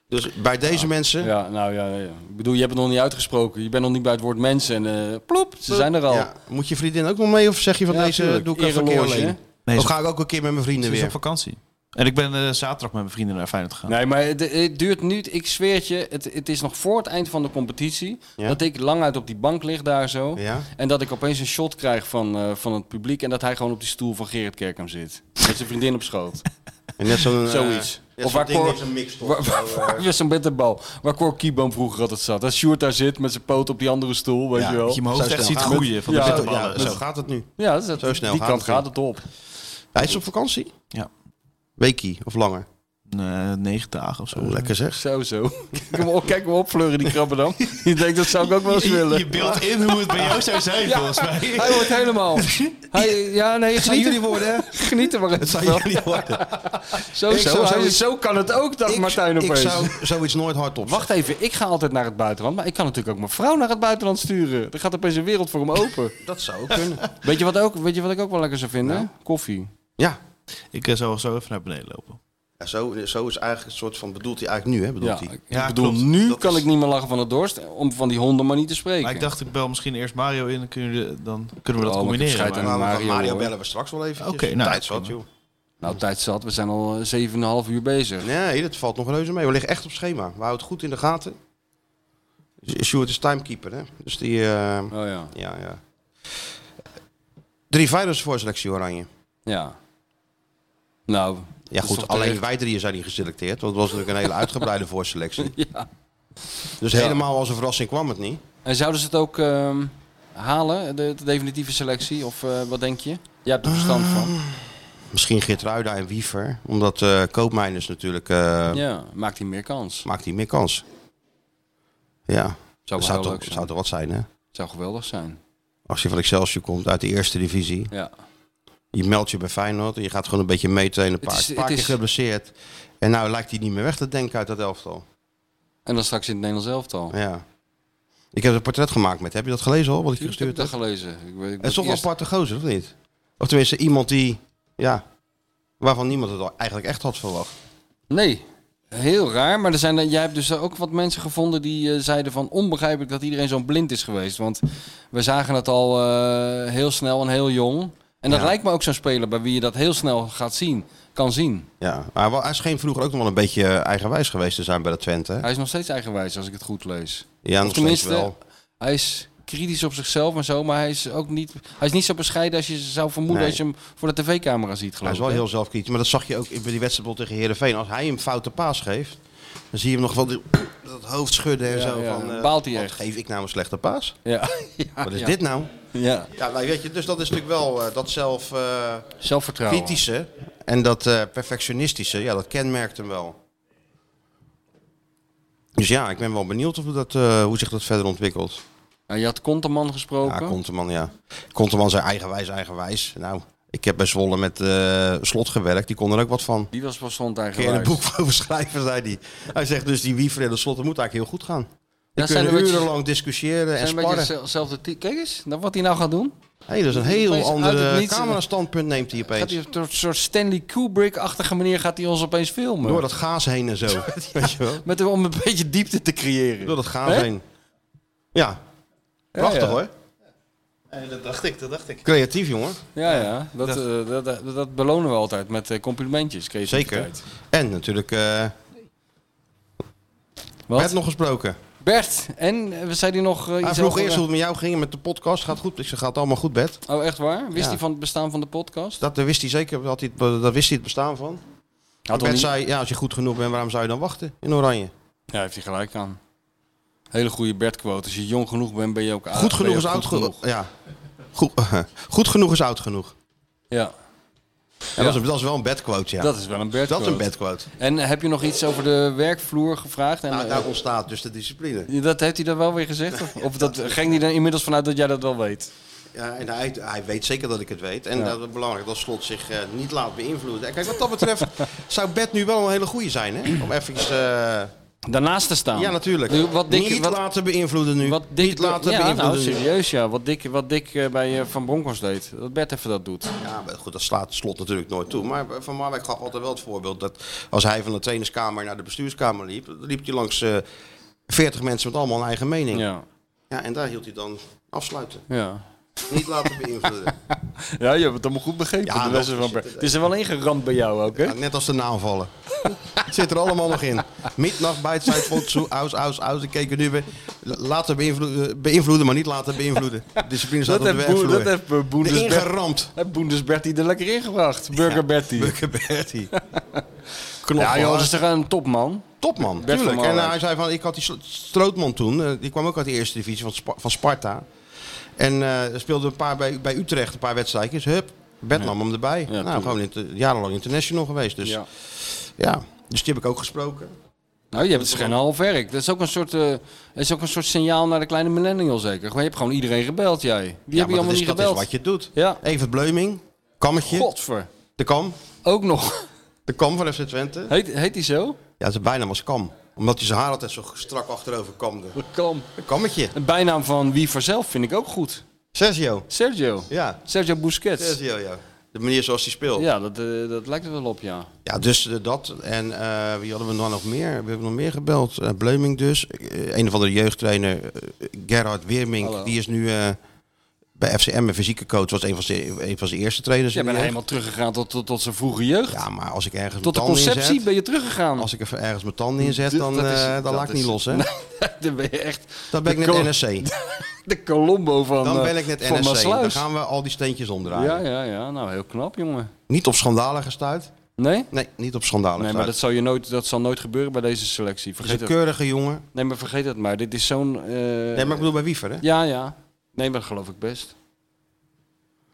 [SPEAKER 3] Dus bij deze mensen...
[SPEAKER 4] Ja, nou ja, ja. Ik bedoel, je hebt het nog niet uitgesproken. Je bent nog niet bij het woord mensen. En eh, ploep, ze zijn er al.
[SPEAKER 3] ja, moet je vriendin ook nog mee of zeg je van
[SPEAKER 4] Ja,
[SPEAKER 3] deze
[SPEAKER 4] tuurlijk.
[SPEAKER 3] doe ik even een keer
[SPEAKER 4] Ereloge,
[SPEAKER 3] alleen?
[SPEAKER 4] hè?
[SPEAKER 1] Nee,
[SPEAKER 3] Dan
[SPEAKER 1] ze
[SPEAKER 3] ga ik ook een keer met mijn
[SPEAKER 1] ze
[SPEAKER 3] vrienden
[SPEAKER 1] is op
[SPEAKER 3] weer.
[SPEAKER 1] vakantie. En ik ben eh, zaterdag met mijn vrienden naar Feyenoord gegaan.
[SPEAKER 4] Nee, maar het, het duurt nu, ik zweer het je, het, het is nog voor het eind van de competitie.
[SPEAKER 3] Ja.
[SPEAKER 4] Dat ik lang uit op die bank lig daar zo.
[SPEAKER 3] Ja?
[SPEAKER 4] En dat ik opeens een shot krijg van, eh, van het publiek. En dat hij gewoon op die stoel van Gerrit Kerkham zit. Met zijn vriendin op schoot.
[SPEAKER 3] En net zo'n... eh,
[SPEAKER 4] Zoiets.
[SPEAKER 3] net zo'n
[SPEAKER 4] Of
[SPEAKER 3] eh,
[SPEAKER 4] waar
[SPEAKER 3] ding
[SPEAKER 4] Cor-
[SPEAKER 3] is een mixtop.
[SPEAKER 4] Waar, waar, waar weer zo'n bitterbal. Waar Cor Kieboom vroeger altijd zat. Als Sjoerd daar zit met zijn poot op die andere stoel, weet je
[SPEAKER 1] Dat
[SPEAKER 4] wel.
[SPEAKER 1] je mijn hoofd
[SPEAKER 3] Zo
[SPEAKER 1] echt ziet
[SPEAKER 3] snel.
[SPEAKER 1] groeien van de
[SPEAKER 4] Ja,
[SPEAKER 3] Oh, Ja,
[SPEAKER 1] bitterballen.
[SPEAKER 3] zo
[SPEAKER 1] Zo.
[SPEAKER 3] gaat het nu.
[SPEAKER 4] Ja, dat is het.
[SPEAKER 3] Zo snel
[SPEAKER 4] die
[SPEAKER 3] gaat
[SPEAKER 4] kant
[SPEAKER 3] het
[SPEAKER 4] gaat het op.
[SPEAKER 3] Hij is op vakantie?
[SPEAKER 1] Ja.
[SPEAKER 3] Weekie of langer?
[SPEAKER 1] Nee, eh, negen dagen of zo.
[SPEAKER 3] Lekker zeg.
[SPEAKER 4] Zo, zo. Kijk hem op, kijk hem op Fleuren, die krabben dan. Je denkt, dat zou ik ook wel eens willen.
[SPEAKER 1] Je, je beeld in hoe het bij jou zou zijn, volgens mij.
[SPEAKER 4] Hij wordt helemaal. Hij, ja, nee, genieten.
[SPEAKER 3] jullie worden, hè?
[SPEAKER 4] Genieten maar even
[SPEAKER 3] Zou
[SPEAKER 4] van.
[SPEAKER 3] jullie worden?
[SPEAKER 4] Zo,
[SPEAKER 3] Ik
[SPEAKER 4] zo,
[SPEAKER 3] zou
[SPEAKER 4] hij-
[SPEAKER 3] zoiets-
[SPEAKER 4] zo kan het ook, dacht Martijn
[SPEAKER 3] ik
[SPEAKER 4] opeens.
[SPEAKER 3] zou zoiets nooit hardop
[SPEAKER 4] Wacht even, ik ga altijd naar het buitenland, maar ik kan natuurlijk ook mijn vrouw naar het buitenland sturen. Er gaat opeens een wereld voor hem open. Nou?
[SPEAKER 3] zeggen. Dat zou ook kunnen.
[SPEAKER 4] Weet je wat, ook, weet je wat ik ook wel lekker zou vinden? Koffie.
[SPEAKER 3] Ja.
[SPEAKER 1] Ik eh, zou zo even naar beneden lopen.
[SPEAKER 3] Ja, zo, zo is eigenlijk een soort van... Bedoelt hij eigenlijk nu, hè? Bedoelt
[SPEAKER 4] Ja,
[SPEAKER 3] hij?
[SPEAKER 4] ik
[SPEAKER 1] Ja,
[SPEAKER 4] bedoel,
[SPEAKER 1] klopt.
[SPEAKER 4] nu
[SPEAKER 3] Dat
[SPEAKER 4] kan
[SPEAKER 3] is-
[SPEAKER 4] ik niet meer lachen van de dorst, om van die honden maar niet te spreken.
[SPEAKER 1] Maar ik dacht, ik bel misschien eerst Mario in, dan kunnen, jullie- dan kunnen we dat
[SPEAKER 4] Oh, maar ik heb
[SPEAKER 1] combineren.
[SPEAKER 4] scheid
[SPEAKER 1] maar-
[SPEAKER 3] Nou,
[SPEAKER 4] aan-
[SPEAKER 3] we gaan
[SPEAKER 4] Mario,
[SPEAKER 3] Mario,
[SPEAKER 4] hoor.
[SPEAKER 3] bellen we straks wel even.
[SPEAKER 1] Oké, nou,
[SPEAKER 3] Tijd zat,
[SPEAKER 1] prima.
[SPEAKER 3] joh.
[SPEAKER 4] Nou, tijd zat, we zijn al eh, 7,5 uur bezig.
[SPEAKER 3] Nee, dat valt nog reuze mee. We liggen echt op schema. We houden het goed in de gaten. S- Sjoerd is timekeeper, hè? Dus die... eh,
[SPEAKER 4] Oh ja.
[SPEAKER 3] ja, ja. Drie vijfers voor selectie Oranje.
[SPEAKER 4] Ja. Nou.
[SPEAKER 3] Ja
[SPEAKER 4] dat is
[SPEAKER 3] goed,
[SPEAKER 4] toch
[SPEAKER 3] alleen
[SPEAKER 4] terecht.
[SPEAKER 3] wij drieën zijn niet geselecteerd. Want het was natuurlijk een hele uitgebreide voorselectie.
[SPEAKER 4] Ja.
[SPEAKER 3] Dus
[SPEAKER 4] Ja.
[SPEAKER 3] helemaal als een verrassing kwam het niet.
[SPEAKER 4] En zouden ze het ook ehm, halen, de, de definitieve selectie? Of eh, wat denk je? Jij hebt er verstand van.
[SPEAKER 3] Misschien Geertruida en Wiever. Omdat eh Koopmijners natuurlijk... eh,
[SPEAKER 1] Ah.
[SPEAKER 4] Ja, maakt hij meer kans.
[SPEAKER 3] Maakt hij meer kans. Ja,
[SPEAKER 4] Zou
[SPEAKER 3] dat
[SPEAKER 4] wel
[SPEAKER 3] zou
[SPEAKER 4] heel
[SPEAKER 3] toch,
[SPEAKER 4] leuk zijn.
[SPEAKER 3] zou toch wat zijn, hè?
[SPEAKER 4] Zou geweldig zijn.
[SPEAKER 3] Als je van Excelsior komt uit de eerste divisie.
[SPEAKER 4] Ja.
[SPEAKER 3] Je meldt je bij Feyenoord. en Je gaat gewoon een beetje meetrainen. Een paar,
[SPEAKER 4] is-
[SPEAKER 3] paar
[SPEAKER 4] het
[SPEAKER 3] keer
[SPEAKER 4] is-
[SPEAKER 3] geblesseerd. En nou lijkt hij niet meer weg te denken uit dat elftal.
[SPEAKER 4] En dan straks in het Nederlands elftal.
[SPEAKER 3] Ja. Ik heb een portret gemaakt met. Heb je dat gelezen al? Wat ik je
[SPEAKER 4] Tuurlijk heb
[SPEAKER 3] gestuurd
[SPEAKER 4] ik dat
[SPEAKER 3] heb?
[SPEAKER 4] gelezen. Ik, weet- ik
[SPEAKER 3] Het is
[SPEAKER 4] ben
[SPEAKER 3] toch een
[SPEAKER 4] eerst-
[SPEAKER 3] aparte gozer, of niet? Of tenminste iemand die... Ja, waarvan niemand het al eigenlijk echt had verwacht.
[SPEAKER 4] Nee, heel raar. Maar er zijn, er- jij hebt dus ook wat mensen gevonden die eh, zeiden van onbegrijpelijk dat iedereen zo'n blind is geweest. Want we zagen het al eh, heel snel en heel jong. En dat
[SPEAKER 3] Ja.
[SPEAKER 4] lijkt me ook zo'n speler bij wie je dat heel snel gaat zien, kan zien.
[SPEAKER 3] Ja, maar hij was- hij is vroeger ook nog wel een beetje eh, eigenwijs geweest te zijn bij de Twente. hè?
[SPEAKER 4] Hij is nog steeds eigenwijs als ik het goed lees.
[SPEAKER 3] Ja,
[SPEAKER 4] Of
[SPEAKER 3] nog steeds
[SPEAKER 4] tenminste,
[SPEAKER 3] wel.
[SPEAKER 4] hij is kritisch op zichzelf en zo, maar hij is ook niet, hij is niet zo bescheiden als je zou vermoeden
[SPEAKER 3] Nee.
[SPEAKER 4] als je hem voor de tv-camera ziet,
[SPEAKER 3] Hij
[SPEAKER 4] geloof
[SPEAKER 3] is
[SPEAKER 4] ik.
[SPEAKER 3] wel
[SPEAKER 4] hè?
[SPEAKER 3] heel zelfkritisch, maar dat zag je ook bij die wedstrijd bijvoorbeeld tegen Heerenveen. Als hij een foute paas geeft, dan zie je hem nog wel die- dat hoofd schudden en
[SPEAKER 4] Ja,
[SPEAKER 3] zo.
[SPEAKER 4] ja.
[SPEAKER 3] Van, eh,
[SPEAKER 4] Baalt hij
[SPEAKER 3] wat
[SPEAKER 4] echt.
[SPEAKER 3] geef ik nou een slechte paas?
[SPEAKER 4] Ja. ja,
[SPEAKER 3] Wat is
[SPEAKER 4] ja.
[SPEAKER 3] dit nou?
[SPEAKER 4] Ja.
[SPEAKER 3] Ja, nou, weet je, dus dat is natuurlijk wel eh, dat zelf eh,
[SPEAKER 4] Zelfvertrouwen.
[SPEAKER 3] kritische en dat eh, perfectionistische, ja, dat kenmerkt hem wel. Dus ja, ik ben wel benieuwd of dat, eh, hoe zich dat verder ontwikkelt.
[SPEAKER 4] Nou, je had Konterman gesproken.
[SPEAKER 3] Ja, Konteman, ja. Konteman zei eigenwijs, eigenwijs. Nou, ik heb bij Zwolle met eh, Slot gewerkt, die kon er ook wat van.
[SPEAKER 4] Die was pas stond
[SPEAKER 3] Een keer een
[SPEAKER 4] eigenlijk.
[SPEAKER 3] boek over schrijven, zei hij. Hij zegt dus die wiever en de slotten moet eigenlijk heel goed gaan. Die
[SPEAKER 4] Ja, zijn
[SPEAKER 3] kunnen
[SPEAKER 4] een beetje-
[SPEAKER 3] urenlang discussiëren en
[SPEAKER 4] Zijn een beetje
[SPEAKER 3] sparren.
[SPEAKER 4] hetzelfde type. Kijk eens, nou, wat hij nou gaat doen.
[SPEAKER 3] hey, dat is een
[SPEAKER 4] Opeens
[SPEAKER 3] heel
[SPEAKER 4] uit het
[SPEAKER 3] ander eh,
[SPEAKER 4] niets-
[SPEAKER 3] camerastandpunt neemt hij
[SPEAKER 4] Gaat
[SPEAKER 3] opeens.
[SPEAKER 4] hij op een soort Stanley Kubrick-achtige manier gaat hij ons opeens filmen.
[SPEAKER 3] Door dat gaas heen en zo. Weet je wel?
[SPEAKER 4] Met, om een beetje diepte te creëren.
[SPEAKER 3] Door dat gaas
[SPEAKER 4] Hè?
[SPEAKER 3] heen. Ja,
[SPEAKER 4] Ja,
[SPEAKER 3] prachtig
[SPEAKER 4] ja.
[SPEAKER 3] hoor.
[SPEAKER 1] dat dacht ik, dat dacht ik.
[SPEAKER 3] Creatief jongen.
[SPEAKER 4] Ja, ja. Dat, eh, dat, dat, dat belonen we altijd met eh, complimentjes.
[SPEAKER 3] Zeker.
[SPEAKER 4] creativiteit.
[SPEAKER 3] En natuurlijk, eh
[SPEAKER 4] Wat?
[SPEAKER 3] werd nog gesproken.
[SPEAKER 4] Bert, en eh, zei hij nog eh,
[SPEAKER 3] Hij
[SPEAKER 4] iets
[SPEAKER 3] vroeg
[SPEAKER 4] over-
[SPEAKER 3] eerst hoe het met jou ging met de podcast. Gaat goed. Ik zei, gaat allemaal goed, Bert.
[SPEAKER 4] Oh, echt waar? Wist
[SPEAKER 3] Ja.
[SPEAKER 4] hij van het bestaan van de podcast?
[SPEAKER 3] Dat eh, wist hij zeker, dat, hij, het be- dat wist hij het bestaan van.
[SPEAKER 4] Had
[SPEAKER 3] Bert
[SPEAKER 4] niet-
[SPEAKER 3] zei, ja, als je goed genoeg bent, waarom zou je dan wachten in Oranje?
[SPEAKER 4] Ja, heeft hij gelijk aan. Hele goede Bert-quote. Als je jong genoeg bent, ben je ook oud.
[SPEAKER 3] Goed
[SPEAKER 4] Ben
[SPEAKER 3] genoeg
[SPEAKER 4] je
[SPEAKER 3] is
[SPEAKER 4] ook
[SPEAKER 3] oud
[SPEAKER 4] goed
[SPEAKER 3] genoeg. Ja. Goed, goed genoeg is oud genoeg.
[SPEAKER 4] Ja,
[SPEAKER 3] Ja, Dat, is, dat is wel een bedquote, ja.
[SPEAKER 4] dat is wel een
[SPEAKER 3] Dat
[SPEAKER 4] Bert-quote.
[SPEAKER 3] is een bedquote.
[SPEAKER 4] En heb je nog iets over de werkvloer gevraagd? En,
[SPEAKER 3] Nou,
[SPEAKER 4] eh,
[SPEAKER 3] daar ontstaat dus de discipline.
[SPEAKER 4] Dat heeft hij dan wel weer gezegd? Of, of dat, ging hij dan inmiddels vanuit dat jij dat wel weet?
[SPEAKER 3] Ja, en hij, hij weet zeker dat ik het weet. En
[SPEAKER 4] Ja.
[SPEAKER 3] dat is belangrijk dat Slot zich eh, niet laat beïnvloeden. En Kijk, wat dat betreft zou Bed nu wel een hele goede zijn, hè? Om eventjes... eh,
[SPEAKER 4] Daarnaast te staan. Eh,
[SPEAKER 3] ja, natuurlijk.
[SPEAKER 4] Wat Dick,
[SPEAKER 3] niet
[SPEAKER 4] wat,
[SPEAKER 3] laten beïnvloeden nu.
[SPEAKER 4] wat Dick,
[SPEAKER 3] niet laten
[SPEAKER 4] ja,
[SPEAKER 3] beïnvloeden
[SPEAKER 4] nou,
[SPEAKER 3] nu.
[SPEAKER 4] serieus ja. Wat Dick, wat Dick eh, bij eh, Van Bronckhorst deed. Dat Bert even dat doet.
[SPEAKER 3] Ja, maar goed, dat slaat slot natuurlijk nooit toe. Maar Van Marwijk gaf altijd wel het voorbeeld dat als hij van de trainerskamer naar de bestuurskamer liep, dan liep hij langs eh 40 mensen met allemaal een eigen mening. Ja.
[SPEAKER 4] Ja.
[SPEAKER 3] en daar hield hij dan afsluiten.
[SPEAKER 4] ja.
[SPEAKER 3] Niet laten beïnvloeden.
[SPEAKER 4] Ja, je hebt het allemaal goed begrepen.
[SPEAKER 3] Ja, nou,
[SPEAKER 4] de
[SPEAKER 3] dat
[SPEAKER 4] wessen van
[SPEAKER 3] zit
[SPEAKER 4] Ber- Het is er wel ingeramd bij jou ook, hè?
[SPEAKER 3] Ja, net als de naamvallen. Het zit er allemaal nog in. Midnacht bij het Zuidvolk, aus, aus, aus. Ik keek er nu weer. Laten beïnvloeden, eh, beïnvloeden, maar niet laten beïnvloeden. De discipline staat
[SPEAKER 4] dat,
[SPEAKER 3] op de
[SPEAKER 4] heeft Boe- dat
[SPEAKER 3] werkvloer.
[SPEAKER 4] heeft eh,
[SPEAKER 3] De
[SPEAKER 4] Boendesbert-
[SPEAKER 3] ingeramd.
[SPEAKER 4] heeft Boendesbertie er lekker ingebracht. Burger Bertie.
[SPEAKER 3] Bukke Bertie.
[SPEAKER 4] Ja, joh,
[SPEAKER 3] wel.
[SPEAKER 4] dat is toch een topman?
[SPEAKER 3] Topman,
[SPEAKER 4] van
[SPEAKER 3] natuurlijk. En
[SPEAKER 4] Marwijk.
[SPEAKER 3] eh, hij zei van, ik had die Sl- Strootman toen. eh, die kwam ook uit de eerste divisie van, Spa- van Sparta. En eh, speelde een paar bij, bij Utrecht een paar wedstrijdjes. Hup, Bert nam hem erbij. nou,
[SPEAKER 4] tuurlijk.
[SPEAKER 3] gewoon inter- jarenlang international geweest. Dus ja.
[SPEAKER 4] Ja.
[SPEAKER 3] dus die heb ik ook gesproken.
[SPEAKER 4] Nou, je hebt het geen half werk. Dat is ook een soort, eh, dat is ook een soort signaal naar de kleine millennial zeker. Maar je hebt gewoon iedereen gebeld, jij. Die hebben
[SPEAKER 3] ja,
[SPEAKER 4] je
[SPEAKER 3] maar
[SPEAKER 4] allemaal
[SPEAKER 3] dat is,
[SPEAKER 4] niet
[SPEAKER 3] dat
[SPEAKER 4] gebeld.
[SPEAKER 3] is wat je doet.
[SPEAKER 4] Ja.
[SPEAKER 3] Even Bleuming, Kammetje,
[SPEAKER 4] Godver.
[SPEAKER 3] de Kam.
[SPEAKER 4] Ook nog.
[SPEAKER 3] De Kam van FC Twente.
[SPEAKER 4] Heet, heet die zo?
[SPEAKER 3] Ja, zijn bijnaam was Kam. Omdat hij zijn haar altijd zo strak achterover kamde.
[SPEAKER 4] Kam.
[SPEAKER 3] Een kammetje.
[SPEAKER 4] Een bijnaam van wie zelf vind ik ook goed.
[SPEAKER 3] Sergio.
[SPEAKER 4] Sergio.
[SPEAKER 3] Ja,
[SPEAKER 4] Sergio Busquets.
[SPEAKER 3] Sergio, ja. De manier zoals hij speelt.
[SPEAKER 4] Ja, dat, eh, dat lijkt er wel op, ja.
[SPEAKER 3] Ja, dus eh, dat. En eh, wie hadden we dan nog meer? We hebben nog meer gebeld. Eh, Bleuming dus. Eh, een van de jeugdtrainer, eh, Gerhard Weermink,
[SPEAKER 4] Hallo.
[SPEAKER 3] die is nu eh, bij FCM een fysieke coach. Was een van zijn, een van zijn eerste trainers.
[SPEAKER 4] Je
[SPEAKER 3] in de
[SPEAKER 4] Dus bent
[SPEAKER 3] jeugd.
[SPEAKER 4] helemaal teruggegaan tot, tot, tot zijn vroege jeugd.
[SPEAKER 3] Ja, maar als ik ergens
[SPEAKER 4] tot de
[SPEAKER 3] mijn tanden
[SPEAKER 4] conceptie
[SPEAKER 3] inzet,
[SPEAKER 4] ben je teruggegaan.
[SPEAKER 3] als ik even ergens mijn tanden inzet,
[SPEAKER 4] Dat-
[SPEAKER 3] dan,
[SPEAKER 4] dat
[SPEAKER 3] dat,
[SPEAKER 4] is-
[SPEAKER 3] dan
[SPEAKER 4] dat
[SPEAKER 3] laat ik niet
[SPEAKER 4] is-
[SPEAKER 3] los, hè?
[SPEAKER 4] Dan ben je echt
[SPEAKER 3] Dan ben ik
[SPEAKER 4] de
[SPEAKER 3] net
[SPEAKER 4] Col-
[SPEAKER 3] NSC.
[SPEAKER 4] de Colombo van
[SPEAKER 3] Dan
[SPEAKER 4] eh,
[SPEAKER 3] ben ik net
[SPEAKER 4] van
[SPEAKER 3] NSC. Dan
[SPEAKER 4] Maassluis.
[SPEAKER 3] gaan we al die steentjes omdraaien.
[SPEAKER 4] Ja, ja, ja. Nou, heel knap, jongen.
[SPEAKER 3] Niet op schandalen gestuurd.
[SPEAKER 4] Nee?
[SPEAKER 3] Nee, niet op schandalen
[SPEAKER 4] Nee, maar
[SPEAKER 3] gestuurd.
[SPEAKER 4] dat zal, je nooit, dat zal nooit gebeuren bij deze selectie.
[SPEAKER 3] Het is
[SPEAKER 4] Vergeet
[SPEAKER 3] een
[SPEAKER 4] het.
[SPEAKER 3] keurige jongen.
[SPEAKER 4] Nee, maar vergeet het maar. Dit is zo'n... eh,
[SPEAKER 3] Nee, maar ik bedoel bij Wiever, hè?
[SPEAKER 4] Ja, ja. Nee, maar dat geloof ik best.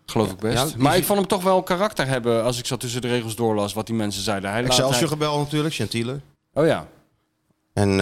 [SPEAKER 4] Geloof ik best.
[SPEAKER 3] ja, dus die-
[SPEAKER 4] maar ik vond hem toch wel karakter hebben als ik zo tussen de regels doorlas wat die mensen zeiden. Hij laat-
[SPEAKER 3] Excelsior gebeld natuurlijk, Gentile.
[SPEAKER 4] hij- Oh ja.
[SPEAKER 3] En... eh,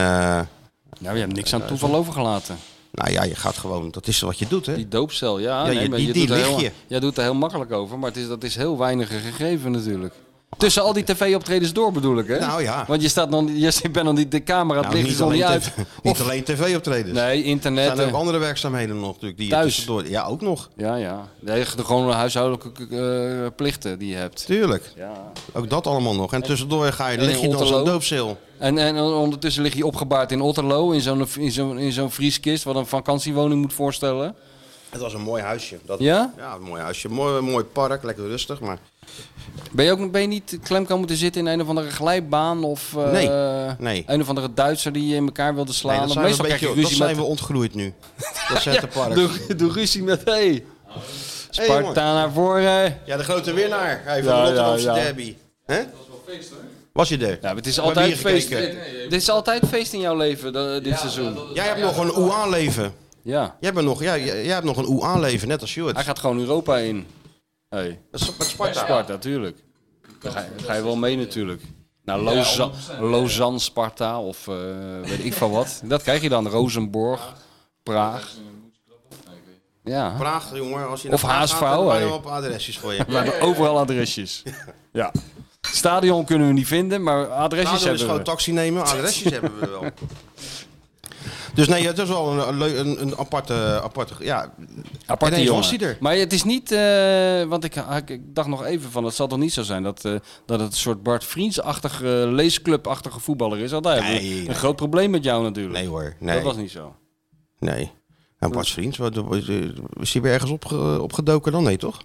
[SPEAKER 4] Nou, je hebt niks aan toeval overgelaten.
[SPEAKER 3] Nou ja, je gaat gewoon, dat is wat je doet, hè?
[SPEAKER 4] Die doopcel, ja.
[SPEAKER 3] Ja,
[SPEAKER 4] nee,
[SPEAKER 3] je-
[SPEAKER 4] maar
[SPEAKER 3] die-
[SPEAKER 4] je
[SPEAKER 3] die
[SPEAKER 4] doet er
[SPEAKER 3] lig
[SPEAKER 4] heel-
[SPEAKER 3] je.
[SPEAKER 4] Jij doet er heel makkelijk over, maar het is, dat is heel weinig een gegeven natuurlijk. Tussen al die tv-optredens door bedoel ik, hè?
[SPEAKER 3] Nou ja.
[SPEAKER 4] Want je, staat nog, je bent nog niet, de camera, het
[SPEAKER 3] Nou,
[SPEAKER 4] licht is nog niet
[SPEAKER 3] alleen
[SPEAKER 4] uit.
[SPEAKER 3] TV niet alleen tv-optredens. Er
[SPEAKER 4] Nee, internet.
[SPEAKER 3] Dus zijn er
[SPEAKER 4] eh,
[SPEAKER 3] ook andere werkzaamheden nog natuurlijk. Die je
[SPEAKER 4] Thuis.
[SPEAKER 3] tussendoor- Ja, ook nog.
[SPEAKER 4] Ja, ja. Nee, de gewone huishoudelijke eh, plichten die je hebt.
[SPEAKER 3] Tuurlijk.
[SPEAKER 4] Ja.
[SPEAKER 3] Ook dat allemaal nog. En tussendoor ga je,
[SPEAKER 4] En
[SPEAKER 3] lig
[SPEAKER 4] in
[SPEAKER 3] je dan zo'n
[SPEAKER 4] Otterlo?
[SPEAKER 3] doopseel.
[SPEAKER 4] En, en ondertussen lig je opgebaard in Otterlo, in zo'n, in zo'n, in zo'n vrieskist, wat een vakantiewoning moet voorstellen.
[SPEAKER 3] Het was een mooi huisje. Dat...
[SPEAKER 4] Ja?
[SPEAKER 3] Ja, een mooi huisje. Mooi, mooi park, lekker rustig. Maar
[SPEAKER 4] Ben je, ook, ben je niet klem kan moeten zitten in een of andere glijbaan of eh,
[SPEAKER 3] Nee, nee.
[SPEAKER 4] een of andere Duitser die je in elkaar wilde slaan?
[SPEAKER 3] nee, dat
[SPEAKER 4] Of
[SPEAKER 3] zijn, we,
[SPEAKER 4] Meestal
[SPEAKER 3] een
[SPEAKER 4] krijg je
[SPEAKER 3] beetje, dat
[SPEAKER 4] ruzie
[SPEAKER 3] zijn
[SPEAKER 4] met...
[SPEAKER 3] we ontgroeid nu. Dat Zetterpark.
[SPEAKER 4] Doe, doe ruzie met, hé, hey, Sparta naar voren.
[SPEAKER 3] ja, de grote winnaar hij van
[SPEAKER 4] Ja,
[SPEAKER 3] de Rotterdamse
[SPEAKER 4] ja, ja.
[SPEAKER 3] derby. Hè? Was je er?
[SPEAKER 4] Ja, maar het is
[SPEAKER 3] Waar
[SPEAKER 4] altijd
[SPEAKER 3] heb je
[SPEAKER 4] feest.
[SPEAKER 3] gekeken?
[SPEAKER 4] Dit is altijd feest in jouw leven, da- dit seizoen.
[SPEAKER 3] Jij hebt nog een OA-leven.
[SPEAKER 4] Ja,
[SPEAKER 3] Jij, bent nog- jij, jij jij hebt nog een OA-leven, net als
[SPEAKER 4] hij
[SPEAKER 3] Stuart.
[SPEAKER 4] gaat gewoon Europa in. Hey.
[SPEAKER 3] Dat is Met Sparta.
[SPEAKER 4] Sparta, natuurlijk. Daar ga, je- ga je wel mee natuurlijk. Nou, Loza- Lausanne, Sparta of eh, weet ik van wat. Dat krijg je dan. Rozenborg, Praag. Ja,
[SPEAKER 3] Praag, jongen. Als je
[SPEAKER 4] Of
[SPEAKER 3] naar Praag
[SPEAKER 4] Haasvrouw,
[SPEAKER 3] gaat, dan zijn er
[SPEAKER 4] hé.
[SPEAKER 3] wel een paar adresjes voor je.
[SPEAKER 4] we hebben overal adresjes. Ja. Stadion kunnen we niet vinden, maar adresjes
[SPEAKER 3] Stadion is
[SPEAKER 4] hebben
[SPEAKER 3] gewoon
[SPEAKER 4] we.
[SPEAKER 3] taxi nemen, adresjes hebben we wel. Dus nee, het is wel een, een, leu- een, een aparte, aparte... Ja,
[SPEAKER 4] Aparte
[SPEAKER 3] Ineens
[SPEAKER 4] jongen.
[SPEAKER 3] was hij er.
[SPEAKER 4] Maar het is niet, eh, want ik, ik, ik dacht nog even van, het zal toch niet zo zijn dat, eh, dat het een soort Bart Vriends-achtige, leesclub-achtige voetballer is. Want daar hebben we
[SPEAKER 3] Nee, nee.
[SPEAKER 4] een groot probleem met jou natuurlijk.
[SPEAKER 3] nee hoor, nee.
[SPEAKER 4] Dat was niet zo.
[SPEAKER 3] Nee. Nou, Bart Vriends, wat, is hij weer ergens op, opgedoken dan? Nee, toch?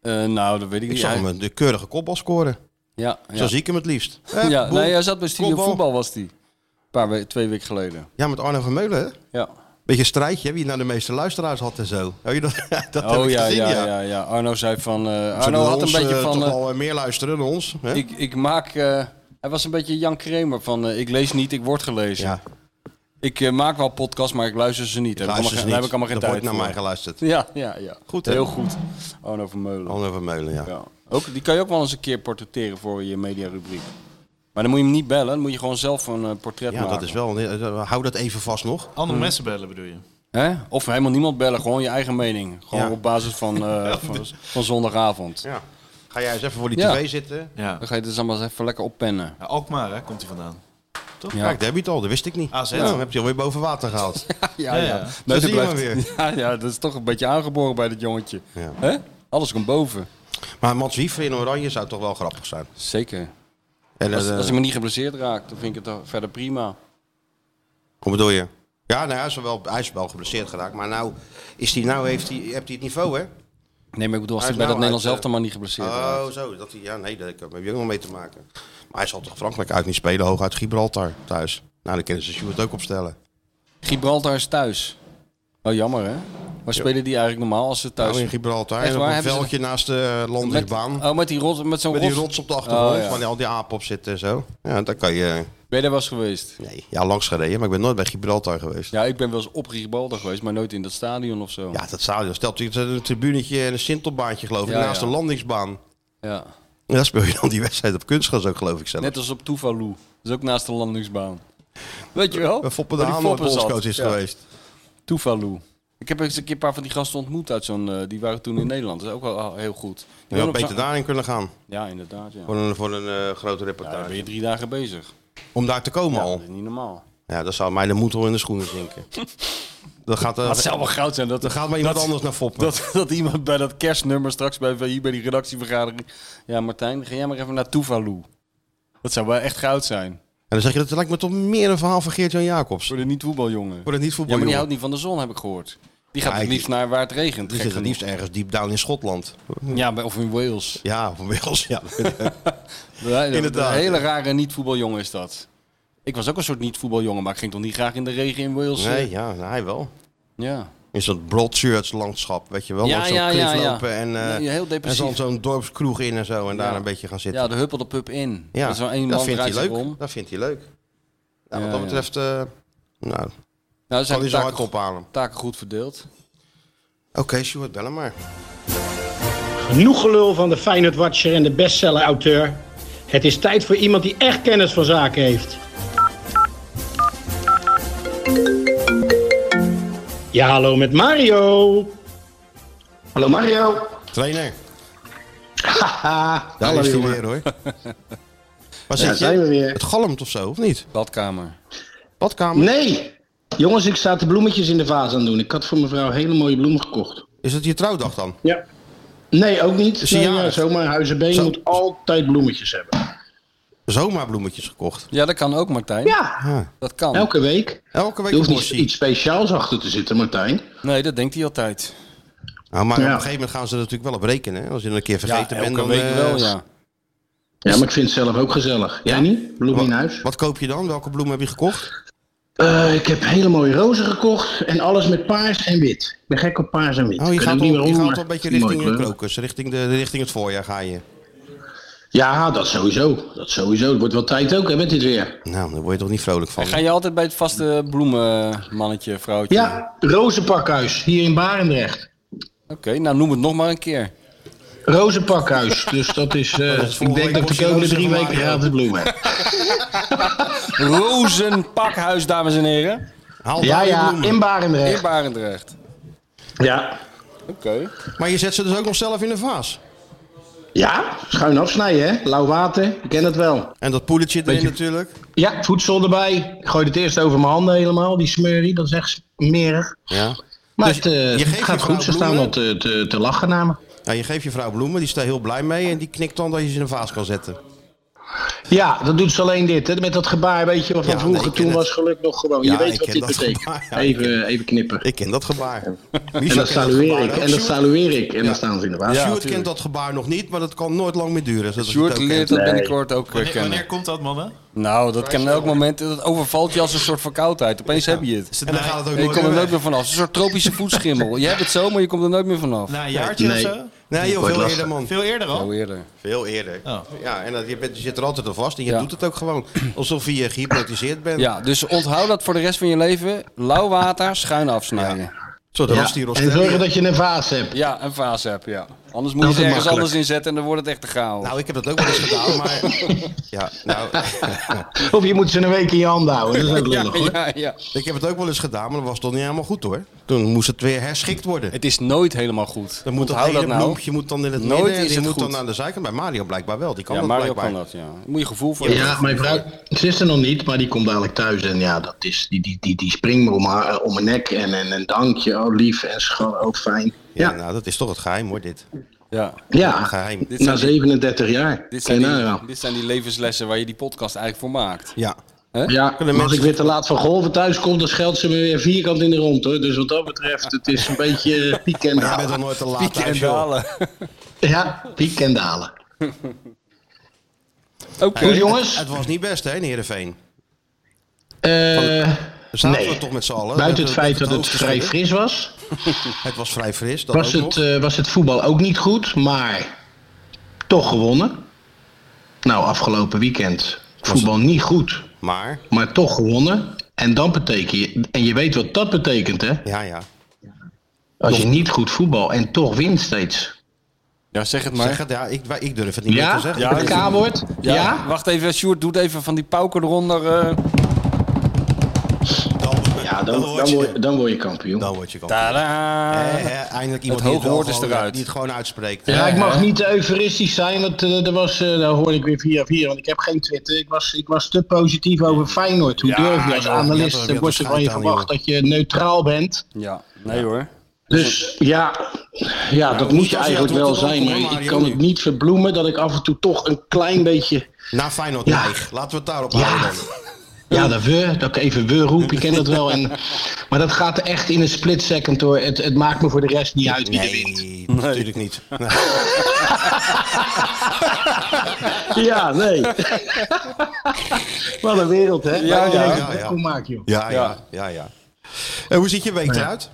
[SPEAKER 4] Eh, nou, dat weet ik,
[SPEAKER 3] Ik
[SPEAKER 4] niet.
[SPEAKER 3] zag
[SPEAKER 4] Hij-
[SPEAKER 3] hem een- de keurige kopbal scoren.
[SPEAKER 4] Ja,
[SPEAKER 3] Zo
[SPEAKER 4] ja.
[SPEAKER 3] zie ik hem het liefst. Hè,
[SPEAKER 4] ja.
[SPEAKER 3] boem.
[SPEAKER 4] Nee, hij zat bij Studio
[SPEAKER 3] Kopbal.
[SPEAKER 4] Voetbal, was die. Een paar we- twee weken geleden.
[SPEAKER 3] ja, met Arno van Meulen, hè?
[SPEAKER 4] Ja.
[SPEAKER 3] Beetje een strijdje, hè, wie nou de meeste luisteraars had en zo. Heb je dat dat heb
[SPEAKER 4] oh
[SPEAKER 3] ik
[SPEAKER 4] ja,
[SPEAKER 3] gezien,
[SPEAKER 4] ja,
[SPEAKER 3] ja.
[SPEAKER 4] ja, ja, Arno zei van. eh,
[SPEAKER 3] Ze
[SPEAKER 4] Arno
[SPEAKER 3] doen
[SPEAKER 4] had een
[SPEAKER 3] ons,
[SPEAKER 4] beetje
[SPEAKER 3] eh,
[SPEAKER 4] van.
[SPEAKER 3] Toch
[SPEAKER 4] eh,
[SPEAKER 3] al eh, meer luisteren dan ons. Hè?
[SPEAKER 4] ik, ik maak. eh, hij was een beetje Jan Kramer van. eh, ik lees niet, ik word gelezen.
[SPEAKER 3] ja,
[SPEAKER 4] Ik eh, maak wel podcasts, maar ik luister ze niet. Daar heb ik allemaal
[SPEAKER 3] luister ze
[SPEAKER 4] geen-
[SPEAKER 3] niet.
[SPEAKER 4] daar heb ik allemaal geen
[SPEAKER 3] Er
[SPEAKER 4] tijd
[SPEAKER 3] wordt naar
[SPEAKER 4] voor.
[SPEAKER 3] mij geluisterd.
[SPEAKER 4] Ja, ja, ja.
[SPEAKER 3] Goed, hè?
[SPEAKER 4] Heel goed. Arno van Meulen.
[SPEAKER 3] Arno van Meulen, ja.
[SPEAKER 4] Ja. Ook, die kan je ook wel eens een keer portretteren voor je mediarubriek. Maar dan moet je hem niet bellen, dan moet je gewoon zelf een eh, portret
[SPEAKER 3] Ja,
[SPEAKER 4] maken.
[SPEAKER 3] dat is wel. eh, Hou dat even vast nog.
[SPEAKER 1] Andere
[SPEAKER 4] Mm.
[SPEAKER 1] mensen bellen bedoel je?
[SPEAKER 4] Hè? Of helemaal niemand bellen, gewoon je eigen mening. Gewoon
[SPEAKER 3] Ja.
[SPEAKER 4] op basis van, eh, van, van zondagavond.
[SPEAKER 3] Ja. Ga jij eens even voor die
[SPEAKER 4] Ja.
[SPEAKER 3] tv zitten.
[SPEAKER 1] Ja.
[SPEAKER 4] Dan ga je het dus allemaal eens even lekker oppennen.
[SPEAKER 1] ja Alkmaar, hè, komt hij vandaan.
[SPEAKER 3] Toch?
[SPEAKER 4] Ja.
[SPEAKER 3] Kijk, daar heb je het al. Dat wist ik niet.
[SPEAKER 1] AZ.
[SPEAKER 3] Ja, dan heb je alweer boven water gehaald.
[SPEAKER 4] Ja,
[SPEAKER 1] ja.
[SPEAKER 4] Nee,
[SPEAKER 1] Zo
[SPEAKER 4] dat
[SPEAKER 3] zie je
[SPEAKER 4] blijft-
[SPEAKER 3] maar weer.
[SPEAKER 4] Ja, ja, dat is toch een beetje aangeboren bij dat jongetje.
[SPEAKER 3] Ja.
[SPEAKER 4] Hè? Alles komt boven.
[SPEAKER 3] maar Mats Wiever in oranje zou toch wel grappig zijn.
[SPEAKER 4] Zeker.
[SPEAKER 3] En,
[SPEAKER 4] Als,
[SPEAKER 3] eh,
[SPEAKER 4] als hij me niet geblesseerd raakt, dan vind ik het toch verder prima.
[SPEAKER 3] Hoe bedoel je? Ja, nou, hij, is wel, hij is wel geblesseerd geraakt. Maar nou, is die, nou heeft hij heeft hij het niveau, hè?
[SPEAKER 4] Nee, maar ik bedoel, als
[SPEAKER 3] Hij
[SPEAKER 4] hij
[SPEAKER 3] is
[SPEAKER 4] bij
[SPEAKER 3] nou
[SPEAKER 4] dat Nederlands
[SPEAKER 3] uit,
[SPEAKER 4] zelf dan maar niet geblesseerd raakt.
[SPEAKER 3] Oh, zo. Dat hij, ja, nee, daar heb ik ook nog mee te maken. Maar hij zal toch Frankrijk uit niet spelen, hooguit Gibraltar thuis. Nou, dan kunnen ze Sjoerd ook opstellen.
[SPEAKER 4] Gibraltar is thuis. Oh, jammer hè? Waar spelen die eigenlijk normaal als ze thuis...
[SPEAKER 3] Nou, in Gibraltar,
[SPEAKER 4] Echt
[SPEAKER 3] en op
[SPEAKER 4] waar,
[SPEAKER 3] een
[SPEAKER 4] hebben ze-
[SPEAKER 3] veldje naast de
[SPEAKER 4] met,
[SPEAKER 3] landingsbaan.
[SPEAKER 4] oh, met, die rot, met zo'n
[SPEAKER 3] Met die
[SPEAKER 4] rots.
[SPEAKER 3] rots op de achtergrond,
[SPEAKER 4] Oh, ja.
[SPEAKER 3] waar al die apen op zitten en zo. Ja, daar kan je...
[SPEAKER 4] Ben je daar wel eens geweest?
[SPEAKER 3] Nee, ja, langs gereden, maar ik ben nooit bij Gibraltar geweest.
[SPEAKER 4] Ja, ik ben wel eens op Gibraltar geweest, maar nooit in dat stadion of zo.
[SPEAKER 3] Ja, dat stadion. Stel, het is een tribunetje en een sintelbaantje, geloof ik,
[SPEAKER 4] Ja,
[SPEAKER 3] naast
[SPEAKER 4] ja.
[SPEAKER 3] de landingsbaan.
[SPEAKER 4] Ja.
[SPEAKER 3] En daar speel je dan die wedstrijd op kunstgras ook, geloof ik zelf.
[SPEAKER 4] Net als op Tuvalu. Dat is ook naast de landingsbaan. Weet je wel?
[SPEAKER 3] Waar Foppe de
[SPEAKER 4] Waar die
[SPEAKER 3] Haan ooit
[SPEAKER 4] Foppe zat.
[SPEAKER 3] bondscoach is
[SPEAKER 4] Ja.
[SPEAKER 3] geweest.
[SPEAKER 4] Tuvalu. Ik heb eens een keer een paar van die gasten ontmoet uit zo'n... eh, die waren toen in Nederland. Dat is ook wel ah, heel goed.
[SPEAKER 3] Je
[SPEAKER 4] Ja,
[SPEAKER 3] had beter daarin kunnen gaan,
[SPEAKER 4] Ja, inderdaad. Ja.
[SPEAKER 3] voor een, voor een eh, grote
[SPEAKER 4] Ja, dan
[SPEAKER 3] reportage.
[SPEAKER 4] ben je drie dagen bezig.
[SPEAKER 3] Om daar te komen
[SPEAKER 4] Ja,
[SPEAKER 3] al.
[SPEAKER 4] dat is niet normaal.
[SPEAKER 3] Ja, dat zou mij de moed al in de schoenen zinken. dat gaat, eh,
[SPEAKER 4] Dat zou wel goud zijn. Dat,
[SPEAKER 3] dan gaat maar iemand
[SPEAKER 4] dat-
[SPEAKER 3] anders naar foppen.
[SPEAKER 4] Dat, dat iemand bij dat kerstnummer straks bij, hier bij die redactievergadering... Ja, Martijn, ga jij maar even naar Tuvalu. Dat zou wel echt goud zijn.
[SPEAKER 3] En dan zeg je, dat lijkt me toch meer een verhaal van Geert-Jan Jacobs.
[SPEAKER 4] Voor de niet-voetbaljongen.
[SPEAKER 3] Voor het niet
[SPEAKER 4] Ja, maar die
[SPEAKER 3] voetbaljongen.
[SPEAKER 4] houdt niet van de zon, heb ik gehoord. Die gaat
[SPEAKER 3] Ja,
[SPEAKER 4] het
[SPEAKER 3] die-
[SPEAKER 4] liefst naar waar het regent.
[SPEAKER 3] Die
[SPEAKER 4] gek
[SPEAKER 3] zit het liefst
[SPEAKER 4] genoeg.
[SPEAKER 3] ergens deep down in Schotland.
[SPEAKER 4] Ja, bij- of in Wales.
[SPEAKER 3] Ja, van Wales. Ja. Inderdaad,
[SPEAKER 4] Inderdaad. Een hele
[SPEAKER 3] ja.
[SPEAKER 4] rare niet-voetbaljongen is dat. Ik was ook een soort niet-voetbaljongen, maar ik ging toch niet graag in de regen in Wales? eh?
[SPEAKER 3] nee, ja, hij wel.
[SPEAKER 4] Ja.
[SPEAKER 3] In zo'n broadchurch landschap, weet je wel.
[SPEAKER 4] Ja,
[SPEAKER 3] langs zo'n
[SPEAKER 4] ja,
[SPEAKER 3] klif
[SPEAKER 4] ja, ja.
[SPEAKER 3] lopen en, eh,
[SPEAKER 4] Nee, heel
[SPEAKER 3] en
[SPEAKER 4] depressief.
[SPEAKER 3] dan zo'n dorpskroeg in en zo en daar
[SPEAKER 4] Ja.
[SPEAKER 3] een beetje gaan zitten.
[SPEAKER 4] ja, de huppelde pub in. Ja, dat is wel één man
[SPEAKER 3] vindt hij
[SPEAKER 4] draait zich
[SPEAKER 3] leuk.
[SPEAKER 4] om.
[SPEAKER 3] Dat vindt hij leuk. Ja,
[SPEAKER 4] Ja,
[SPEAKER 3] wat dat
[SPEAKER 4] ja.
[SPEAKER 3] betreft, eh, nou,
[SPEAKER 4] Nou,
[SPEAKER 3] kan
[SPEAKER 4] zijn
[SPEAKER 3] hij
[SPEAKER 4] de
[SPEAKER 3] zo hard
[SPEAKER 4] taken,
[SPEAKER 3] ophalen.
[SPEAKER 4] taken goed verdeeld.
[SPEAKER 3] Oké, Sjoerd, bel hem maar.
[SPEAKER 7] Genoeg gelul van de Feyenoord Watcher en de bestseller-auteur. Het is tijd voor iemand die echt kennis van zaken heeft. Ja, hallo met Mario.
[SPEAKER 8] Hallo Mario.
[SPEAKER 3] Trainer,
[SPEAKER 8] Haha.
[SPEAKER 3] daar
[SPEAKER 8] Hallo
[SPEAKER 3] is hij
[SPEAKER 8] jongen.
[SPEAKER 3] weer hoor. Waar
[SPEAKER 8] Daar
[SPEAKER 3] zit
[SPEAKER 8] zijn
[SPEAKER 3] je?
[SPEAKER 8] we weer.
[SPEAKER 3] Het galmt of zo, of niet?
[SPEAKER 4] Badkamer.
[SPEAKER 3] Badkamer?
[SPEAKER 8] Nee. Jongens, ik sta de bloemetjes in de vaas aan doen. Ik had voor mevrouw hele mooie bloemen gekocht.
[SPEAKER 3] Is het je trouwdag dan?
[SPEAKER 8] Ja. Nee, ook niet.
[SPEAKER 3] ze
[SPEAKER 8] nee,
[SPEAKER 3] jarig?
[SPEAKER 8] ja, zomaar huizenbeen
[SPEAKER 3] Zo-
[SPEAKER 8] moet altijd bloemetjes hebben.
[SPEAKER 3] Zomaar bloemetjes gekocht.
[SPEAKER 4] Ja, dat kan ook, Martijn.
[SPEAKER 8] Ja,
[SPEAKER 3] Ah.
[SPEAKER 4] Dat kan.
[SPEAKER 8] elke week.
[SPEAKER 3] Elke week
[SPEAKER 8] Je hoeft
[SPEAKER 3] een
[SPEAKER 8] niet
[SPEAKER 3] portie.
[SPEAKER 8] iets speciaals achter te zitten, Martijn.
[SPEAKER 4] Nee, dat denkt hij altijd.
[SPEAKER 3] Nou, maar
[SPEAKER 8] Ja.
[SPEAKER 3] op een gegeven moment gaan ze er natuurlijk wel op rekenen. hè. Als je er een keer vergeten
[SPEAKER 4] ja,
[SPEAKER 3] bent, dan...
[SPEAKER 4] elke week
[SPEAKER 3] eh,
[SPEAKER 4] wel, ja.
[SPEAKER 8] Ja, maar ik vind het zelf ook gezellig. Jij niet? Bloemen in huis?
[SPEAKER 3] Wat koop je dan? Welke bloemen heb je gekocht?
[SPEAKER 8] Eh, ik heb hele mooie rozen gekocht en alles met paars en wit. Ik ben gek op paars en wit.
[SPEAKER 3] Oh,
[SPEAKER 8] Ik
[SPEAKER 3] je
[SPEAKER 8] weet
[SPEAKER 3] gaat,
[SPEAKER 8] ook
[SPEAKER 3] al,
[SPEAKER 8] niet
[SPEAKER 3] je
[SPEAKER 8] waarom,
[SPEAKER 3] gaat
[SPEAKER 8] maar
[SPEAKER 3] al een beetje
[SPEAKER 8] het is een
[SPEAKER 3] richting de
[SPEAKER 8] mooie kleur.
[SPEAKER 3] krokus, richting, de, richting het voorjaar ga je.
[SPEAKER 8] Ja, dat sowieso. Dat sowieso. Het wordt wel tijd ook, hè, met dit weer.
[SPEAKER 3] Nou, daar word je toch niet vrolijk van.
[SPEAKER 4] En ga je altijd bij het vaste bloemenmannetje, vrouwtje?
[SPEAKER 8] Ja, Rozenpakhuis, hier in Barendrecht.
[SPEAKER 4] Oké, nou noem het nog maar een keer.
[SPEAKER 8] Rozenpakhuis, dus dat is... eh,
[SPEAKER 3] Oh, is
[SPEAKER 8] ik
[SPEAKER 3] volgende
[SPEAKER 8] denk
[SPEAKER 3] week
[SPEAKER 8] dat ik
[SPEAKER 3] portie
[SPEAKER 8] de komende
[SPEAKER 3] rozen
[SPEAKER 8] drie
[SPEAKER 3] van
[SPEAKER 8] weken
[SPEAKER 3] Mario.
[SPEAKER 8] gratis bloemen heb.
[SPEAKER 4] Rozenpakhuis, dames en heren.
[SPEAKER 3] Haal
[SPEAKER 8] Ja,
[SPEAKER 3] daar je
[SPEAKER 8] ja,
[SPEAKER 3] bloemen.
[SPEAKER 8] in
[SPEAKER 4] In
[SPEAKER 8] Barendrecht.
[SPEAKER 4] Barendrecht.
[SPEAKER 8] Ja.
[SPEAKER 4] Oké.
[SPEAKER 3] Maar je zet ze dus ook nog zelf in de vaas.
[SPEAKER 8] Ja, schuin afsnijden, hè. Lauw water, je kent het wel.
[SPEAKER 3] En dat poedertje erin
[SPEAKER 8] Weet je-
[SPEAKER 3] natuurlijk.
[SPEAKER 8] Ja, voedsel erbij. Ik gooi het eerst over mijn handen helemaal, die smurrie. Dat is echt smerig.
[SPEAKER 3] Ja.
[SPEAKER 8] Maar
[SPEAKER 3] Dus
[SPEAKER 8] het, eh,
[SPEAKER 3] je geeft je
[SPEAKER 8] gaat
[SPEAKER 3] vrouw
[SPEAKER 8] goed, ze staan
[SPEAKER 3] bloemen?
[SPEAKER 8] wel te, te, te lachen naar me.
[SPEAKER 3] Nou, je geeft je vrouw bloemen, die is daar heel blij mee. En die knikt dan dat je ze in een vaas kan zetten.
[SPEAKER 8] Ja, dat doet ze alleen dit. Hè? Met dat gebaar, weet je, wat
[SPEAKER 3] Ja,
[SPEAKER 8] van
[SPEAKER 3] nee,
[SPEAKER 8] vroeger
[SPEAKER 3] ik ken
[SPEAKER 8] toen
[SPEAKER 3] het.
[SPEAKER 8] was gelukt nog gewoon.
[SPEAKER 3] Ja, ik
[SPEAKER 8] je weet wat
[SPEAKER 3] ken
[SPEAKER 8] dit
[SPEAKER 3] dat
[SPEAKER 8] betekent.
[SPEAKER 3] gebaar, ja, ik
[SPEAKER 8] even, even knippen.
[SPEAKER 3] Ik ken dat gebaar.
[SPEAKER 8] en dan salueer ik. En dan salueer ik. En dan staan ze in de water.
[SPEAKER 3] Sjoerd
[SPEAKER 4] natuurlijk.
[SPEAKER 3] kent dat gebaar nog niet, maar dat kan nooit lang meer duren. zodat je het
[SPEAKER 4] Sjoerd
[SPEAKER 3] ook
[SPEAKER 4] leert
[SPEAKER 3] kent.
[SPEAKER 4] dat
[SPEAKER 8] Nee.
[SPEAKER 4] binnenkort ook weer
[SPEAKER 1] Wanneer, wanneer
[SPEAKER 4] kennen.
[SPEAKER 1] komt dat, mannen?
[SPEAKER 4] Nou, dat kan elk moment. Dat overvalt je als een soort verkoudheid. Opeens heb je het.
[SPEAKER 1] Is het
[SPEAKER 3] En dan
[SPEAKER 1] na-
[SPEAKER 3] gaat het ook
[SPEAKER 4] En je
[SPEAKER 3] nooit
[SPEAKER 4] komt er
[SPEAKER 3] meer
[SPEAKER 4] nooit
[SPEAKER 3] weg.
[SPEAKER 4] meer vanaf. Het is Een soort tropische voetschimmel. Je hebt het zo, maar je komt er nooit meer vanaf.
[SPEAKER 1] na een jaartje
[SPEAKER 8] Nee.
[SPEAKER 1] of zo?
[SPEAKER 3] Nee joh,
[SPEAKER 8] Wordt
[SPEAKER 3] veel
[SPEAKER 8] lastig.
[SPEAKER 3] eerder man.
[SPEAKER 1] Veel eerder al?
[SPEAKER 4] Zo eerder.
[SPEAKER 3] Veel eerder.
[SPEAKER 1] Oh.
[SPEAKER 3] Ja, en dat, je, bent, je zit er altijd al vast en je
[SPEAKER 4] Ja.
[SPEAKER 3] doet het ook gewoon. Alsof je gehypnotiseerd bent.
[SPEAKER 4] Ja, dus onthoud dat voor de rest van je leven. Lauw water, schuin afsnijden.
[SPEAKER 3] Zo, dat
[SPEAKER 8] Ja.
[SPEAKER 3] was die
[SPEAKER 8] En
[SPEAKER 3] Rostelli.
[SPEAKER 8] zorgen dat je een vaas hebt.
[SPEAKER 4] Ja, en vaas heb, ja. Anders moet je
[SPEAKER 8] is
[SPEAKER 4] ze ergens
[SPEAKER 8] makkelijk.
[SPEAKER 4] anders inzetten en dan wordt het echt te chaos.
[SPEAKER 3] Nou, ik heb dat ook wel eens gedaan, maar... Ja, nou,
[SPEAKER 8] Of je moet ze een week in je handen houden. Dat is ook lullig hoor.
[SPEAKER 4] ja, ja.
[SPEAKER 3] ik heb het ook wel eens gedaan, maar dat was toch niet helemaal goed hoor. Toen moest het weer herschikt worden.
[SPEAKER 4] Het is nooit helemaal goed.
[SPEAKER 3] Dan moet dat
[SPEAKER 4] Onthoud
[SPEAKER 3] hele
[SPEAKER 4] dat nou.
[SPEAKER 3] bloempje moet dan in het
[SPEAKER 4] Nooit
[SPEAKER 3] midden en
[SPEAKER 4] is
[SPEAKER 3] die
[SPEAKER 4] het
[SPEAKER 3] moet
[SPEAKER 4] goed.
[SPEAKER 3] dan aan de zijkant. Bij Mario blijkbaar wel, die kan
[SPEAKER 4] Ja,
[SPEAKER 3] dat
[SPEAKER 4] Mario
[SPEAKER 3] blijkbaar.
[SPEAKER 4] kan dat, ja. Daar Moet je gevoel voor
[SPEAKER 8] Ja, mijn vrouw ze is er nog niet, maar die komt dadelijk thuis. En ja, dat is, die, die, die, die springt me om, haar, eh, om mijn nek. En, en een dankje, oh lief en schoon, oh fijn.
[SPEAKER 3] Ja,
[SPEAKER 8] Ja,
[SPEAKER 3] nou, dat is toch het geheim hoor, dit.
[SPEAKER 4] Ja.
[SPEAKER 8] ja.
[SPEAKER 3] Geheim.
[SPEAKER 4] Dit
[SPEAKER 8] na
[SPEAKER 4] zijn, die,
[SPEAKER 8] 37 jaar.
[SPEAKER 4] dit,
[SPEAKER 8] Ken
[SPEAKER 4] zijn
[SPEAKER 8] je nou
[SPEAKER 4] die,
[SPEAKER 8] wel.
[SPEAKER 4] dit zijn die levenslessen waar je die podcast eigenlijk voor maakt.
[SPEAKER 3] Ja.
[SPEAKER 8] Ja,
[SPEAKER 3] Kunnen
[SPEAKER 8] als
[SPEAKER 3] mensen-
[SPEAKER 8] ik weer te laat van golven thuis kom, dan scheldt ze me weer vierkant in de rond. Hoor. Dus wat dat betreft, het is een beetje eh, piek en
[SPEAKER 3] Jij bent al
[SPEAKER 8] dalen.
[SPEAKER 3] nooit te laat
[SPEAKER 4] Pieken en
[SPEAKER 3] thuis, joh.
[SPEAKER 4] dalen.
[SPEAKER 8] Ja, piek en dalen.
[SPEAKER 4] Oké.
[SPEAKER 8] Goed jongens,
[SPEAKER 3] Het was niet best, hè, in Heerenveen?
[SPEAKER 8] Eh,
[SPEAKER 3] Daar zaten
[SPEAKER 8] Nee.
[SPEAKER 3] we toch met z'n allen.
[SPEAKER 8] buiten
[SPEAKER 3] We
[SPEAKER 8] het
[SPEAKER 3] hebben
[SPEAKER 8] feit dat het
[SPEAKER 3] hoofd te
[SPEAKER 8] vrij
[SPEAKER 3] schudden.
[SPEAKER 8] fris was,
[SPEAKER 3] Het was vrij fris, dat
[SPEAKER 8] was
[SPEAKER 3] ook
[SPEAKER 8] het,
[SPEAKER 3] nog.
[SPEAKER 8] eh, was het voetbal ook niet goed, maar toch gewonnen. Nou, afgelopen weekend voetbal niet goed,
[SPEAKER 3] Maar,
[SPEAKER 8] maar toch gewonnen. En dan betekent je, en je weet wat dat betekent hè,
[SPEAKER 3] ja, ja.
[SPEAKER 8] als je niet goed voetbal en toch wint steeds.
[SPEAKER 4] Ja, zeg het
[SPEAKER 3] Zeg
[SPEAKER 4] maar.
[SPEAKER 3] het, ja, ik, wij- ik durf het niet meer te
[SPEAKER 8] Ja?
[SPEAKER 3] zeggen.
[SPEAKER 4] Ja,
[SPEAKER 8] Het K-woord?
[SPEAKER 4] Ja,
[SPEAKER 8] Ja?
[SPEAKER 4] Wacht even, Sjoerd doet even van die pauken eronder. eh.
[SPEAKER 3] Dan,
[SPEAKER 8] Ja,
[SPEAKER 3] dan
[SPEAKER 8] dan,
[SPEAKER 3] word
[SPEAKER 8] dan,
[SPEAKER 3] je,
[SPEAKER 8] word, je- dan word je kampioen.
[SPEAKER 3] dan word je kampioen.
[SPEAKER 4] Tadaa.
[SPEAKER 3] Eh, eh, eindelijk iemand
[SPEAKER 4] hoge
[SPEAKER 3] die, het wel
[SPEAKER 4] woord is
[SPEAKER 3] gewoon- eh,
[SPEAKER 4] eruit.
[SPEAKER 3] die het gewoon uitspreekt.
[SPEAKER 8] Ja, ik mag niet te euforistisch zijn, want eh, er was, eh daar hoorde ik weer via via, want ik heb geen Twitter. Ik was, ik was te positief over Feyenoord. Hoe
[SPEAKER 3] Ja,
[SPEAKER 8] durf je als
[SPEAKER 3] joh, je hebt
[SPEAKER 8] analist,
[SPEAKER 3] er-
[SPEAKER 8] eh,
[SPEAKER 3] je hebt
[SPEAKER 8] wordt er
[SPEAKER 3] er
[SPEAKER 8] van je
[SPEAKER 3] schijt aan,
[SPEAKER 8] verwacht dat je neutraal bent.
[SPEAKER 4] Ja, nee hoor.
[SPEAKER 8] Dus ja, ja dat moet je
[SPEAKER 3] als je
[SPEAKER 8] eigenlijk
[SPEAKER 3] dat doet,
[SPEAKER 8] wel
[SPEAKER 3] dan
[SPEAKER 8] zijn,
[SPEAKER 3] kom je
[SPEAKER 8] maar
[SPEAKER 3] maar,
[SPEAKER 8] ik kan
[SPEAKER 3] joh.
[SPEAKER 8] het niet verbloemen dat ik af en toe toch een klein beetje...
[SPEAKER 3] Na Feyenoord
[SPEAKER 8] Ja.
[SPEAKER 3] neig. Laten we het daarop
[SPEAKER 8] Ja.
[SPEAKER 3] houden. dan.
[SPEAKER 8] Ja, dat we, dat ik even we roep, je kent dat wel. En, maar dat gaat echt in een split second hoor. Het, het maakt me voor de rest niet uit wie er wint.
[SPEAKER 3] Nee, natuurlijk niet.
[SPEAKER 8] Ja, nee. Wat een wereld, hè? Ja,
[SPEAKER 3] ja,
[SPEAKER 8] ja,
[SPEAKER 3] ja, ja.
[SPEAKER 8] Hoe maak je? joh.
[SPEAKER 3] Ja, ja, ja, ja. En hoe ziet je week eruit?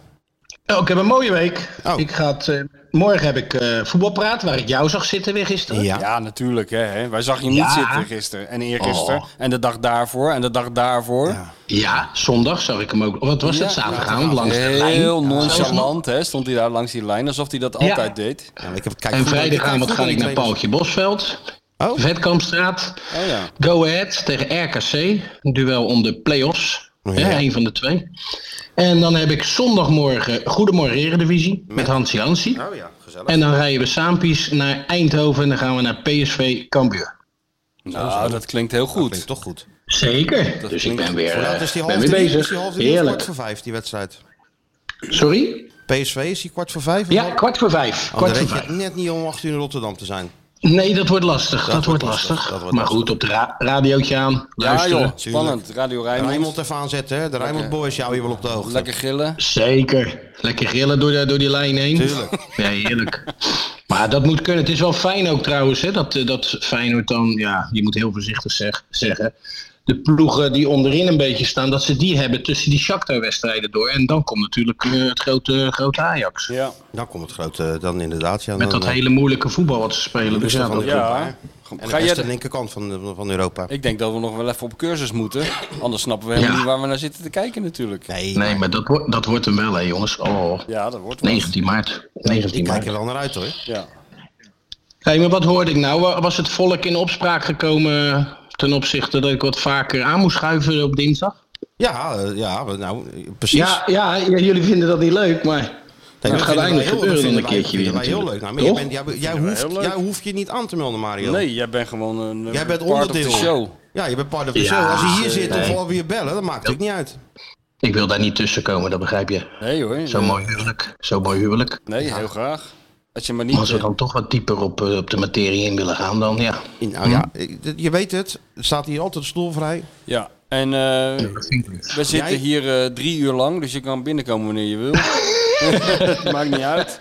[SPEAKER 8] Oh, ik heb een mooie week.
[SPEAKER 3] Oh.
[SPEAKER 8] Ik ga het, eh, morgen heb ik eh voetbalpraat, waar ik jou zag zitten weer gisteren.
[SPEAKER 4] Ja, natuurlijk. Hè, hè. Wij zag je niet
[SPEAKER 8] Ja.
[SPEAKER 4] zitten gisteren en eergisteren.
[SPEAKER 8] Oh.
[SPEAKER 4] En de dag daarvoor en de dag daarvoor.
[SPEAKER 8] Ja, zondag zag ik hem ook. Wat was dat? Zaterdagavond langs de lijn.
[SPEAKER 4] Heel
[SPEAKER 8] Zelfs-
[SPEAKER 4] nonchalant hè, stond hij daar langs die lijn, alsof hij dat altijd deed.
[SPEAKER 3] Ja, ik heb, kijk,
[SPEAKER 8] En
[SPEAKER 3] voetbal-
[SPEAKER 8] vrijdagavond
[SPEAKER 3] kijk
[SPEAKER 8] ga ik naar
[SPEAKER 3] voetbaltrainers.
[SPEAKER 8] Paaltje Bosveld.
[SPEAKER 3] Oh.
[SPEAKER 8] Vetkampstraat.
[SPEAKER 4] Oh ja.
[SPEAKER 8] Go Ahead tegen RKC. Een duel om de play-offs.
[SPEAKER 3] Oh, ja.
[SPEAKER 8] Hè, een van de twee. En dan heb ik zondagmorgen Goedemorgen Eredivisie met Hansi Hansi.
[SPEAKER 3] Oh ja, gezellig.
[SPEAKER 8] En dan rijden we saampies naar Eindhoven en dan gaan we naar PSV Cambuur.
[SPEAKER 4] Nou, dat klinkt heel goed.
[SPEAKER 3] Klinkt toch goed.
[SPEAKER 8] Zeker. dus ik
[SPEAKER 4] klinkt-
[SPEAKER 8] ben weer,
[SPEAKER 3] Hoe laat
[SPEAKER 8] eh,
[SPEAKER 3] is die half
[SPEAKER 8] ben weer
[SPEAKER 3] drie? Is
[SPEAKER 8] bezig.
[SPEAKER 3] die half drie of kwart
[SPEAKER 8] Heerlijk.
[SPEAKER 3] voor vijf, die wedstrijd?
[SPEAKER 8] Sorry?
[SPEAKER 3] PSV, is die kwart voor vijf?
[SPEAKER 8] Ja, kwart voor vijf.
[SPEAKER 3] Oh, dan
[SPEAKER 8] Kwart voor
[SPEAKER 3] weet je
[SPEAKER 8] vijf.
[SPEAKER 3] het net niet om acht uur in Rotterdam te zijn.
[SPEAKER 8] Nee, dat wordt lastig. Dat,
[SPEAKER 3] wordt
[SPEAKER 8] wordt
[SPEAKER 3] lastig,
[SPEAKER 8] lastig.
[SPEAKER 3] dat wordt
[SPEAKER 8] maar goed,
[SPEAKER 3] lastig.
[SPEAKER 8] op de ra- radiootje aan.
[SPEAKER 4] Ja
[SPEAKER 8] Luisteren.
[SPEAKER 4] joh, spannend. Radio Rijnmond.
[SPEAKER 3] Rijnmond even aanzetten, hè? De Rijnmond Boys jou hier wel op de hoogte.
[SPEAKER 4] Lekker gillen.
[SPEAKER 8] Zeker. Lekker grillen door, de- door die lijn heen.
[SPEAKER 3] Tuurlijk.
[SPEAKER 8] Ja, heerlijk. Maar dat moet kunnen. Het is wel fijn ook trouwens, hè, dat, eh, dat Feyenoord dan, ja, je moet heel voorzichtig zeg- zeggen, de ploegen die onderin een beetje staan, dat ze die hebben tussen die Shakhtar-wedstrijden door. En dan komt natuurlijk eh, het grote, grote Ajax.
[SPEAKER 4] Ja.
[SPEAKER 3] Dan komt het grote, dan inderdaad. Ja,
[SPEAKER 8] Met
[SPEAKER 3] dan, eh,
[SPEAKER 8] dat hele moeilijke voetbal wat ze spelen. Dus ja,
[SPEAKER 3] van
[SPEAKER 8] dat-
[SPEAKER 3] de groep, hè?
[SPEAKER 4] Ja.
[SPEAKER 3] En
[SPEAKER 4] Ga
[SPEAKER 3] de
[SPEAKER 4] jij
[SPEAKER 3] beste linkerkant van, van Europa.
[SPEAKER 4] Ik denk dat we nog wel even op cursus moeten. Anders snappen we helemaal
[SPEAKER 8] Ja.
[SPEAKER 4] niet waar we naar zitten te kijken natuurlijk.
[SPEAKER 3] Nee,
[SPEAKER 8] nee, maar dat, wordt- dat wordt hem wel, hè jongens. Oh,
[SPEAKER 4] Ja, dat wordt wel.
[SPEAKER 8] 19 maart. 19
[SPEAKER 3] ik kijk
[SPEAKER 8] maart.
[SPEAKER 3] er wel naar uit hoor.
[SPEAKER 4] Ja.
[SPEAKER 8] Hey, maar wat hoorde ik nou? Wa- Was het volk in opspraak gekomen ten opzichte dat ik wat vaker aan moest schuiven op dinsdag?
[SPEAKER 3] Ja, eh, ja we- nou, eh, precies.
[SPEAKER 8] Ja, ja, ja, jullie vinden dat niet leuk, maar
[SPEAKER 3] Nee,
[SPEAKER 8] het gaat
[SPEAKER 3] vinden wij
[SPEAKER 8] eindelijk
[SPEAKER 3] heel- dat
[SPEAKER 8] gebeuren dan een
[SPEAKER 3] vinden wij-
[SPEAKER 8] keertje weer
[SPEAKER 3] vinden wij heel leuk.
[SPEAKER 8] natuurlijk.
[SPEAKER 3] Nou, maar jij,
[SPEAKER 8] Toch?
[SPEAKER 3] bent, jij, bent- jij
[SPEAKER 4] Vinden wij
[SPEAKER 3] hoeft,
[SPEAKER 4] heel leuk.
[SPEAKER 3] jij hoeft je niet aan te melden, Mario.
[SPEAKER 4] Nee, jij bent gewoon een eh,
[SPEAKER 3] Jij bent
[SPEAKER 4] part of
[SPEAKER 3] onderdeel.
[SPEAKER 4] the show.
[SPEAKER 3] Ja, je bent part of the
[SPEAKER 8] Ja,
[SPEAKER 3] show. Als je hier
[SPEAKER 8] eh,
[SPEAKER 3] zit of
[SPEAKER 8] nee.
[SPEAKER 3] alweer bellen, dat maakt het ook niet uit.
[SPEAKER 8] ik wil daar niet tussen komen, dat begrijp je.
[SPEAKER 4] Nee hoor.
[SPEAKER 8] Zo mooi huwelijk, zo mooi huwelijk.
[SPEAKER 4] Nee, heel graag. Als je maar
[SPEAKER 8] Maar als
[SPEAKER 4] niet... eh,
[SPEAKER 8] we dan toch wat dieper op, eh, op de materie in Hm? willen gaan, dan ja.
[SPEAKER 3] Nou ja, eh, je weet het. Er staat hier altijd een stoel vrij.
[SPEAKER 4] Ja, en eh, we zitten
[SPEAKER 3] Jij?
[SPEAKER 4] hier eh, drie uur lang, dus je kan binnenkomen wanneer je wil. Maakt niet uit.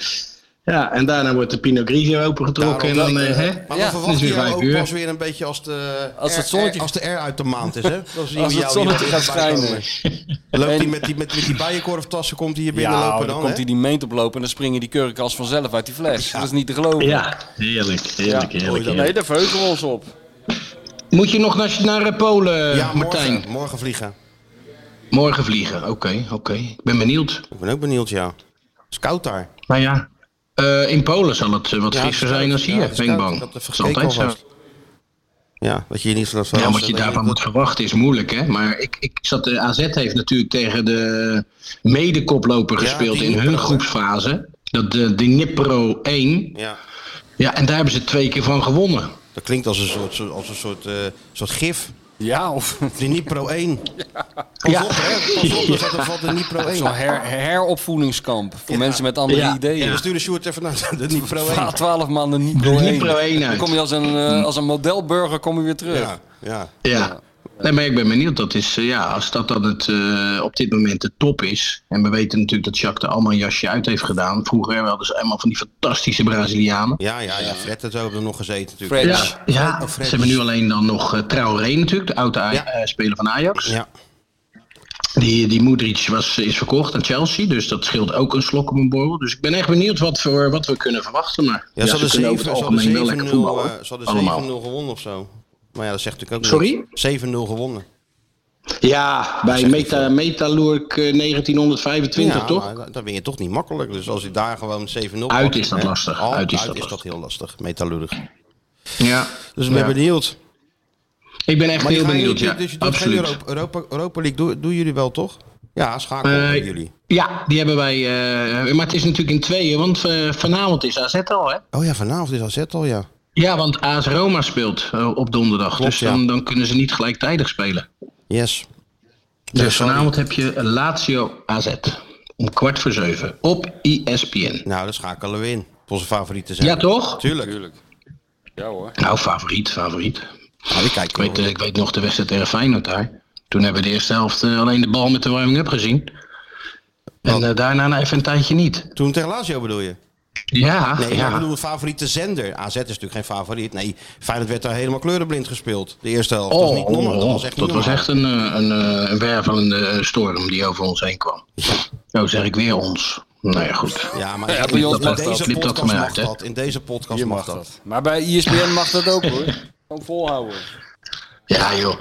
[SPEAKER 8] Ja, en daarna wordt de Pinot Grigio opengetrokken en dan, eh,
[SPEAKER 3] Maar
[SPEAKER 8] hè?
[SPEAKER 4] Ja,
[SPEAKER 3] we
[SPEAKER 8] het
[SPEAKER 3] verwachten
[SPEAKER 8] is weer
[SPEAKER 3] jou
[SPEAKER 8] vijf
[SPEAKER 3] ook
[SPEAKER 8] uur.
[SPEAKER 3] pas weer een beetje als de,
[SPEAKER 4] Als het
[SPEAKER 3] R-
[SPEAKER 4] zonnetje-
[SPEAKER 3] R- als de R uit de maand is. Hè? Dan zien we
[SPEAKER 4] Als
[SPEAKER 3] jou
[SPEAKER 4] het zonnetje
[SPEAKER 3] hier
[SPEAKER 4] gaat
[SPEAKER 3] voorbij komen.
[SPEAKER 4] schijnen.
[SPEAKER 3] Loopt hij
[SPEAKER 4] En-
[SPEAKER 3] met die, met, met die bijenkorftassen komt hij hier
[SPEAKER 4] Ja,
[SPEAKER 3] binnenlopen
[SPEAKER 4] dan,
[SPEAKER 3] dan?
[SPEAKER 4] komt
[SPEAKER 3] hè?
[SPEAKER 4] hij die meent oplopen en dan springen die kurkens vanzelf uit die fles. Dat is niet te geloven.
[SPEAKER 8] Ja, heerlijk, heerlijk, heerlijk.
[SPEAKER 4] Nee,
[SPEAKER 8] heerlijk.
[SPEAKER 4] daar verheugen we ons op.
[SPEAKER 8] Moet je nog naar, naar eh, Polen,
[SPEAKER 3] Ja,
[SPEAKER 8] Martijn?
[SPEAKER 3] morgen, morgen vliegen.
[SPEAKER 8] Morgen vliegen, oké, oké. Ik ben benieuwd.
[SPEAKER 3] Ik ben ook benieuwd, ja. Het is koud daar.
[SPEAKER 8] Nou ja. eh, in Polen zal het eh, wat
[SPEAKER 3] Ja,
[SPEAKER 8] frisser
[SPEAKER 3] het is
[SPEAKER 8] zijn dan
[SPEAKER 3] koud.
[SPEAKER 8] hier,
[SPEAKER 3] Ja, het is
[SPEAKER 8] ben ik
[SPEAKER 3] koud.
[SPEAKER 8] bang.
[SPEAKER 3] Ik had even
[SPEAKER 8] Het zal altijd
[SPEAKER 3] gekeken
[SPEAKER 8] zo.
[SPEAKER 3] alvast. Ja, dat je hier niet zo dat
[SPEAKER 8] Ja,
[SPEAKER 3] verrast,
[SPEAKER 8] wat je
[SPEAKER 3] dat
[SPEAKER 8] daarvan moet verwachten is moeilijk, hè. Maar ik, ik zat, de AZ heeft natuurlijk tegen de medekoploper
[SPEAKER 3] Ja,
[SPEAKER 8] gespeeld
[SPEAKER 3] die
[SPEAKER 8] in hun
[SPEAKER 3] Dnipro, hè.
[SPEAKER 8] groepsfase. Dat de, de Nipro 1.
[SPEAKER 3] Ja,
[SPEAKER 8] Ja, en daar hebben ze twee keer van gewonnen.
[SPEAKER 3] dat klinkt als een soort, soort- als een soort, eh, soort gif.
[SPEAKER 4] Ja, of
[SPEAKER 3] De Nipro 1. Pas
[SPEAKER 8] Ja.
[SPEAKER 3] op, hè. Pas op, er zat er valt een Nipro 1.
[SPEAKER 4] zo'n her- heropvoedingskamp voor mensen met andere
[SPEAKER 8] Ja,
[SPEAKER 4] ideeën.
[SPEAKER 3] We sturen Sjoerd even naar de Nipro 1.
[SPEAKER 4] Ga twaalf maanden niet doorheen.
[SPEAKER 8] Nipro 1
[SPEAKER 4] Dan
[SPEAKER 8] uit.
[SPEAKER 4] kom je als een, eh, als een modelburger kom je weer terug.
[SPEAKER 3] Ja, ja.
[SPEAKER 8] Ja. Nee, maar ik ben benieuwd. Dat is, eh, ja, als dat dan het, eh, op dit moment de top is. En we weten natuurlijk dat Jacques er allemaal een jasje uit heeft gedaan. Vroeger hadden ze allemaal van die fantastische Brazilianen.
[SPEAKER 3] Ja, ja,
[SPEAKER 8] Eh,
[SPEAKER 3] ja. Fred had ook nog gezeten natuurlijk.
[SPEAKER 9] Fred.
[SPEAKER 8] Ja, ja, ze hebben nu alleen dan nog eh, Traoré natuurlijk, de oude Aj-
[SPEAKER 3] Ja.
[SPEAKER 8] eh, speler van Ajax.
[SPEAKER 3] Ja.
[SPEAKER 8] Die, die Moedric was, is verkocht aan Chelsea, dus dat scheelt ook een slok op een borrel. Dus ik ben echt benieuwd wat, voor, wat we kunnen verwachten. Maar
[SPEAKER 3] Ja, ze
[SPEAKER 8] ze
[SPEAKER 3] hadden
[SPEAKER 8] kunnen over
[SPEAKER 3] 7 ze
[SPEAKER 8] het algemeen wel
[SPEAKER 3] hadden 7-0
[SPEAKER 8] lekker voetballen.
[SPEAKER 3] eh, ze hadden 7-0
[SPEAKER 8] allemaal.
[SPEAKER 3] gewonnen of zo. Maar ja, dat zegt natuurlijk ook
[SPEAKER 8] Sorry?
[SPEAKER 3] niks. 7-0 gewonnen.
[SPEAKER 8] Ja, bij
[SPEAKER 3] zeg ik
[SPEAKER 8] Meta, Metalurk eh, 1925
[SPEAKER 3] ja,
[SPEAKER 8] toch?
[SPEAKER 3] maar da- dan ben je toch niet makkelijk. Dus als je daar gewoon 7-0
[SPEAKER 8] Uit
[SPEAKER 3] pakt,
[SPEAKER 8] is dat
[SPEAKER 3] hè,
[SPEAKER 8] lastig.
[SPEAKER 3] al-
[SPEAKER 8] Uit is dat
[SPEAKER 3] is dat
[SPEAKER 8] lastig.
[SPEAKER 3] heel lastig. Metallurg.
[SPEAKER 8] Ja.
[SPEAKER 3] Dus ik ben
[SPEAKER 8] Ja.
[SPEAKER 3] benieuwd.
[SPEAKER 8] Ik ben echt
[SPEAKER 3] Maar
[SPEAKER 8] heel
[SPEAKER 3] die gaan
[SPEAKER 8] benieuwd,
[SPEAKER 3] jullie-
[SPEAKER 8] ja.
[SPEAKER 3] Dus je doet geen
[SPEAKER 8] Absoluut.
[SPEAKER 3] Europa, Europa, Europa League doen, doen jullie wel, toch? Ja, schakelen
[SPEAKER 8] Eh,
[SPEAKER 3] doen jullie.
[SPEAKER 8] Ja, die hebben wij. eh, maar het is natuurlijk in tweeën, want eh, vanavond is AZ al, hè?
[SPEAKER 3] Oh ja, vanavond is AZ al, ja.
[SPEAKER 8] Ja, want AS Roma speelt eh, op donderdag.
[SPEAKER 3] Klopt,
[SPEAKER 8] dus dan,
[SPEAKER 3] ja.
[SPEAKER 8] dan kunnen ze niet gelijktijdig spelen.
[SPEAKER 3] Yes.
[SPEAKER 8] Dus vanavond heb je Lazio AZ. Om kwart voor zeven. Op E ESPN.
[SPEAKER 3] Nou, dan schakelen we in. Op Onze favorieten zijn.
[SPEAKER 8] Ja, toch?
[SPEAKER 3] Tuurlijk.
[SPEAKER 4] Tuurlijk. Ja hoor.
[SPEAKER 8] Nou, favoriet, favoriet.
[SPEAKER 3] Nou, die
[SPEAKER 8] Ik
[SPEAKER 3] kijken
[SPEAKER 8] weet, eh,
[SPEAKER 3] we.
[SPEAKER 8] ik weet nog de wedstrijd tegen Feyenoord daar. Toen hebben we de eerste helft eh, alleen de bal met de warming-up gezien. En
[SPEAKER 3] Wat?
[SPEAKER 8] eh, daarna nou, even een tijdje niet.
[SPEAKER 3] Toen tegen Lazio bedoel je?
[SPEAKER 8] Ja,
[SPEAKER 3] Nee,
[SPEAKER 8] ja.
[SPEAKER 3] ik bedoel een favoriete zender. AZ is natuurlijk geen favoriet. Nee, Feyenoord werd daar helemaal kleurenblind gespeeld. De eerste helft. dat was niet normaal. Dat was echt
[SPEAKER 8] Oh,
[SPEAKER 3] niet
[SPEAKER 8] dat was
[SPEAKER 3] normaal.
[SPEAKER 8] echt een, eh, een, eh, een wervelende storm die over ons heen kwam. Nou zeg ik weer ons. Nou ja, goed.
[SPEAKER 3] Ja, maar
[SPEAKER 4] Ja,
[SPEAKER 3] in-
[SPEAKER 4] bij ons
[SPEAKER 3] in
[SPEAKER 4] mag
[SPEAKER 3] deze
[SPEAKER 4] dat.
[SPEAKER 8] Knip dat
[SPEAKER 3] podcast
[SPEAKER 8] er maar
[SPEAKER 3] mag
[SPEAKER 8] uit, hè?
[SPEAKER 3] dat. In deze podcast
[SPEAKER 4] Je
[SPEAKER 3] mag
[SPEAKER 4] mag
[SPEAKER 3] dat.
[SPEAKER 4] dat. Maar bij ESPN mag dat ook hoor. Gewoon volhouden.
[SPEAKER 8] Ja joh.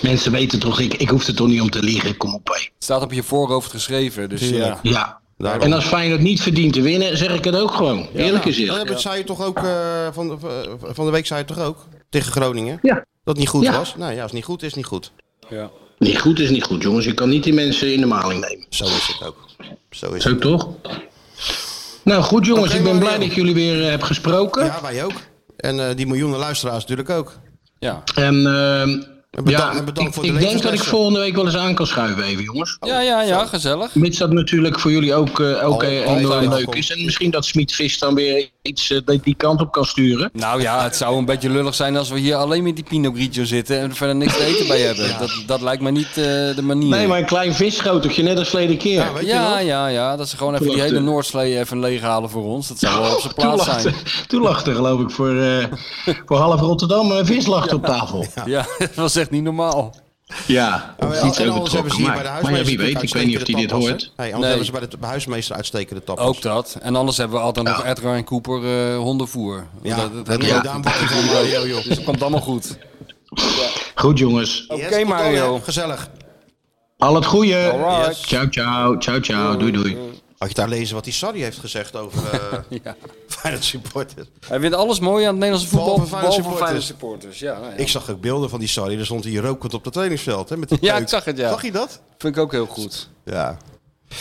[SPEAKER 8] Mensen weten toch, ik, ik hoef er toch niet om te liegen. Kom op hé.
[SPEAKER 4] Het staat op je voorhoofd geschreven. Dus ja.
[SPEAKER 1] Ja.
[SPEAKER 8] Ja.
[SPEAKER 3] Daarom.
[SPEAKER 8] En als Feyenoord niet verdient te winnen, zeg ik het ook gewoon. Eerlijk is
[SPEAKER 3] Dat
[SPEAKER 8] eerlijk.
[SPEAKER 3] heb ik, zei je toch ook, eh, van, de, eh, van de week zei je toch ook? Tegen Groningen?
[SPEAKER 8] Ja.
[SPEAKER 3] Dat het niet goed
[SPEAKER 8] Ja.
[SPEAKER 3] was? Nou ja, als het niet goed is, niet goed.
[SPEAKER 8] Niet goed is niet goed jongens. Je kan niet die mensen in de maling nemen.
[SPEAKER 3] Zo is het ook. Zo is
[SPEAKER 8] Zo
[SPEAKER 3] het.
[SPEAKER 8] toch? Nou goed jongens,
[SPEAKER 3] Oké,
[SPEAKER 8] ik ben blij
[SPEAKER 3] Mario.
[SPEAKER 8] dat ik jullie weer eh, heb gesproken.
[SPEAKER 3] Ja, wij ook. En eh, die miljoenen luisteraars natuurlijk ook. Nou
[SPEAKER 4] Ja.
[SPEAKER 8] En ehm,
[SPEAKER 3] bedankt-
[SPEAKER 8] ja,
[SPEAKER 3] en bedankt
[SPEAKER 8] ik,
[SPEAKER 3] voor de
[SPEAKER 8] ik denk dat ik
[SPEAKER 3] levenslessen.
[SPEAKER 8] volgende week wel eens aan kan schuiven even jongens.
[SPEAKER 4] ja, ja, ja, gezellig.
[SPEAKER 8] Mits dat natuurlijk voor jullie ook eh, oké
[SPEAKER 3] Al-
[SPEAKER 8] en
[SPEAKER 3] altijd
[SPEAKER 8] eh, leuk
[SPEAKER 3] welkom.
[SPEAKER 8] is. En misschien dat Smit Vis dan weer iets eh, die- die kant op kan sturen.
[SPEAKER 4] Nou ja, het zou een beetje lullig zijn als we hier alleen met die Pinot Grigio zitten en er verder niks te eten bij hebben. Dat, dat lijkt me niet eh, de manier.
[SPEAKER 8] Nee, maar een klein visschoteltje, net als verleden keer.
[SPEAKER 3] weet je
[SPEAKER 4] ja,
[SPEAKER 3] nog?
[SPEAKER 4] ja, ja. Dat ze gewoon even die
[SPEAKER 8] Toelachten.
[SPEAKER 4] hele Noordslee even leeghalen voor ons. Dat zou wel op zijn
[SPEAKER 8] Toen
[SPEAKER 4] plaats
[SPEAKER 8] lachte,
[SPEAKER 4] zijn.
[SPEAKER 8] toen lachte geloof ik voor, eh, voor half Rotterdam een vis lachte op tafel.
[SPEAKER 4] Ja, dat was echt niet normaal.
[SPEAKER 8] Ja,
[SPEAKER 3] Oh,
[SPEAKER 8] dat is
[SPEAKER 3] ja,
[SPEAKER 8] niet
[SPEAKER 3] en
[SPEAKER 8] zo
[SPEAKER 3] anders hebben
[SPEAKER 8] betrokken
[SPEAKER 3] ze hier bij de
[SPEAKER 8] gemaakt. Maar ja,
[SPEAKER 3] huismeester
[SPEAKER 8] wie weet, ik weet niet of
[SPEAKER 3] uitstekende
[SPEAKER 8] hij dit
[SPEAKER 3] tapas, hè?
[SPEAKER 8] hoort.
[SPEAKER 3] Nee, anders
[SPEAKER 4] Nee.
[SPEAKER 3] hebben ze bij de huismeester uitstekende tappers.
[SPEAKER 4] Ook dat. En anders hebben we altijd nog Edgar en Cooper eh, hondenvoer.
[SPEAKER 3] Ja,
[SPEAKER 4] Dat, dat
[SPEAKER 3] dat
[SPEAKER 4] hebben we
[SPEAKER 3] ja.
[SPEAKER 4] ook.
[SPEAKER 3] Daan Bakker van Mario, joh.
[SPEAKER 4] Dus het komt allemaal goed.
[SPEAKER 8] Goed jongens,
[SPEAKER 4] Oké
[SPEAKER 3] Yes, tot dan,
[SPEAKER 4] Mario.
[SPEAKER 3] hè. Gezellig.
[SPEAKER 8] al het goede.
[SPEAKER 4] Alright.
[SPEAKER 8] Ciao, ciao, ciao, ciao, doei, doei.
[SPEAKER 3] Had je daar lezen wat die Sarri heeft gezegd over eh
[SPEAKER 4] Ja.
[SPEAKER 3] Feyenoord supporters?
[SPEAKER 4] Hij vindt alles mooi aan het Nederlandse voetbal.
[SPEAKER 3] Behalve Feyenoord
[SPEAKER 4] Behalve
[SPEAKER 3] supporters.
[SPEAKER 4] Feyenoord supporters. Ja, nou ja.
[SPEAKER 3] Ik zag ook beelden van die Sarri. Daar stond hij rokend op het trainingsveld. Hè, met die
[SPEAKER 4] Ja,
[SPEAKER 3] peuk.
[SPEAKER 4] ik zag het, ja.
[SPEAKER 3] Zag je dat?
[SPEAKER 4] vind ik ook heel goed.
[SPEAKER 3] Ja.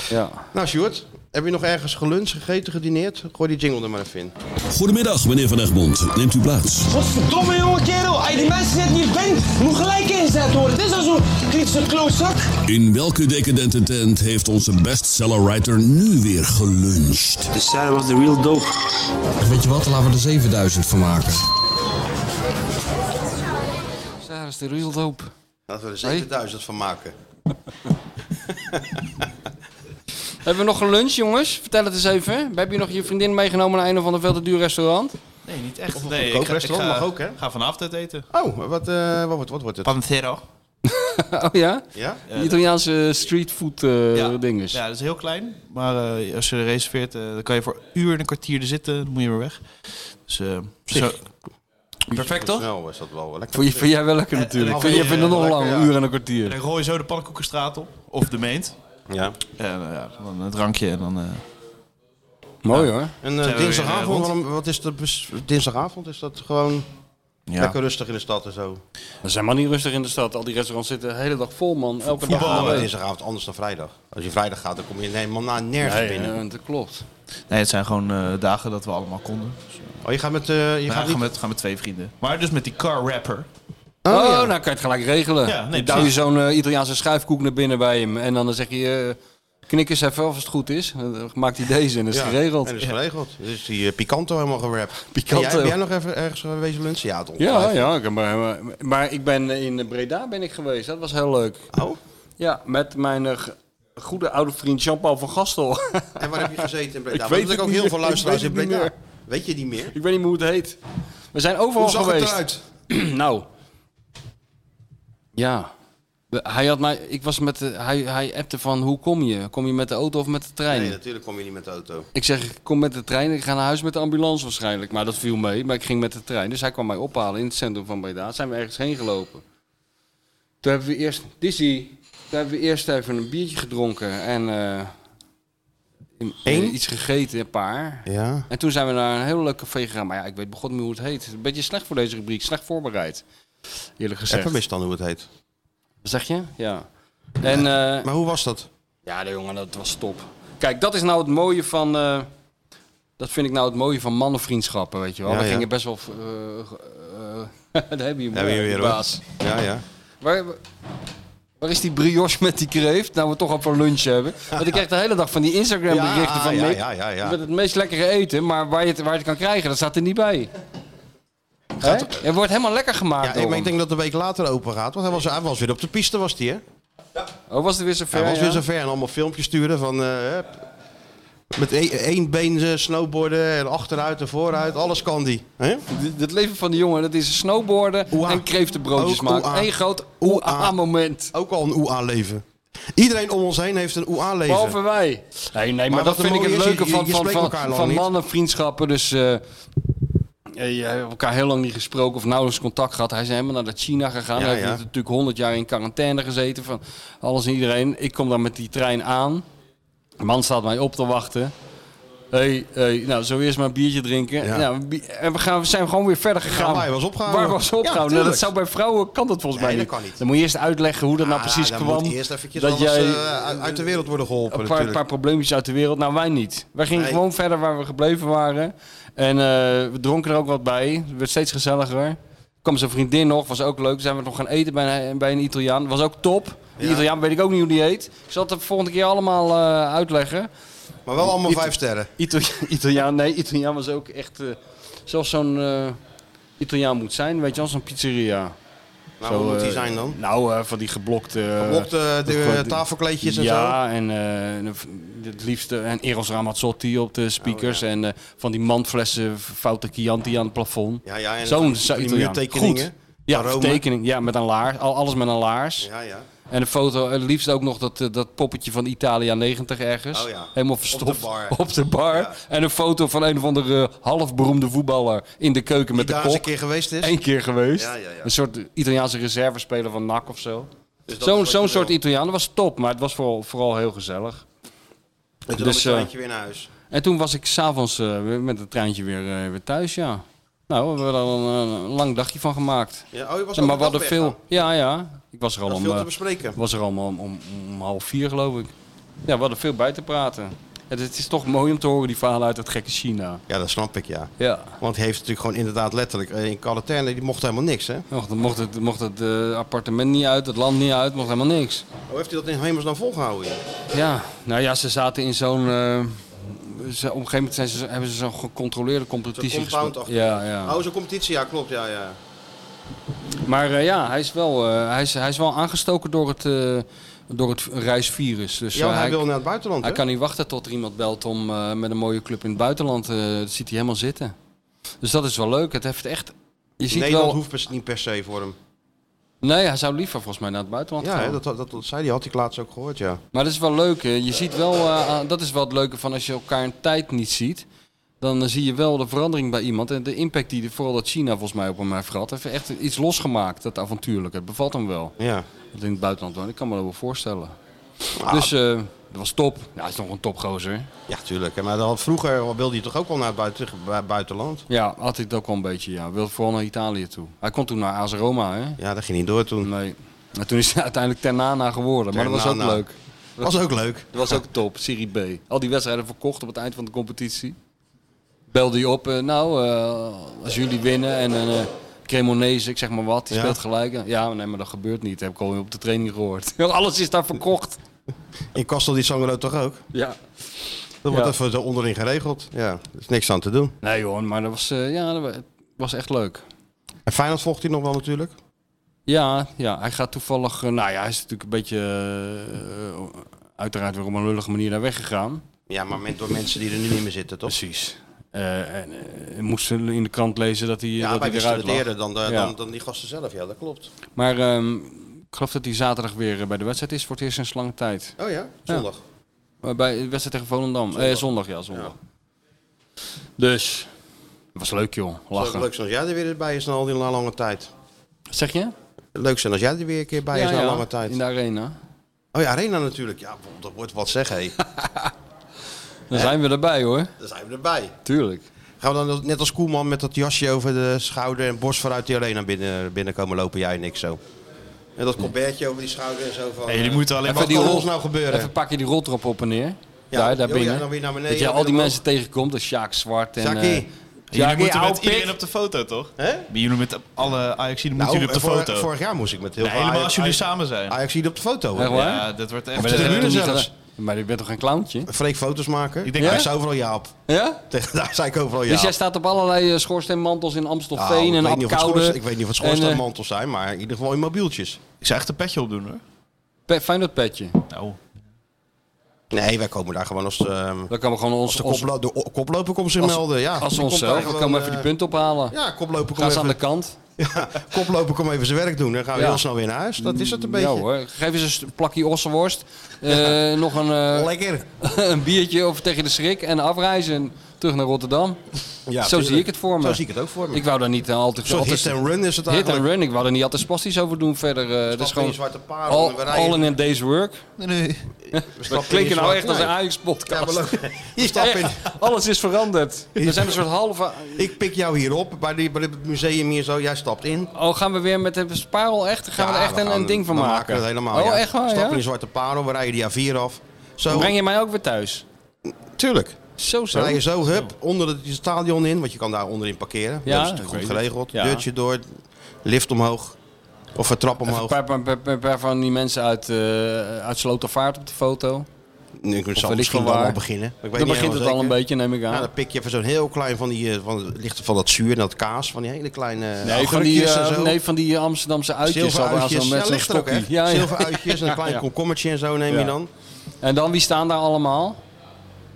[SPEAKER 4] Ja.
[SPEAKER 3] Nou, Sjoerd, heb je nog ergens geluncht, gegeten, gedineerd? Gooi die jingle er maar even in.
[SPEAKER 5] Goedemiddag, meneer Van Egmond. Neemt u plaats.
[SPEAKER 10] Godverdomme jonge kerel, als je die mensen net niet bent, moet gelijk inzet worden. Het is al zo'n kritische klootzak.
[SPEAKER 5] In welke decadente tent heeft onze bestsellerwriter nu weer geluncht?
[SPEAKER 11] De Sarah was de real dope. Weet je wat, laten we er 7000 van maken.
[SPEAKER 4] Sarah is de real dope.
[SPEAKER 3] Laten we er 7000 van maken.
[SPEAKER 4] Hebben we nog een lunch, jongens? Vertel het eens even. Heb je nog je vriendin meegenomen naar een of ander veel te duur restaurant?
[SPEAKER 1] Nee, niet echt. nee,
[SPEAKER 3] goedkoop restaurant mag ook, hè?
[SPEAKER 1] ga vanavond uit eten.
[SPEAKER 3] Oh, wat, eh, wat, wordt- wat wordt het?
[SPEAKER 1] Pantero.
[SPEAKER 4] Oh ja?
[SPEAKER 3] Ja?
[SPEAKER 4] Die Italiaanse streetfood eh
[SPEAKER 1] Ja.
[SPEAKER 4] dinges.
[SPEAKER 1] Ja, dat is heel klein. Maar eh, als je er reserveert, eh, dan kan je voor een uur en een kwartier er zitten. Dan moet je weer weg. Dus, eh, zo. Perfect toch?
[SPEAKER 3] Snel is dat wel lekker.
[SPEAKER 4] Vond, je, vond jij wel lekker natuurlijk.
[SPEAKER 1] en-
[SPEAKER 4] Vond je vindt het nog
[SPEAKER 3] lekker,
[SPEAKER 4] lang, een
[SPEAKER 3] ja.
[SPEAKER 4] uur en een
[SPEAKER 1] Dan
[SPEAKER 4] kwartier.
[SPEAKER 1] gooi je zo de pannenkoekenstraat op. Of de meent.
[SPEAKER 3] Ja.
[SPEAKER 1] En eh, ja, dan een drankje en dan... eh,
[SPEAKER 4] Mooi hoor.
[SPEAKER 3] En eh,
[SPEAKER 1] Zijn we weer, eh,
[SPEAKER 3] dinsdagavond,
[SPEAKER 1] rond?
[SPEAKER 3] waarom- wat is de bes- dinsdagavond is dat gewoon
[SPEAKER 1] ja.
[SPEAKER 3] lekker rustig in de stad en zo.
[SPEAKER 4] Dat zijn maar niet rustig in de stad. Al die restaurants zitten de hele dag vol man. Elke dag. eh,
[SPEAKER 3] Ja,
[SPEAKER 1] Voetbal,
[SPEAKER 4] van de
[SPEAKER 3] maar
[SPEAKER 1] hè?
[SPEAKER 4] week.
[SPEAKER 3] dinsdagavond anders dan vrijdag. Als je vrijdag gaat, dan kom je helemaal na nergens
[SPEAKER 4] Nee,
[SPEAKER 3] binnen.
[SPEAKER 4] eh, dat klopt.
[SPEAKER 1] Nee, het zijn gewoon eh, dagen dat we allemaal konden. Dus,
[SPEAKER 3] Oh, je gaat met, eh, je
[SPEAKER 1] ja,
[SPEAKER 3] gaat
[SPEAKER 1] gaan,
[SPEAKER 3] niet...
[SPEAKER 1] met, gaan met twee vrienden. Maar dus met die car rapper.
[SPEAKER 4] Oh,
[SPEAKER 3] ja.
[SPEAKER 4] nou kan je het gelijk regelen.
[SPEAKER 1] Ja, nee,
[SPEAKER 4] Dan duw je
[SPEAKER 1] precies.
[SPEAKER 4] zo'n eh, Italiaanse schuifkoek naar binnen bij hem. En dan zeg je... eh, Knik eens even of het goed is. Dan maakt hij deze en is
[SPEAKER 3] Ja,
[SPEAKER 4] geregeld.
[SPEAKER 3] en dat is geregeld. Dus die eh, Picanto helemaal gewrapt.
[SPEAKER 4] Picanto.
[SPEAKER 3] En Jij, ben jij nog even ergens geweest lunchen? Ja, het
[SPEAKER 4] Ja,
[SPEAKER 3] ongetwijfeld.
[SPEAKER 4] ja. Ik heb maar, maar- maar ik ben eh, in Breda ben ik geweest. Dat was heel leuk.
[SPEAKER 3] Oh?
[SPEAKER 4] Ja, met mijn eh, g- goede oude vriend Jean-Paul van Gastel.
[SPEAKER 3] En waar heb je gezeten in Breda?
[SPEAKER 4] Ik
[SPEAKER 3] Want
[SPEAKER 4] weet
[SPEAKER 3] er zijn
[SPEAKER 4] het
[SPEAKER 3] ook heel
[SPEAKER 4] niet
[SPEAKER 3] veel
[SPEAKER 4] meer.
[SPEAKER 3] luisteraars
[SPEAKER 4] Ik
[SPEAKER 3] in
[SPEAKER 4] weet het
[SPEAKER 3] Breda.
[SPEAKER 4] niet
[SPEAKER 3] Weet je niet meer?
[SPEAKER 4] ik weet niet meer hoe het heet. We zijn overal
[SPEAKER 3] Hoe zag het
[SPEAKER 4] geweest.
[SPEAKER 3] eruit?
[SPEAKER 4] nou. Ja. We- Hij had mij, ik was met de, hij, hij appte van hoe kom je? Kom je met de auto of met de trein?
[SPEAKER 3] Nee, natuurlijk kom je niet met de auto.
[SPEAKER 4] Ik zeg, ik kom met de trein. Ik ga naar huis met de ambulance waarschijnlijk. Maar dat viel mee. Maar ik ging met de trein. Dus hij kwam mij ophalen in het centrum van Breda. Zijn we ergens heen gelopen. Toen hebben we eerst... Dizzy, toen hebben we eerst even een biertje gedronken. En... eh, in-
[SPEAKER 3] Eén?
[SPEAKER 4] Iets gegeten, een paar.
[SPEAKER 3] Ja.
[SPEAKER 4] En toen zijn we naar een heel leuk café gegaan. Maar ja, ik weet begot niet hoe het heet. Een beetje slecht voor deze rubriek. Slecht voorbereid. Eerlijk gezegd.
[SPEAKER 3] Even dan hoe het heet.
[SPEAKER 4] Zeg je? Ja. En... eh,
[SPEAKER 3] Maar hoe was dat?
[SPEAKER 4] ja, de jongen, dat was top. Kijk, dat is nou het mooie van. eh, dat vind ik nou het mooie van mannenvriendschappen, weet je wel.
[SPEAKER 3] Ja,
[SPEAKER 4] We
[SPEAKER 3] ja.
[SPEAKER 4] gingen best wel. eh, eh, daar heb je hem
[SPEAKER 3] Hebben
[SPEAKER 4] eh,
[SPEAKER 3] we weer
[SPEAKER 4] baas.
[SPEAKER 3] hoor. Ja, ja.
[SPEAKER 4] Waar, waar is die brioche met die kreeft? Nou, we toch al voor lunch hebben. Want ik krijg de hele dag van die Instagram-berichten
[SPEAKER 3] Ja,
[SPEAKER 4] van
[SPEAKER 3] ja,
[SPEAKER 4] Nick.
[SPEAKER 3] ja, ja, ja.
[SPEAKER 4] Met het meest lekkere eten, maar waar je, het, waar je het kan krijgen, dat staat er niet bij. Hè? Het wordt helemaal lekker gemaakt.
[SPEAKER 3] Ja, ik,
[SPEAKER 4] door
[SPEAKER 3] maar ik
[SPEAKER 4] hem.
[SPEAKER 3] denk dat de week later open gaat. Want hij was, hij was weer op de piste, was hij, hè?
[SPEAKER 4] Oh, was het weer zover?
[SPEAKER 3] Hij was weer
[SPEAKER 4] ja?
[SPEAKER 3] zover en allemaal filmpjes sturen van... eh, met e- één been eh, snowboarden en achteruit en vooruit. Alles kan die. Hè?
[SPEAKER 4] D- Het leven van de jongen, dat is snowboarden
[SPEAKER 3] Oeah.
[SPEAKER 4] en kreeftenbroodjes
[SPEAKER 3] Ook
[SPEAKER 4] maken.
[SPEAKER 3] oeah.
[SPEAKER 4] Eén groot ah,
[SPEAKER 3] Oeah.
[SPEAKER 4] oea-moment.
[SPEAKER 3] Ook al een OEA-leven. Iedereen om ons heen heeft een OEA-leven.
[SPEAKER 4] Behalve wij. Nee, nee, maar,
[SPEAKER 3] Maar
[SPEAKER 4] dat
[SPEAKER 3] wat
[SPEAKER 4] vind ik
[SPEAKER 3] mooi
[SPEAKER 4] het
[SPEAKER 3] is, je-
[SPEAKER 4] leuke
[SPEAKER 3] je-
[SPEAKER 4] van,
[SPEAKER 3] je
[SPEAKER 4] van,
[SPEAKER 3] spreekt
[SPEAKER 4] van,
[SPEAKER 3] elkaar lang
[SPEAKER 4] van
[SPEAKER 3] niet.
[SPEAKER 4] mannenvriendschappen. Dus eh, eh, je hebt elkaar heel lang niet gesproken of nauwelijks contact gehad. Hij is helemaal naar dat China gegaan.
[SPEAKER 3] Ja,
[SPEAKER 4] hij heeft
[SPEAKER 3] ja.
[SPEAKER 4] natuurlijk honderd jaar in quarantaine gezeten van alles en iedereen. Ik kom dan met die trein aan. De man staat mij op te wachten. hey, hey, nou, zo eerst maar een biertje drinken.
[SPEAKER 3] Ja.
[SPEAKER 4] Nou, een bier- en we, gaan, we zijn gewoon weer verder gegaan.
[SPEAKER 3] waar je was opgehouden.
[SPEAKER 4] Waar was opgehouden?
[SPEAKER 3] Ja,
[SPEAKER 4] Nou,
[SPEAKER 3] tuurlijk.
[SPEAKER 4] dat zou bij vrouwen, kan dat volgens
[SPEAKER 3] Nee,
[SPEAKER 4] mij
[SPEAKER 3] dat
[SPEAKER 4] niet.
[SPEAKER 3] kan niet.
[SPEAKER 4] Dan moet je eerst uitleggen hoe dat nou
[SPEAKER 3] Ah,
[SPEAKER 4] precies
[SPEAKER 3] dan
[SPEAKER 4] kwam.
[SPEAKER 3] moet eerst eventjes eh, dat uit de wereld worden geholpen
[SPEAKER 4] een paar,
[SPEAKER 3] natuurlijk.
[SPEAKER 4] paar probleempjes uit de wereld. Nou, wij niet. Wij gingen
[SPEAKER 3] Nee.
[SPEAKER 4] gewoon verder waar we gebleven waren. En eh, we dronken er ook wat bij. Het werd steeds gezelliger. Kwam zijn vriendin nog, was ook leuk. Zijn we nog gaan eten bij een, bij een Italiaan. Was ook top. Die
[SPEAKER 3] Ja.
[SPEAKER 4] Italiaan weet ik ook niet hoe die heet. Ik zal het de volgende keer allemaal eh, uitleggen.
[SPEAKER 3] Maar wel allemaal
[SPEAKER 4] Ita-
[SPEAKER 3] vijf sterren.
[SPEAKER 4] Itali- Italiaan, nee, Italiaan was ook echt... eh, zoals zo'n eh, Italiaan moet zijn, weet je wel, zo'n pizzeria.
[SPEAKER 3] Nou,
[SPEAKER 4] Zo,
[SPEAKER 3] hoe moet die
[SPEAKER 4] eh,
[SPEAKER 3] zijn dan?
[SPEAKER 4] Nou, eh, van die geblokte... eh,
[SPEAKER 3] Op de, de,
[SPEAKER 4] dat-
[SPEAKER 3] eh, tafelkleedjes en zo?
[SPEAKER 4] ja, en eh, de- het liefste en Eros Ramazzotti op de speakers
[SPEAKER 3] Oh,
[SPEAKER 4] en eh, van die mandflessen foute Chianti aan het plafond.
[SPEAKER 3] Ja, ja. En
[SPEAKER 4] Zo'n
[SPEAKER 3] die
[SPEAKER 4] zo- Italiaan.
[SPEAKER 3] muurtekeningen
[SPEAKER 4] Goed. Ja,
[SPEAKER 3] van Rome.
[SPEAKER 4] tekening. Ja, met een laars. Al, alles met een laars.
[SPEAKER 3] Ja, ja.
[SPEAKER 4] En een foto, het liefst ook nog dat, eh, dat poppetje van Italia 90 ergens.
[SPEAKER 3] Oh ja.
[SPEAKER 4] Helemaal verstopt.
[SPEAKER 3] Op de bar.
[SPEAKER 4] Op de bar.
[SPEAKER 3] Ja.
[SPEAKER 4] En een foto van een of andere halfberoemde voetballer in de keuken
[SPEAKER 3] Die
[SPEAKER 4] met de
[SPEAKER 3] daar
[SPEAKER 4] kop.
[SPEAKER 3] eens een keer geweest is.
[SPEAKER 4] Eén keer geweest.
[SPEAKER 3] Ja, ja, ja.
[SPEAKER 4] Een soort Italiaanse reservespeler van NAC of zo.
[SPEAKER 3] Dus dat is
[SPEAKER 4] Zo'n
[SPEAKER 3] wat je
[SPEAKER 4] zo'n
[SPEAKER 3] wil.
[SPEAKER 4] soort Italiaan. Dat was top, maar het was vooral, vooral heel gezellig.
[SPEAKER 3] En toen
[SPEAKER 4] Dus,
[SPEAKER 3] dus,
[SPEAKER 4] eh,
[SPEAKER 3] treintje weer naar huis.
[SPEAKER 4] En toen was ik s'avonds eh, weer met het treintje weer, eh, weer thuis, ja. Nou, we hebben er al een, een lang dagje van gemaakt.
[SPEAKER 3] Ja, oh, je was
[SPEAKER 4] maar
[SPEAKER 3] ook
[SPEAKER 4] we hadden
[SPEAKER 3] weg,
[SPEAKER 4] veel...
[SPEAKER 3] nou.
[SPEAKER 4] Ja, ja. Ik was er al
[SPEAKER 3] Dat
[SPEAKER 4] om,
[SPEAKER 3] veel te
[SPEAKER 4] eh,
[SPEAKER 3] bespreken.
[SPEAKER 4] was er allemaal om, om, om half vier, geloof ik. Ja, we hadden veel bij te praten. Het, het is toch mooi om te horen, die verhalen uit het gekke China.
[SPEAKER 3] Ja, dat snap ik, ja.
[SPEAKER 4] Ja.
[SPEAKER 3] Want hij heeft natuurlijk gewoon inderdaad letterlijk eh, in quarantaine, die mocht helemaal niks, hè?
[SPEAKER 4] Och, dan mocht het, mocht het eh, appartement niet uit, het land niet uit, mocht helemaal niks.
[SPEAKER 3] Hoe Oh, heeft hij dat in hemelsnaam volgehouden? joh?
[SPEAKER 4] Ja, nou ja, ze zaten in zo'n. eh, ze, op een gegeven moment zijn ze, hebben ze zo'n gecontroleerde competitie
[SPEAKER 3] Zo'n compound
[SPEAKER 4] gespeeld. Ja, ja.
[SPEAKER 3] Oh, zo'n competitie, ja, klopt, ja, ja.
[SPEAKER 4] Maar eh, ja, hij is, wel, eh, hij, is, hij is wel aangestoken door het, eh, door het reisvirus. Dus,
[SPEAKER 3] Ja,
[SPEAKER 4] eh,
[SPEAKER 3] want hij
[SPEAKER 4] hij,
[SPEAKER 3] wil naar het buitenland,
[SPEAKER 4] hij
[SPEAKER 3] hè?
[SPEAKER 4] kan niet wachten tot er iemand belt om eh, met een mooie club in het buitenland. eh, dat ziet hij helemaal zitten. Dus dat is wel leuk. Het heeft echt. Je ziet
[SPEAKER 3] Nederland
[SPEAKER 4] wel.
[SPEAKER 3] hoeft best niet per se voor hem.
[SPEAKER 4] Nee, hij zou liever volgens mij naar het buitenland
[SPEAKER 3] Ja,
[SPEAKER 4] gaan.
[SPEAKER 3] hè, dat, dat, dat zei hij, had ik laatst ook gehoord, ja.
[SPEAKER 4] Maar dat is wel leuk. hè. Je ziet wel, eh, aan- dat is wel het leuke van als je elkaar een tijd niet ziet. Dan eh, zie je wel de verandering bij iemand. En de impact die de- vooral dat China volgens mij op hem heeft gehad. Heeft echt iets losgemaakt, dat avontuurlijke. Het bevalt hem wel.
[SPEAKER 3] Ja.
[SPEAKER 4] Dat in het buitenland woont. Ik kan me dat wel voorstellen. Dus eh, dat was top. Ja, hij is nog een topgozer.
[SPEAKER 3] Ja, tuurlijk. hè, Maar dat had, vroeger wilde hij toch ook wel naar het buiten, bu- buitenland?
[SPEAKER 4] Ja, had ik dat ook wel een beetje. Ja. Wilde vooral naar Italië toe. Hij kon toen naar AS Roma, hè?
[SPEAKER 3] Ja, dat ging niet door toen.
[SPEAKER 4] Nee. En toen is hij uiteindelijk Ternana geworden. Maar dat was ook
[SPEAKER 3] Ternana.
[SPEAKER 4] leuk.
[SPEAKER 3] Was ook leuk.
[SPEAKER 4] Dat was ook top, Serie B. Al die wedstrijden verkocht op het eind van de competitie. Belde hij op, eh, nou, eh, als jullie winnen en eh Cremonese, ik zeg maar wat, die
[SPEAKER 3] Ja.
[SPEAKER 4] speelt gelijk. Ja, nee, maar dat gebeurt niet, heb ik alweer op de training gehoord. Alles is daar verkocht.
[SPEAKER 3] In Kastel die Sangelo toch ook?
[SPEAKER 4] Ja.
[SPEAKER 3] Dat wordt
[SPEAKER 4] Ja.
[SPEAKER 3] even zo onderin geregeld. Ja, er is niks aan te doen.
[SPEAKER 4] Nee joh, maar dat was, eh, ja, dat wa- was echt leuk.
[SPEAKER 3] En Feyenoord vocht hij nog wel natuurlijk.
[SPEAKER 4] Ja, ja, hij gaat toevallig. eh, nou ja, hij is natuurlijk een beetje. eh, uiteraard weer op een lullige manier daar weggegaan.
[SPEAKER 3] Ja, maar met, door mensen die er nu niet meer zitten, toch?
[SPEAKER 4] Precies. Eh, en eh, moesten in de krant lezen dat hij, eh,
[SPEAKER 3] Ja,
[SPEAKER 4] dat
[SPEAKER 3] wij
[SPEAKER 4] hij
[SPEAKER 3] wisten
[SPEAKER 4] eruit
[SPEAKER 3] het
[SPEAKER 4] lag.
[SPEAKER 3] eerder dan, de-
[SPEAKER 4] Ja.
[SPEAKER 3] dan, dan die gasten zelf. Ja, dat klopt.
[SPEAKER 4] Maar ehm, ik geloof dat hij zaterdag weer eh, bij de wedstrijd is voor het eerst sinds lange tijd.
[SPEAKER 3] Oh ja, zondag.
[SPEAKER 4] Maar Bij de wedstrijd tegen Volendam. Zondag,
[SPEAKER 3] Zondag.
[SPEAKER 4] zondag ja, zondag. Dus. Was leuk joh,
[SPEAKER 3] Het zou
[SPEAKER 4] lachen.
[SPEAKER 3] leuk zijn als jij er weer bij is na al die lange tijd.
[SPEAKER 4] Zeg je?
[SPEAKER 3] Leuk zijn als jij er weer een keer bij is na lange tijd.
[SPEAKER 4] In de arena.
[SPEAKER 3] Oh ja, Arena natuurlijk. Ja, dat wordt wat zeggen. hé.
[SPEAKER 4] Dan zijn we erbij hoor.
[SPEAKER 3] Daar zijn we erbij.
[SPEAKER 4] Tuurlijk.
[SPEAKER 3] Gaan we dan net als Koelman met dat jasje over de schouder en borst vooruit die Arena binnen, binnenkomen lopen, jij en ik zo. En dat colbertje over die schouder en zo van... eh,
[SPEAKER 1] Nee, jullie moeten alleen
[SPEAKER 3] maar...
[SPEAKER 1] maar-
[SPEAKER 3] Wat kan
[SPEAKER 4] rol-
[SPEAKER 3] ons nou gebeuren?
[SPEAKER 4] Even pak je die roltrap op en neer.
[SPEAKER 3] Ja,
[SPEAKER 4] daar, daar
[SPEAKER 3] joh,
[SPEAKER 4] binnen.
[SPEAKER 3] ja, dan weer naar beneden,
[SPEAKER 4] dat je
[SPEAKER 3] dan
[SPEAKER 4] al
[SPEAKER 3] weer
[SPEAKER 4] die
[SPEAKER 3] omhoog.
[SPEAKER 4] mensen tegenkomt. Dat Sjaak Zwart en...
[SPEAKER 3] Sjaakie.
[SPEAKER 4] eh,
[SPEAKER 3] Jullie
[SPEAKER 1] Jullie
[SPEAKER 4] Sjaakie,
[SPEAKER 1] moeten
[SPEAKER 4] ouwe
[SPEAKER 1] met
[SPEAKER 4] pik.
[SPEAKER 1] iedereen op de foto, toch?
[SPEAKER 3] Hè?
[SPEAKER 1] Jullie met alle Ajaxiden
[SPEAKER 3] Nou,
[SPEAKER 1] moeten jullie op de
[SPEAKER 3] vor-
[SPEAKER 1] foto.
[SPEAKER 3] Vorig jaar moest ik met heel
[SPEAKER 1] Nee,
[SPEAKER 3] veel
[SPEAKER 1] helemaal
[SPEAKER 3] Ajax-
[SPEAKER 1] als jullie
[SPEAKER 3] Ajax-
[SPEAKER 1] samen zijn.
[SPEAKER 3] Ajax hier op de foto.
[SPEAKER 4] Echt
[SPEAKER 3] hoor.
[SPEAKER 4] waar?
[SPEAKER 1] Ja, dat wordt echt... eh,
[SPEAKER 3] Maar
[SPEAKER 4] dat
[SPEAKER 3] de
[SPEAKER 4] heb je
[SPEAKER 3] tribune
[SPEAKER 4] toch Eh,
[SPEAKER 3] zelfs.
[SPEAKER 4] niet gedaan? Maar je bent toch een clowntje?
[SPEAKER 3] Freek foto's maken.
[SPEAKER 1] Ik
[SPEAKER 3] Ik
[SPEAKER 1] denk-
[SPEAKER 3] denk,
[SPEAKER 1] Ja?
[SPEAKER 3] Hij zei overal ja op.
[SPEAKER 4] Ja?
[SPEAKER 3] Tegen, daar zei ik overal ja
[SPEAKER 4] Dus jij
[SPEAKER 3] op.
[SPEAKER 4] staat op allerlei eh, schoorsteenmantels in
[SPEAKER 3] Nou,
[SPEAKER 4] Amstelveen en
[SPEAKER 3] ik, weet niet of het
[SPEAKER 4] Apkoude.
[SPEAKER 3] schoorste- ik weet niet of het
[SPEAKER 4] En, eh,
[SPEAKER 3] schoorsteenmantels zijn, maar in ieder geval in mobieltjes.
[SPEAKER 1] Ik zou echt een petje opdoen, hoor.
[SPEAKER 4] Pe- Feyenoord petje.
[SPEAKER 1] Nou,
[SPEAKER 3] Nee, wij komen daar gewoon als... ehm,
[SPEAKER 4] Dan kan we gewoon ons,
[SPEAKER 3] De,
[SPEAKER 4] ons,
[SPEAKER 3] koplo de o- koploper komt zich
[SPEAKER 4] als-
[SPEAKER 3] melden. Ja,
[SPEAKER 4] als
[SPEAKER 3] Die
[SPEAKER 4] we
[SPEAKER 3] komt
[SPEAKER 4] onszelf.
[SPEAKER 3] daar
[SPEAKER 4] We
[SPEAKER 3] gewoon,
[SPEAKER 4] komen even
[SPEAKER 3] eh,
[SPEAKER 4] die punt ophalen.
[SPEAKER 3] Ja, koploper kom,
[SPEAKER 4] Gaan ze aan de
[SPEAKER 3] even,
[SPEAKER 4] kant.
[SPEAKER 3] koploper kom even zijn werk doen. Dan gaan we
[SPEAKER 4] Ja.
[SPEAKER 3] heel snel weer naar huis. Dat is het een beetje.
[SPEAKER 4] Ja Nou, hoor. Geef eens een st- plakje ossenworst. eh, Nog een, eh,
[SPEAKER 3] Lekker.
[SPEAKER 4] een biertje of tegen de schrik. En afreizen. En terug naar Rotterdam.
[SPEAKER 3] Ja,
[SPEAKER 4] Zo
[SPEAKER 3] tuurlijk.
[SPEAKER 4] zie ik het voor me.
[SPEAKER 3] Zo zie ik het ook voor me.
[SPEAKER 4] Ik wou daar niet eh, al te
[SPEAKER 3] Een soort
[SPEAKER 4] al te-
[SPEAKER 3] hit and run is het
[SPEAKER 4] Hit
[SPEAKER 3] eigenlijk.
[SPEAKER 4] and run, ik wou er niet altijd spastisch over doen verder. eh, dat
[SPEAKER 3] stappen
[SPEAKER 4] is gewoon
[SPEAKER 3] in zwarte parel
[SPEAKER 4] all,
[SPEAKER 3] en we rijden.
[SPEAKER 4] all in a day's work.
[SPEAKER 3] We
[SPEAKER 4] Dat
[SPEAKER 3] stappen
[SPEAKER 4] klinkt
[SPEAKER 3] in
[SPEAKER 4] nou
[SPEAKER 3] zwart-
[SPEAKER 4] echt als een
[SPEAKER 3] Nee. Ja,
[SPEAKER 4] Ajax-podcast.
[SPEAKER 3] maar leuk. Je stapt in.
[SPEAKER 4] Alles is veranderd. We zijn een soort halve...
[SPEAKER 3] Ik pik jou hier op bij, die, bij het museum hier zo. Jij stapt in.
[SPEAKER 4] Oh, gaan we weer met de sparel echt? Gaan we
[SPEAKER 3] Ja,
[SPEAKER 4] er echt een,
[SPEAKER 3] gaan-
[SPEAKER 4] een ding van
[SPEAKER 3] we
[SPEAKER 4] maken?
[SPEAKER 3] maken het helemaal.
[SPEAKER 4] Oh,
[SPEAKER 3] ja.
[SPEAKER 4] echt waar,
[SPEAKER 3] Stappen
[SPEAKER 4] ja?
[SPEAKER 3] in zwarte parel. We rijden die A4 af. Zo,
[SPEAKER 4] Dan breng je mij ook weer thuis.
[SPEAKER 3] tuurlijk.
[SPEAKER 4] Zo
[SPEAKER 3] Dan
[SPEAKER 4] zo.
[SPEAKER 3] rij je zo, hup, onder het stadion in. Want je kan daar onderin parkeren.
[SPEAKER 4] Ja,
[SPEAKER 3] dat is
[SPEAKER 4] ik
[SPEAKER 3] natuurlijk
[SPEAKER 4] weet
[SPEAKER 3] goed
[SPEAKER 4] het.
[SPEAKER 3] geregeld.
[SPEAKER 4] Ja.
[SPEAKER 3] Deurtje door. Lift omhoog. Of een trap
[SPEAKER 4] Even Een
[SPEAKER 3] omhoog.
[SPEAKER 4] paar, paar, paar- paar- paar van die mensen uit, eh uit Slotervaart op de foto.
[SPEAKER 3] Nu kunnen
[SPEAKER 4] weet
[SPEAKER 3] ze
[SPEAKER 4] ik
[SPEAKER 3] misschien
[SPEAKER 4] veel
[SPEAKER 3] wel
[SPEAKER 4] waar.
[SPEAKER 3] al beginnen. Ik weet
[SPEAKER 4] Dan
[SPEAKER 3] niet
[SPEAKER 4] begint het
[SPEAKER 3] helemaal
[SPEAKER 4] al een
[SPEAKER 3] zeker.
[SPEAKER 4] beetje, neem ik aan.
[SPEAKER 3] Ja, dan pik je even zo'n heel klein van die, eh, van, het ligt van dat zuur en dat kaas, van die hele kleine eh,
[SPEAKER 4] nee, van die,
[SPEAKER 3] augurkjes en
[SPEAKER 4] eh,
[SPEAKER 3] zo.
[SPEAKER 4] nee, van die Amsterdamse uitjes. al- als
[SPEAKER 3] Zilveruitjes,
[SPEAKER 4] dan
[SPEAKER 3] ja,
[SPEAKER 4] Met zo'n
[SPEAKER 3] ligt er ook, hè?
[SPEAKER 4] stokkie. Ja, ja.
[SPEAKER 3] Zilveruitjes en een klein
[SPEAKER 4] Ja.
[SPEAKER 3] komkommertje en zo neem
[SPEAKER 4] Ja.
[SPEAKER 3] je dan.
[SPEAKER 4] En dan, wie staan daar allemaal?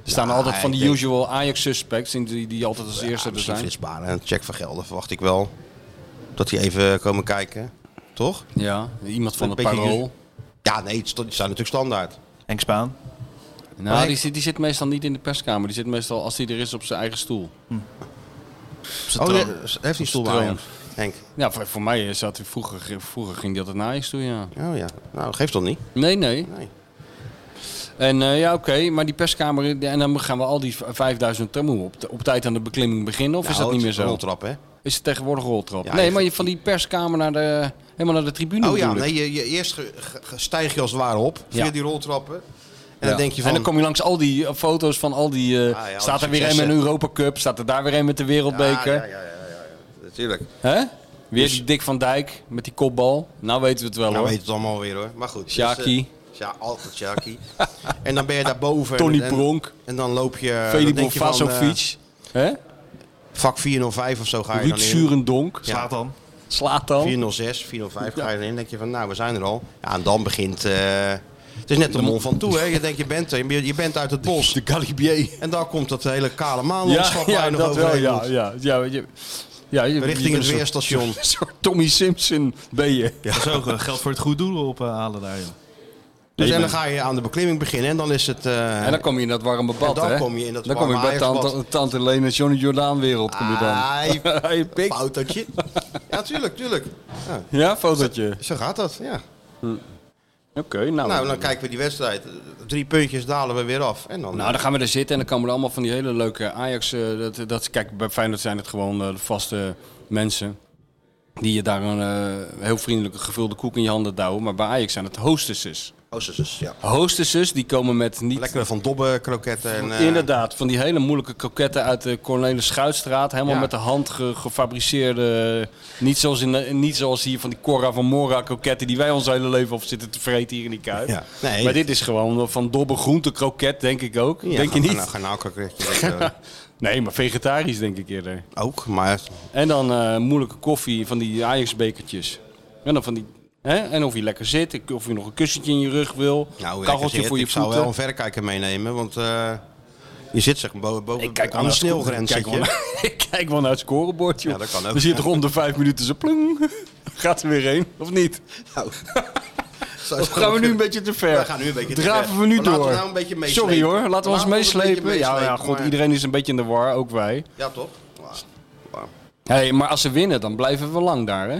[SPEAKER 4] Er staan
[SPEAKER 3] Ja,
[SPEAKER 4] altijd van
[SPEAKER 3] ik
[SPEAKER 4] de
[SPEAKER 3] denk-
[SPEAKER 4] usual Ajax suspects, in die, die altijd als eerste er
[SPEAKER 3] Misschien
[SPEAKER 4] zijn.
[SPEAKER 3] Frits Baren en Jack van Gelder verwacht ik wel. Dat die even komen kijken, toch?
[SPEAKER 4] Ja, iemand van
[SPEAKER 3] Een
[SPEAKER 4] het
[SPEAKER 3] beetje
[SPEAKER 4] parool.
[SPEAKER 3] Ja, nee, het sta- die staan natuurlijk standaard.
[SPEAKER 1] Henk Spaan.
[SPEAKER 4] Nou, die, zit- die zit meestal niet in de perskamer. Die zit meestal, als die er is, op zijn eigen stoel.
[SPEAKER 3] Hm. Oh,
[SPEAKER 1] troon.
[SPEAKER 3] nee, heeft die stoel bij
[SPEAKER 4] troon.
[SPEAKER 3] Ajax, Henk.
[SPEAKER 4] Ja, voor, voor mij zat hij vroeger, vroeger ging die altijd naar Ajax toe, ja.
[SPEAKER 3] Oh ja, nou geeft dat niet.
[SPEAKER 4] Nee, nee.
[SPEAKER 3] Nee.
[SPEAKER 4] En eh, ja, oké, maar die perskamer, en dan gaan we al die v- 5000 tremmen op, op tijd aan de beklimming beginnen, of is
[SPEAKER 3] Nou,
[SPEAKER 4] dat niet meer
[SPEAKER 3] het is
[SPEAKER 4] zo?
[SPEAKER 3] een roltrap, hè?
[SPEAKER 4] Is het tegenwoordig roltrap?
[SPEAKER 3] Ja,
[SPEAKER 4] nee,
[SPEAKER 3] je-
[SPEAKER 4] maar je van die perskamer naar de, helemaal naar de tribune
[SPEAKER 3] Oh ja,
[SPEAKER 4] bedoel ik.
[SPEAKER 3] nee, je, je, eerst ge- ge- ge- stijg je als het ware op via
[SPEAKER 4] Ja.
[SPEAKER 3] die roltrappen. En
[SPEAKER 4] Ja.
[SPEAKER 3] dan denk je van...
[SPEAKER 4] En dan kom je langs al die eh, foto's van al die... eh,
[SPEAKER 3] Ah, ja, al
[SPEAKER 4] staat
[SPEAKER 3] die
[SPEAKER 4] er weer een met
[SPEAKER 3] successen.
[SPEAKER 4] een Europa Cup? Staat er daar weer een met de Wereldbeker?
[SPEAKER 3] Ja, ja, ja, ja, ja, ja. natuurlijk.
[SPEAKER 4] Hè? Weer die Dick van Dijk met die kopbal. Nou weten we het wel
[SPEAKER 3] Dus- Nou
[SPEAKER 4] hoor.
[SPEAKER 3] weet het allemaal weer hoor. Maar goed. dus,
[SPEAKER 4] Sjaakie.
[SPEAKER 3] eh, ja, altijd Sjaki. en dan ben je daarboven.
[SPEAKER 4] Tony
[SPEAKER 3] en, en-
[SPEAKER 4] Pronk.
[SPEAKER 3] En dan loop je...
[SPEAKER 4] Feli
[SPEAKER 3] dan eh, denk je van,
[SPEAKER 4] Bofasovic. hè?
[SPEAKER 3] eh, vak 405 of zo ga je
[SPEAKER 4] Ruud
[SPEAKER 3] dan in.
[SPEAKER 4] Surendonk.
[SPEAKER 3] Ja.
[SPEAKER 1] Slaat dan.
[SPEAKER 4] Slaat dan.
[SPEAKER 3] 406, 405 ga je dan in. denk je van, nou, we zijn er al. Ja, en dan begint... eh, het is net de mond van toe, hè. Je denkt, je bent er. Je je bent uit het bos.
[SPEAKER 4] De Galibier.
[SPEAKER 3] En dan komt dat hele kale
[SPEAKER 4] Ja,
[SPEAKER 3] maanlandschap waar
[SPEAKER 4] ja
[SPEAKER 3] je nog
[SPEAKER 4] dat wel.
[SPEAKER 3] overheen
[SPEAKER 4] Ja,
[SPEAKER 3] moet.
[SPEAKER 4] ja, ja, je- ja, je-
[SPEAKER 3] Richting
[SPEAKER 4] je bent
[SPEAKER 3] het
[SPEAKER 4] een
[SPEAKER 3] weerstation.
[SPEAKER 4] soort- Een soort Tommy Simpson ben je.
[SPEAKER 1] Zo, eh, geld voor het goede doel ophalen daar, joh.
[SPEAKER 3] Dus en dan ga je aan de beklimming beginnen. En dan is het... eh,
[SPEAKER 4] En dan kom je in dat warme bad,
[SPEAKER 3] dan
[SPEAKER 4] hè?
[SPEAKER 3] kom je in dat
[SPEAKER 4] Dan kom je
[SPEAKER 3] warme Ah.
[SPEAKER 4] bij tante,
[SPEAKER 3] Ajaxbad.
[SPEAKER 4] tante Leen en Johnny Jordaan wereld. Kom je dan.
[SPEAKER 3] Ai,
[SPEAKER 4] Hey, pik.
[SPEAKER 3] Autootje. Ja, tuurlijk, tuurlijk. Ja,
[SPEAKER 4] Ja, fotootje.
[SPEAKER 3] zo gaat dat, ja.
[SPEAKER 4] Nou, Oké, nou.
[SPEAKER 3] Nou, dan kijken we die wedstrijd. Drie puntjes dalen we weer af. En dan,
[SPEAKER 4] Nou, dan gaan we er zitten en dan komen er allemaal van die hele leuke Ajax. eh, dat, dat, kijk, bij Feyenoord zijn het gewoon eh, de vaste mensen. Die je daar een eh, heel vriendelijke gevulde koek in je handen douwen. Maar bij Ajax zijn het hostesses.
[SPEAKER 3] Hostesses, ja.
[SPEAKER 4] Hostesses, die komen met niet...
[SPEAKER 3] Lekkere Van Dobbe kroketten. En, eh,
[SPEAKER 4] Inderdaad, van die hele moeilijke kroketten uit de Cornelis Schuitstraat. Helemaal
[SPEAKER 3] Ja.
[SPEAKER 4] met de hand ge- gefabriceerde. Niet zoals, in, de- niet zoals hier van die Cora van Mora kroketten die wij ons hele leven op zitten te vreten hier in die kuip.
[SPEAKER 3] Ja. Nee.
[SPEAKER 4] Maar dit is gewoon van Dobbe groente kroket, denk ik ook.
[SPEAKER 3] ja, nou,
[SPEAKER 4] denk je
[SPEAKER 3] garna-
[SPEAKER 4] niet?
[SPEAKER 3] garnaalkroketje, dat, eh,
[SPEAKER 4] nee, maar vegetarisch denk ik eerder.
[SPEAKER 3] ook, maar
[SPEAKER 4] En dan eh, moeilijke koffie van die Ajax-bekertjes. En dan van die... Hè? En of je lekker zit, of je nog een kussentje in je rug wil,
[SPEAKER 3] nou,
[SPEAKER 4] kacheltje
[SPEAKER 3] ik,
[SPEAKER 4] voor je
[SPEAKER 3] ik zou
[SPEAKER 4] voeten.
[SPEAKER 3] wel een verrekijker meenemen, want eh, je zit zeg maar boven, boven
[SPEAKER 4] Ik kijk wel
[SPEAKER 3] aan de
[SPEAKER 4] naar het score-
[SPEAKER 3] sneeuwgrens.
[SPEAKER 4] ik kijk
[SPEAKER 3] zit je.
[SPEAKER 4] wel naar- Ik kijk wel naar het scorebord, joh.
[SPEAKER 3] Ja, dat kan ook.
[SPEAKER 4] Dan zie je toch om de vijf minuten zo plung. Gaat er weer heen, of niet?
[SPEAKER 3] Nou,
[SPEAKER 4] Of gaan we nu een beetje te ver?
[SPEAKER 3] We gaan nu een beetje te
[SPEAKER 4] Draven
[SPEAKER 3] ver.
[SPEAKER 4] we nu
[SPEAKER 3] Maar
[SPEAKER 4] door.
[SPEAKER 3] laten we nou een beetje meeslepen.
[SPEAKER 4] Sorry hoor, laten we ons
[SPEAKER 3] Laten we ons een beetje
[SPEAKER 4] meeslepen. Ja, ja,
[SPEAKER 3] meeslepen,
[SPEAKER 4] god,
[SPEAKER 3] maar-
[SPEAKER 4] iedereen is een beetje in de war, ook wij.
[SPEAKER 3] Ja, toch? Wauw. Wauw.
[SPEAKER 4] Hey, maar als ze winnen, dan blijven we lang daar, hè?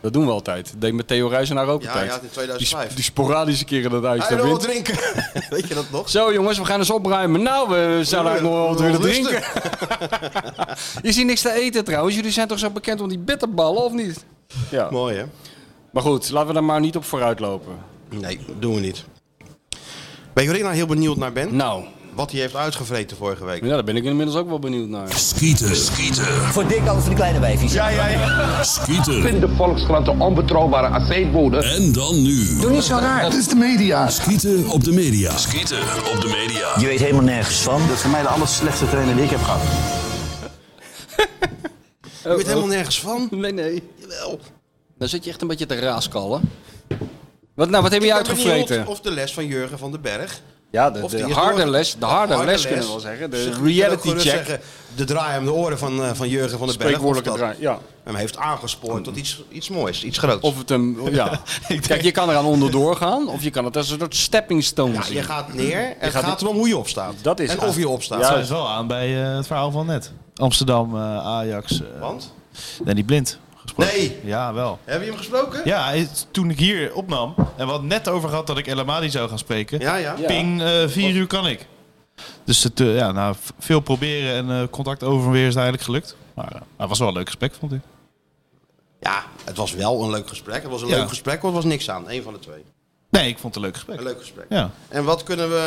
[SPEAKER 4] Dat doen we altijd. Dat deed met Theo Ruizenaar ook
[SPEAKER 3] Ja,
[SPEAKER 4] altijd.
[SPEAKER 3] ja, in 2005.
[SPEAKER 4] Die, sp- die sporadische keren dat Ajax
[SPEAKER 3] Hij
[SPEAKER 4] daar
[SPEAKER 3] wil wat
[SPEAKER 4] wint.
[SPEAKER 3] drinken. Weet je dat nog?
[SPEAKER 4] Zo jongens, we gaan eens opruimen. Nou, we zouden
[SPEAKER 3] Oeh,
[SPEAKER 4] eigenlijk nog wat willen
[SPEAKER 3] rustig.
[SPEAKER 4] drinken. Je ziet niks te eten trouwens. Jullie zijn toch zo bekend om die bitterballen, of niet? Ja.
[SPEAKER 3] Mooi, hè?
[SPEAKER 4] Maar goed, laten we daar maar niet op vooruit lopen.
[SPEAKER 3] Nee, dat doen we niet. Weet je waar ik nou heel benieuwd naar ben?
[SPEAKER 4] Nou,
[SPEAKER 3] Wat hij heeft uitgevreten vorige week.
[SPEAKER 4] ja, daar ben ik inmiddels ook wel benieuwd naar.
[SPEAKER 5] Skieten. Skieten.
[SPEAKER 9] Voor dik alles voor de kleine wijfjes.
[SPEAKER 5] Skieten.
[SPEAKER 12] de Volkskrant de onbetrouwbare aceetbode.
[SPEAKER 5] En dan nu.
[SPEAKER 9] Doe niet zo raar.
[SPEAKER 11] Dat is de media.
[SPEAKER 5] Skieten op de media. Skieten op de media.
[SPEAKER 9] Je weet helemaal nergens van.
[SPEAKER 11] Dat is voor mij de aller slechtste trainer die ik heb gehad.
[SPEAKER 3] Je weet helemaal nergens van.
[SPEAKER 4] Nee, nee. Jawel. Dan zit je echt een beetje te raaskallen. Wat, nou, wat heb je
[SPEAKER 3] Ik ben benieuwd
[SPEAKER 4] uitgevreten?
[SPEAKER 3] Of de les van Jurgen van den Berg.
[SPEAKER 4] Ja, de,
[SPEAKER 3] Of
[SPEAKER 4] de
[SPEAKER 3] die is
[SPEAKER 4] harde
[SPEAKER 3] doorge-
[SPEAKER 4] les, de harde,
[SPEAKER 3] harde
[SPEAKER 4] les, kunnen we wel zeggen.
[SPEAKER 3] Ze
[SPEAKER 4] De
[SPEAKER 3] kunnen ook
[SPEAKER 4] reality
[SPEAKER 3] gerust
[SPEAKER 4] check.
[SPEAKER 3] zeggen, de draai om de oren van, eh, van Jurgen van den Berg. of
[SPEAKER 4] Spreekwoordelijke
[SPEAKER 3] dat
[SPEAKER 4] draai, ja.
[SPEAKER 3] Hem heeft aangespoord tot iets, iets moois, iets groots.
[SPEAKER 4] Of het hem, ja. Kijk, je kan eraan onderdoor gaan, of je kan het als een soort stepping stone
[SPEAKER 3] ja,
[SPEAKER 4] zien.
[SPEAKER 3] Dus je gaat neer en het
[SPEAKER 4] gaat
[SPEAKER 3] gaat,
[SPEAKER 4] dit-
[SPEAKER 3] erom hoe je opstaat.
[SPEAKER 4] Dat is
[SPEAKER 3] en
[SPEAKER 4] het.
[SPEAKER 3] of je opstaat.
[SPEAKER 4] Ja.
[SPEAKER 3] Ja.
[SPEAKER 1] sluit wel aan bij eh, het verhaal van net. Amsterdam, eh, Ajax. eh,
[SPEAKER 3] Want?
[SPEAKER 1] Danny Blind. Gesproken.
[SPEAKER 3] Nee.
[SPEAKER 1] Ja, wel.
[SPEAKER 3] Hebben je hem gesproken?
[SPEAKER 1] Ja, hij- toen ik hier opnam en we hadden net over gehad dat ik El Amadi zou gaan spreken.
[SPEAKER 3] Ja, ja.
[SPEAKER 1] Ping, eh, vier uur kan ik. Dus het, eh, ja, na v- veel proberen en eh, contact over en weer is het eigenlijk gelukt. Maar eh, het was wel een leuk gesprek, vond ik.
[SPEAKER 3] Ja, het was wel een leuk gesprek. Het was een
[SPEAKER 1] Ja.
[SPEAKER 3] leuk gesprek, want er was niks aan. Eén van de twee.
[SPEAKER 1] Nee, ik vond het een leuk gesprek.
[SPEAKER 3] Een leuk gesprek.
[SPEAKER 1] Ja.
[SPEAKER 3] En wat kunnen we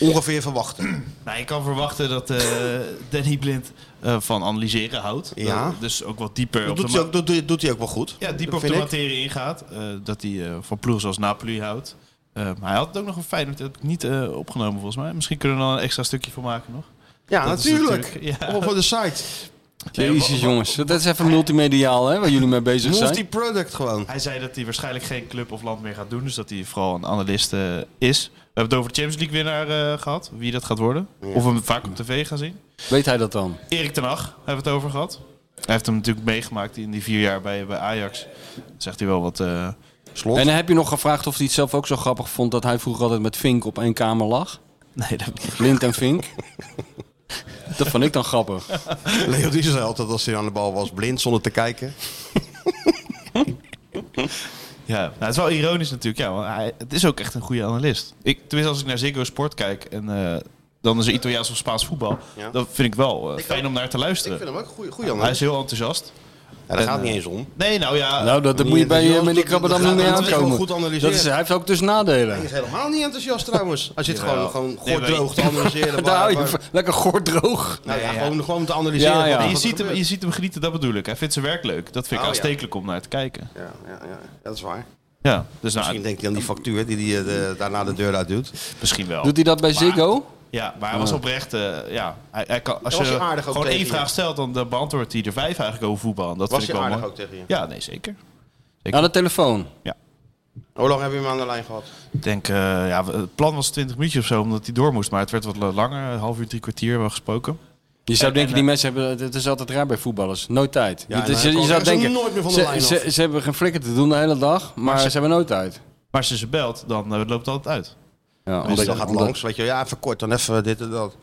[SPEAKER 3] ongeveer verwachten?
[SPEAKER 1] Nou, ik kan verwachten dat eh, Danny Blind eh, van analyseren houdt.
[SPEAKER 3] Ja.
[SPEAKER 1] Dat- dus ook wat dieper
[SPEAKER 3] Dat
[SPEAKER 1] op de
[SPEAKER 3] doet, hij
[SPEAKER 1] ma-
[SPEAKER 3] ook, dat doet- doet hij ook wel goed.
[SPEAKER 1] ja, dieper
[SPEAKER 3] Dat
[SPEAKER 1] op de
[SPEAKER 3] vind ik.
[SPEAKER 1] materie ingaat. Eh, dat hij eh, van ploegen zoals Napoli houdt. Eh, maar hij had het ook nog een fijn, dat heb ik niet eh, opgenomen volgens mij. Misschien kunnen we er dan een extra stukje voor maken nog.
[SPEAKER 3] Ja,
[SPEAKER 1] Dat is
[SPEAKER 3] natuurlijk.
[SPEAKER 1] natuurlijk- ja.
[SPEAKER 3] Of voor de site.
[SPEAKER 4] Jezus jongens, dat is even multimediaal hè, waar jullie mee bezig zijn.
[SPEAKER 3] Multi-product gewoon.
[SPEAKER 1] Hij zei dat hij waarschijnlijk geen club of land meer gaat doen. Dus dat hij vooral een analist eh, is. We hebben het over de Champions League winnaar eh, gehad. Wie dat gaat worden. Of we hem vaak op tv gaan zien.
[SPEAKER 4] Weet hij dat dan?
[SPEAKER 1] Erik ten Hag hebben we het over gehad. Hij heeft hem natuurlijk meegemaakt in die vier jaar bij, bij Ajax. Dan Zegt hij wel wat... eh,
[SPEAKER 3] Slot.
[SPEAKER 4] En heb je nog gevraagd of hij het zelf ook zo grappig vond dat hij vroeger altijd met Vink op één kamer lag?
[SPEAKER 1] nee, dat heb ik niet.
[SPEAKER 4] Blind en Vink. Dat vond ik dan grappig.
[SPEAKER 3] Leo die zei altijd als hij aan de bal was, blind zonder te kijken.
[SPEAKER 1] Ja, nou, het is wel ironisch natuurlijk. Ja, want hij, het is ook echt een goede analist. Ik, tenminste, als ik naar Ziggo Sport kijk en eh, dan is er Italiaans of Spaans voetbal.
[SPEAKER 3] Ja.
[SPEAKER 1] Dat vind ik wel eh, fijn
[SPEAKER 3] ook.
[SPEAKER 1] om naar te
[SPEAKER 3] Ik
[SPEAKER 1] luisteren.
[SPEAKER 3] vind hem ook een goede, goede
[SPEAKER 1] hij is heel enthousiast.
[SPEAKER 3] daar gaat het niet eens om.
[SPEAKER 1] Nee, nou ja.
[SPEAKER 4] Nou, dat, dat
[SPEAKER 3] niet
[SPEAKER 4] moet je bij eh,
[SPEAKER 3] enthousiast,
[SPEAKER 4] meneer
[SPEAKER 3] dat-
[SPEAKER 4] Krabbe dan
[SPEAKER 3] dat
[SPEAKER 4] niet mee
[SPEAKER 3] gaat hij gewoon
[SPEAKER 4] aankomen.
[SPEAKER 3] goed analyseren.
[SPEAKER 4] dat is, hij heeft ook dus nadelen.
[SPEAKER 3] Hij is helemaal niet enthousiast trouwens. Hij zit
[SPEAKER 1] Jawel.
[SPEAKER 3] gewoon, gewoon
[SPEAKER 1] Nee, maar-
[SPEAKER 3] goordroog te analyseren.
[SPEAKER 4] Daar hou je
[SPEAKER 3] waar-
[SPEAKER 4] van. lekker goordroog.
[SPEAKER 3] Nou ja,
[SPEAKER 1] Nee, ja.
[SPEAKER 3] Gewoon, gewoon te analyseren.
[SPEAKER 4] Ja, ja.
[SPEAKER 3] wat er
[SPEAKER 1] Nee, je,
[SPEAKER 3] gebeurt.
[SPEAKER 1] ziet hem, je ziet hem genieten, dat bedoel ik. Hij vindt zijn werk leuk. Dat vind ik
[SPEAKER 3] Oh, ja.
[SPEAKER 1] aanstekelijk om naar te kijken.
[SPEAKER 3] Ja, ja, ja, ja, dat is waar.
[SPEAKER 1] Ja, dus nou,
[SPEAKER 3] Misschien
[SPEAKER 1] misschien,
[SPEAKER 3] denkt hij aan die factuur die, die hij eh, de- daarna de deur uit doet.
[SPEAKER 1] wel.
[SPEAKER 4] Doet hij dat Oh. bij Ziggo?
[SPEAKER 1] Ja, maar hij was oprecht. eh, ja, hij, hij kan, als
[SPEAKER 3] was
[SPEAKER 1] je
[SPEAKER 3] hij aardig ook
[SPEAKER 1] gewoon één
[SPEAKER 3] tegen je.
[SPEAKER 1] vraag stelt, dan, dan beantwoordt hij er vijf eigenlijk over voetbal. En dat
[SPEAKER 3] Was
[SPEAKER 1] vind ik
[SPEAKER 3] hij
[SPEAKER 1] wel
[SPEAKER 3] aardig
[SPEAKER 1] mooi.
[SPEAKER 3] ook tegen je?
[SPEAKER 1] Ja, nee, zeker.
[SPEAKER 4] Aan de telefoon.
[SPEAKER 3] Hoe lang hebben we hem aan de lijn gehad?
[SPEAKER 1] Ik denk, eh, ja, we- het plan was 20 minuutjes of zo, omdat hij door moest. Maar het werd wat langer, een half uur, drie kwartier hebben we gesproken.
[SPEAKER 4] Je zou denken,
[SPEAKER 1] en,
[SPEAKER 4] die mensen hebben, het is altijd raar bij voetballers, nooit tijd.
[SPEAKER 3] Eh, Ja,
[SPEAKER 4] Het is-
[SPEAKER 3] maar
[SPEAKER 4] je,
[SPEAKER 3] dan
[SPEAKER 4] je zou
[SPEAKER 3] komen ze
[SPEAKER 4] denken,
[SPEAKER 3] nooit meer van de
[SPEAKER 4] ze,
[SPEAKER 3] lijn
[SPEAKER 4] ze,
[SPEAKER 3] af.
[SPEAKER 4] ze hebben geen flikker te doen de hele dag, maar, ze, hebben nooit tijd.
[SPEAKER 1] Maar als je ze belt, dan eh, loopt het altijd uit.
[SPEAKER 4] Ja,
[SPEAKER 3] Dus dan gaat langs, weet je, ja, even kort, dan even dit en dat.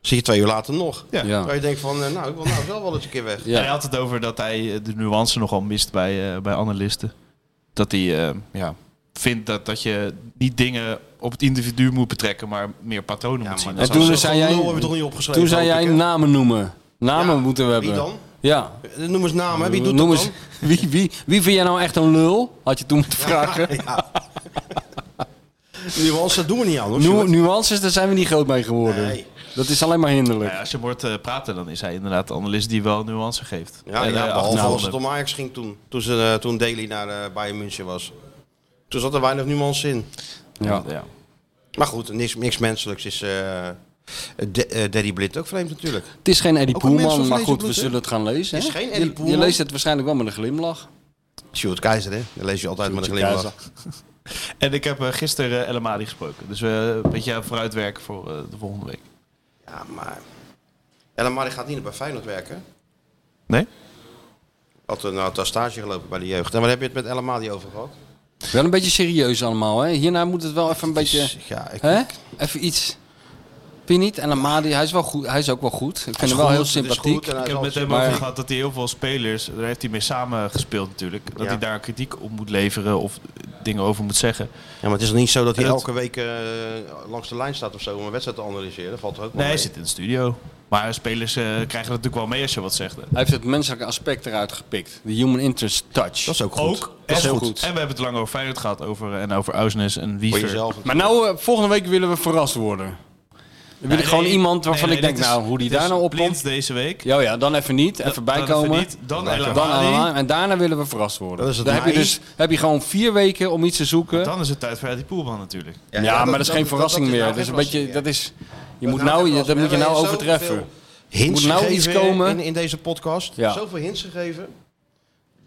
[SPEAKER 3] Zie je twee uur later nog.
[SPEAKER 1] Ja.
[SPEAKER 4] Ja.
[SPEAKER 3] Waar je denkt van, eh, nou, ik wil nou zelf wel eens een keer weg.
[SPEAKER 1] Hij
[SPEAKER 4] Ja.
[SPEAKER 1] had het over dat hij eh, de nuance nogal mist bij, eh, bij analisten. Dat hij eh, ja, vindt dat, dat je niet dingen op het individu moet betrekken, maar meer patronen moet zien.
[SPEAKER 4] En
[SPEAKER 1] Dat is
[SPEAKER 4] toen
[SPEAKER 1] wel-
[SPEAKER 4] zei jij,
[SPEAKER 3] Lul heb je toch niet opgeschreven?
[SPEAKER 4] toen zei
[SPEAKER 3] hoop
[SPEAKER 4] jij
[SPEAKER 3] ik, hè?
[SPEAKER 4] namen noemen. Namen
[SPEAKER 3] Ja,
[SPEAKER 4] moeten we hebben.
[SPEAKER 3] Wie dan?
[SPEAKER 4] Ja.
[SPEAKER 3] Eh, Noem eens namen, wie doet
[SPEAKER 4] Noem
[SPEAKER 3] dat
[SPEAKER 4] eens,
[SPEAKER 3] dan?
[SPEAKER 4] Wie, wie, wie vind jij nou echt een lul? Had je toen moeten vragen.
[SPEAKER 3] Ja. Nuance, dat doen we niet aan. Hoor,
[SPEAKER 4] Nu,
[SPEAKER 3] Sjoerd.
[SPEAKER 4] nuances, daar zijn we niet groot mee geworden. Dat is alleen maar hinderlijk.
[SPEAKER 1] Nou ja, als je hem hoort eh, praten, dan is hij inderdaad de analist die wel nuance geeft.
[SPEAKER 3] Ja,
[SPEAKER 1] En,
[SPEAKER 3] ja,
[SPEAKER 1] eh,
[SPEAKER 3] behalve
[SPEAKER 1] achterhanden.
[SPEAKER 3] als het om Ajax ging toen. Toen, ze, eh, toen Daly naar eh, Bayern München was. Toen zat er weinig nuance in.
[SPEAKER 4] Ja.
[SPEAKER 3] Maar goed, niks, niks menselijks is eh eh, Da- eh, Daddy Blind ook vreemd natuurlijk.
[SPEAKER 4] Het is geen Eddie
[SPEAKER 3] Ook een mens
[SPEAKER 4] Poelman,
[SPEAKER 3] van
[SPEAKER 4] maar goed,
[SPEAKER 3] vlees
[SPEAKER 4] we
[SPEAKER 3] en bloed, hè?
[SPEAKER 4] zullen het gaan lezen.
[SPEAKER 3] Is
[SPEAKER 4] hè?
[SPEAKER 3] geen
[SPEAKER 4] Je-
[SPEAKER 3] Eddie
[SPEAKER 4] Je
[SPEAKER 3] Poelman.
[SPEAKER 4] leest het waarschijnlijk wel met een glimlach.
[SPEAKER 3] Sjoerd Keizer, hè? Dat lees je altijd met een
[SPEAKER 1] Sjoerd
[SPEAKER 3] glimlach.
[SPEAKER 1] En ik heb eh, gisteren El Amadi gesproken. Dus eh, een beetje aan vooruitwerken voor eh, de volgende week.
[SPEAKER 3] Ja, maar... En dan Marie gaat niet bij Feyenoord werken.
[SPEAKER 1] Nee?
[SPEAKER 3] Had een, had een stage gelopen bij de jeugd. En waar heb je het met El Amadi over gehad?
[SPEAKER 4] Wel een beetje serieus allemaal, hè? Hierna moet het wel even een beetje...
[SPEAKER 3] ja, ik-
[SPEAKER 4] hè? Even iets... Vind je niet? En Amadi, hij is, wel goed, hij is ook wel goed. Ik vind hem wel heel sympathiek.
[SPEAKER 1] Ik heb met hem
[SPEAKER 4] Maar-
[SPEAKER 1] over gehad dat hij heel veel spelers, daar heeft hij mee samengespeeld natuurlijk, dat
[SPEAKER 3] Ja.
[SPEAKER 1] hij daar kritiek op moet leveren of dingen over moet zeggen.
[SPEAKER 3] Ja, maar het is niet zo dat hij
[SPEAKER 1] En dat-
[SPEAKER 3] elke week eh, langs de lijn staat of zo om een wedstrijd te analyseren. Dat valt er ook wel
[SPEAKER 1] Nee, hij
[SPEAKER 3] mee.
[SPEAKER 1] zit in de studio. Maar spelers eh, krijgen dat natuurlijk wel mee als je wat zegt. hè.
[SPEAKER 4] Hij heeft het menselijke aspect eruit gepikt. De human interest touch. Dat is
[SPEAKER 3] ook
[SPEAKER 1] Ook. En, En we hebben het lang over Feyenoord gehad over, eh, en over Ausnes en Wiever.
[SPEAKER 4] Maar nou, eh, volgende week willen we verrast worden. Dan wil
[SPEAKER 1] Nee,
[SPEAKER 4] ik gewoon
[SPEAKER 1] nee,
[SPEAKER 4] iemand waarvan
[SPEAKER 1] nee,
[SPEAKER 4] ik
[SPEAKER 1] nee,
[SPEAKER 4] denk,
[SPEAKER 1] dit is-
[SPEAKER 4] nou, hoe die
[SPEAKER 1] dit
[SPEAKER 4] daar
[SPEAKER 1] is
[SPEAKER 4] nou op
[SPEAKER 1] Blind deze week.
[SPEAKER 4] Ja, ja, dan even niet. Even
[SPEAKER 1] dan even
[SPEAKER 4] bijkomen.
[SPEAKER 1] niet, dan El
[SPEAKER 4] dan,
[SPEAKER 1] Amadi.
[SPEAKER 4] El Amadi. En daarna willen we verrast worden.
[SPEAKER 1] Dat is het
[SPEAKER 4] dan heb je,
[SPEAKER 1] mei.
[SPEAKER 4] dus, heb je gewoon vier weken om iets te zoeken.
[SPEAKER 1] Dan is het tijd voor Eddie Poelman natuurlijk.
[SPEAKER 4] Ja, maar dat, is geen verrassing meer.
[SPEAKER 3] nou
[SPEAKER 4] Dat is een beetje, dat is, je moet nou, je, dat moet je nou overtreffen. Er moet
[SPEAKER 3] Hints
[SPEAKER 4] nou iets komen.
[SPEAKER 3] In, in deze podcast.
[SPEAKER 4] Ja. Nou.
[SPEAKER 3] Zoveel hints gegeven.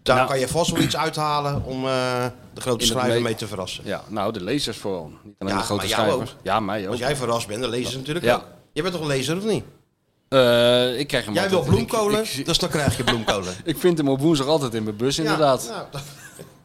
[SPEAKER 3] Daar kan je vast wel iets uithalen om eh, de grote
[SPEAKER 4] In het
[SPEAKER 3] schrijver
[SPEAKER 4] le-
[SPEAKER 3] mee te verrassen.
[SPEAKER 4] Ja, nou, de lezers vooral. Niet alleen
[SPEAKER 3] Ja,
[SPEAKER 4] de grote
[SPEAKER 3] maar jou
[SPEAKER 4] schrijvers.
[SPEAKER 3] ook.
[SPEAKER 4] Ja, mij ook.
[SPEAKER 3] Als jij verrast bent, dan lezen ze natuurlijk
[SPEAKER 4] Ja.
[SPEAKER 3] ook. Je bent toch een lezer of niet?
[SPEAKER 4] Eh, ik krijg hem
[SPEAKER 3] Jij wil
[SPEAKER 4] altijd- ik-
[SPEAKER 3] bloemkolen,
[SPEAKER 4] ik- ik-
[SPEAKER 3] dus dan krijg je bloemkolen.
[SPEAKER 4] Ik vind hem op woensdag altijd in mijn bus, inderdaad.
[SPEAKER 3] Ja,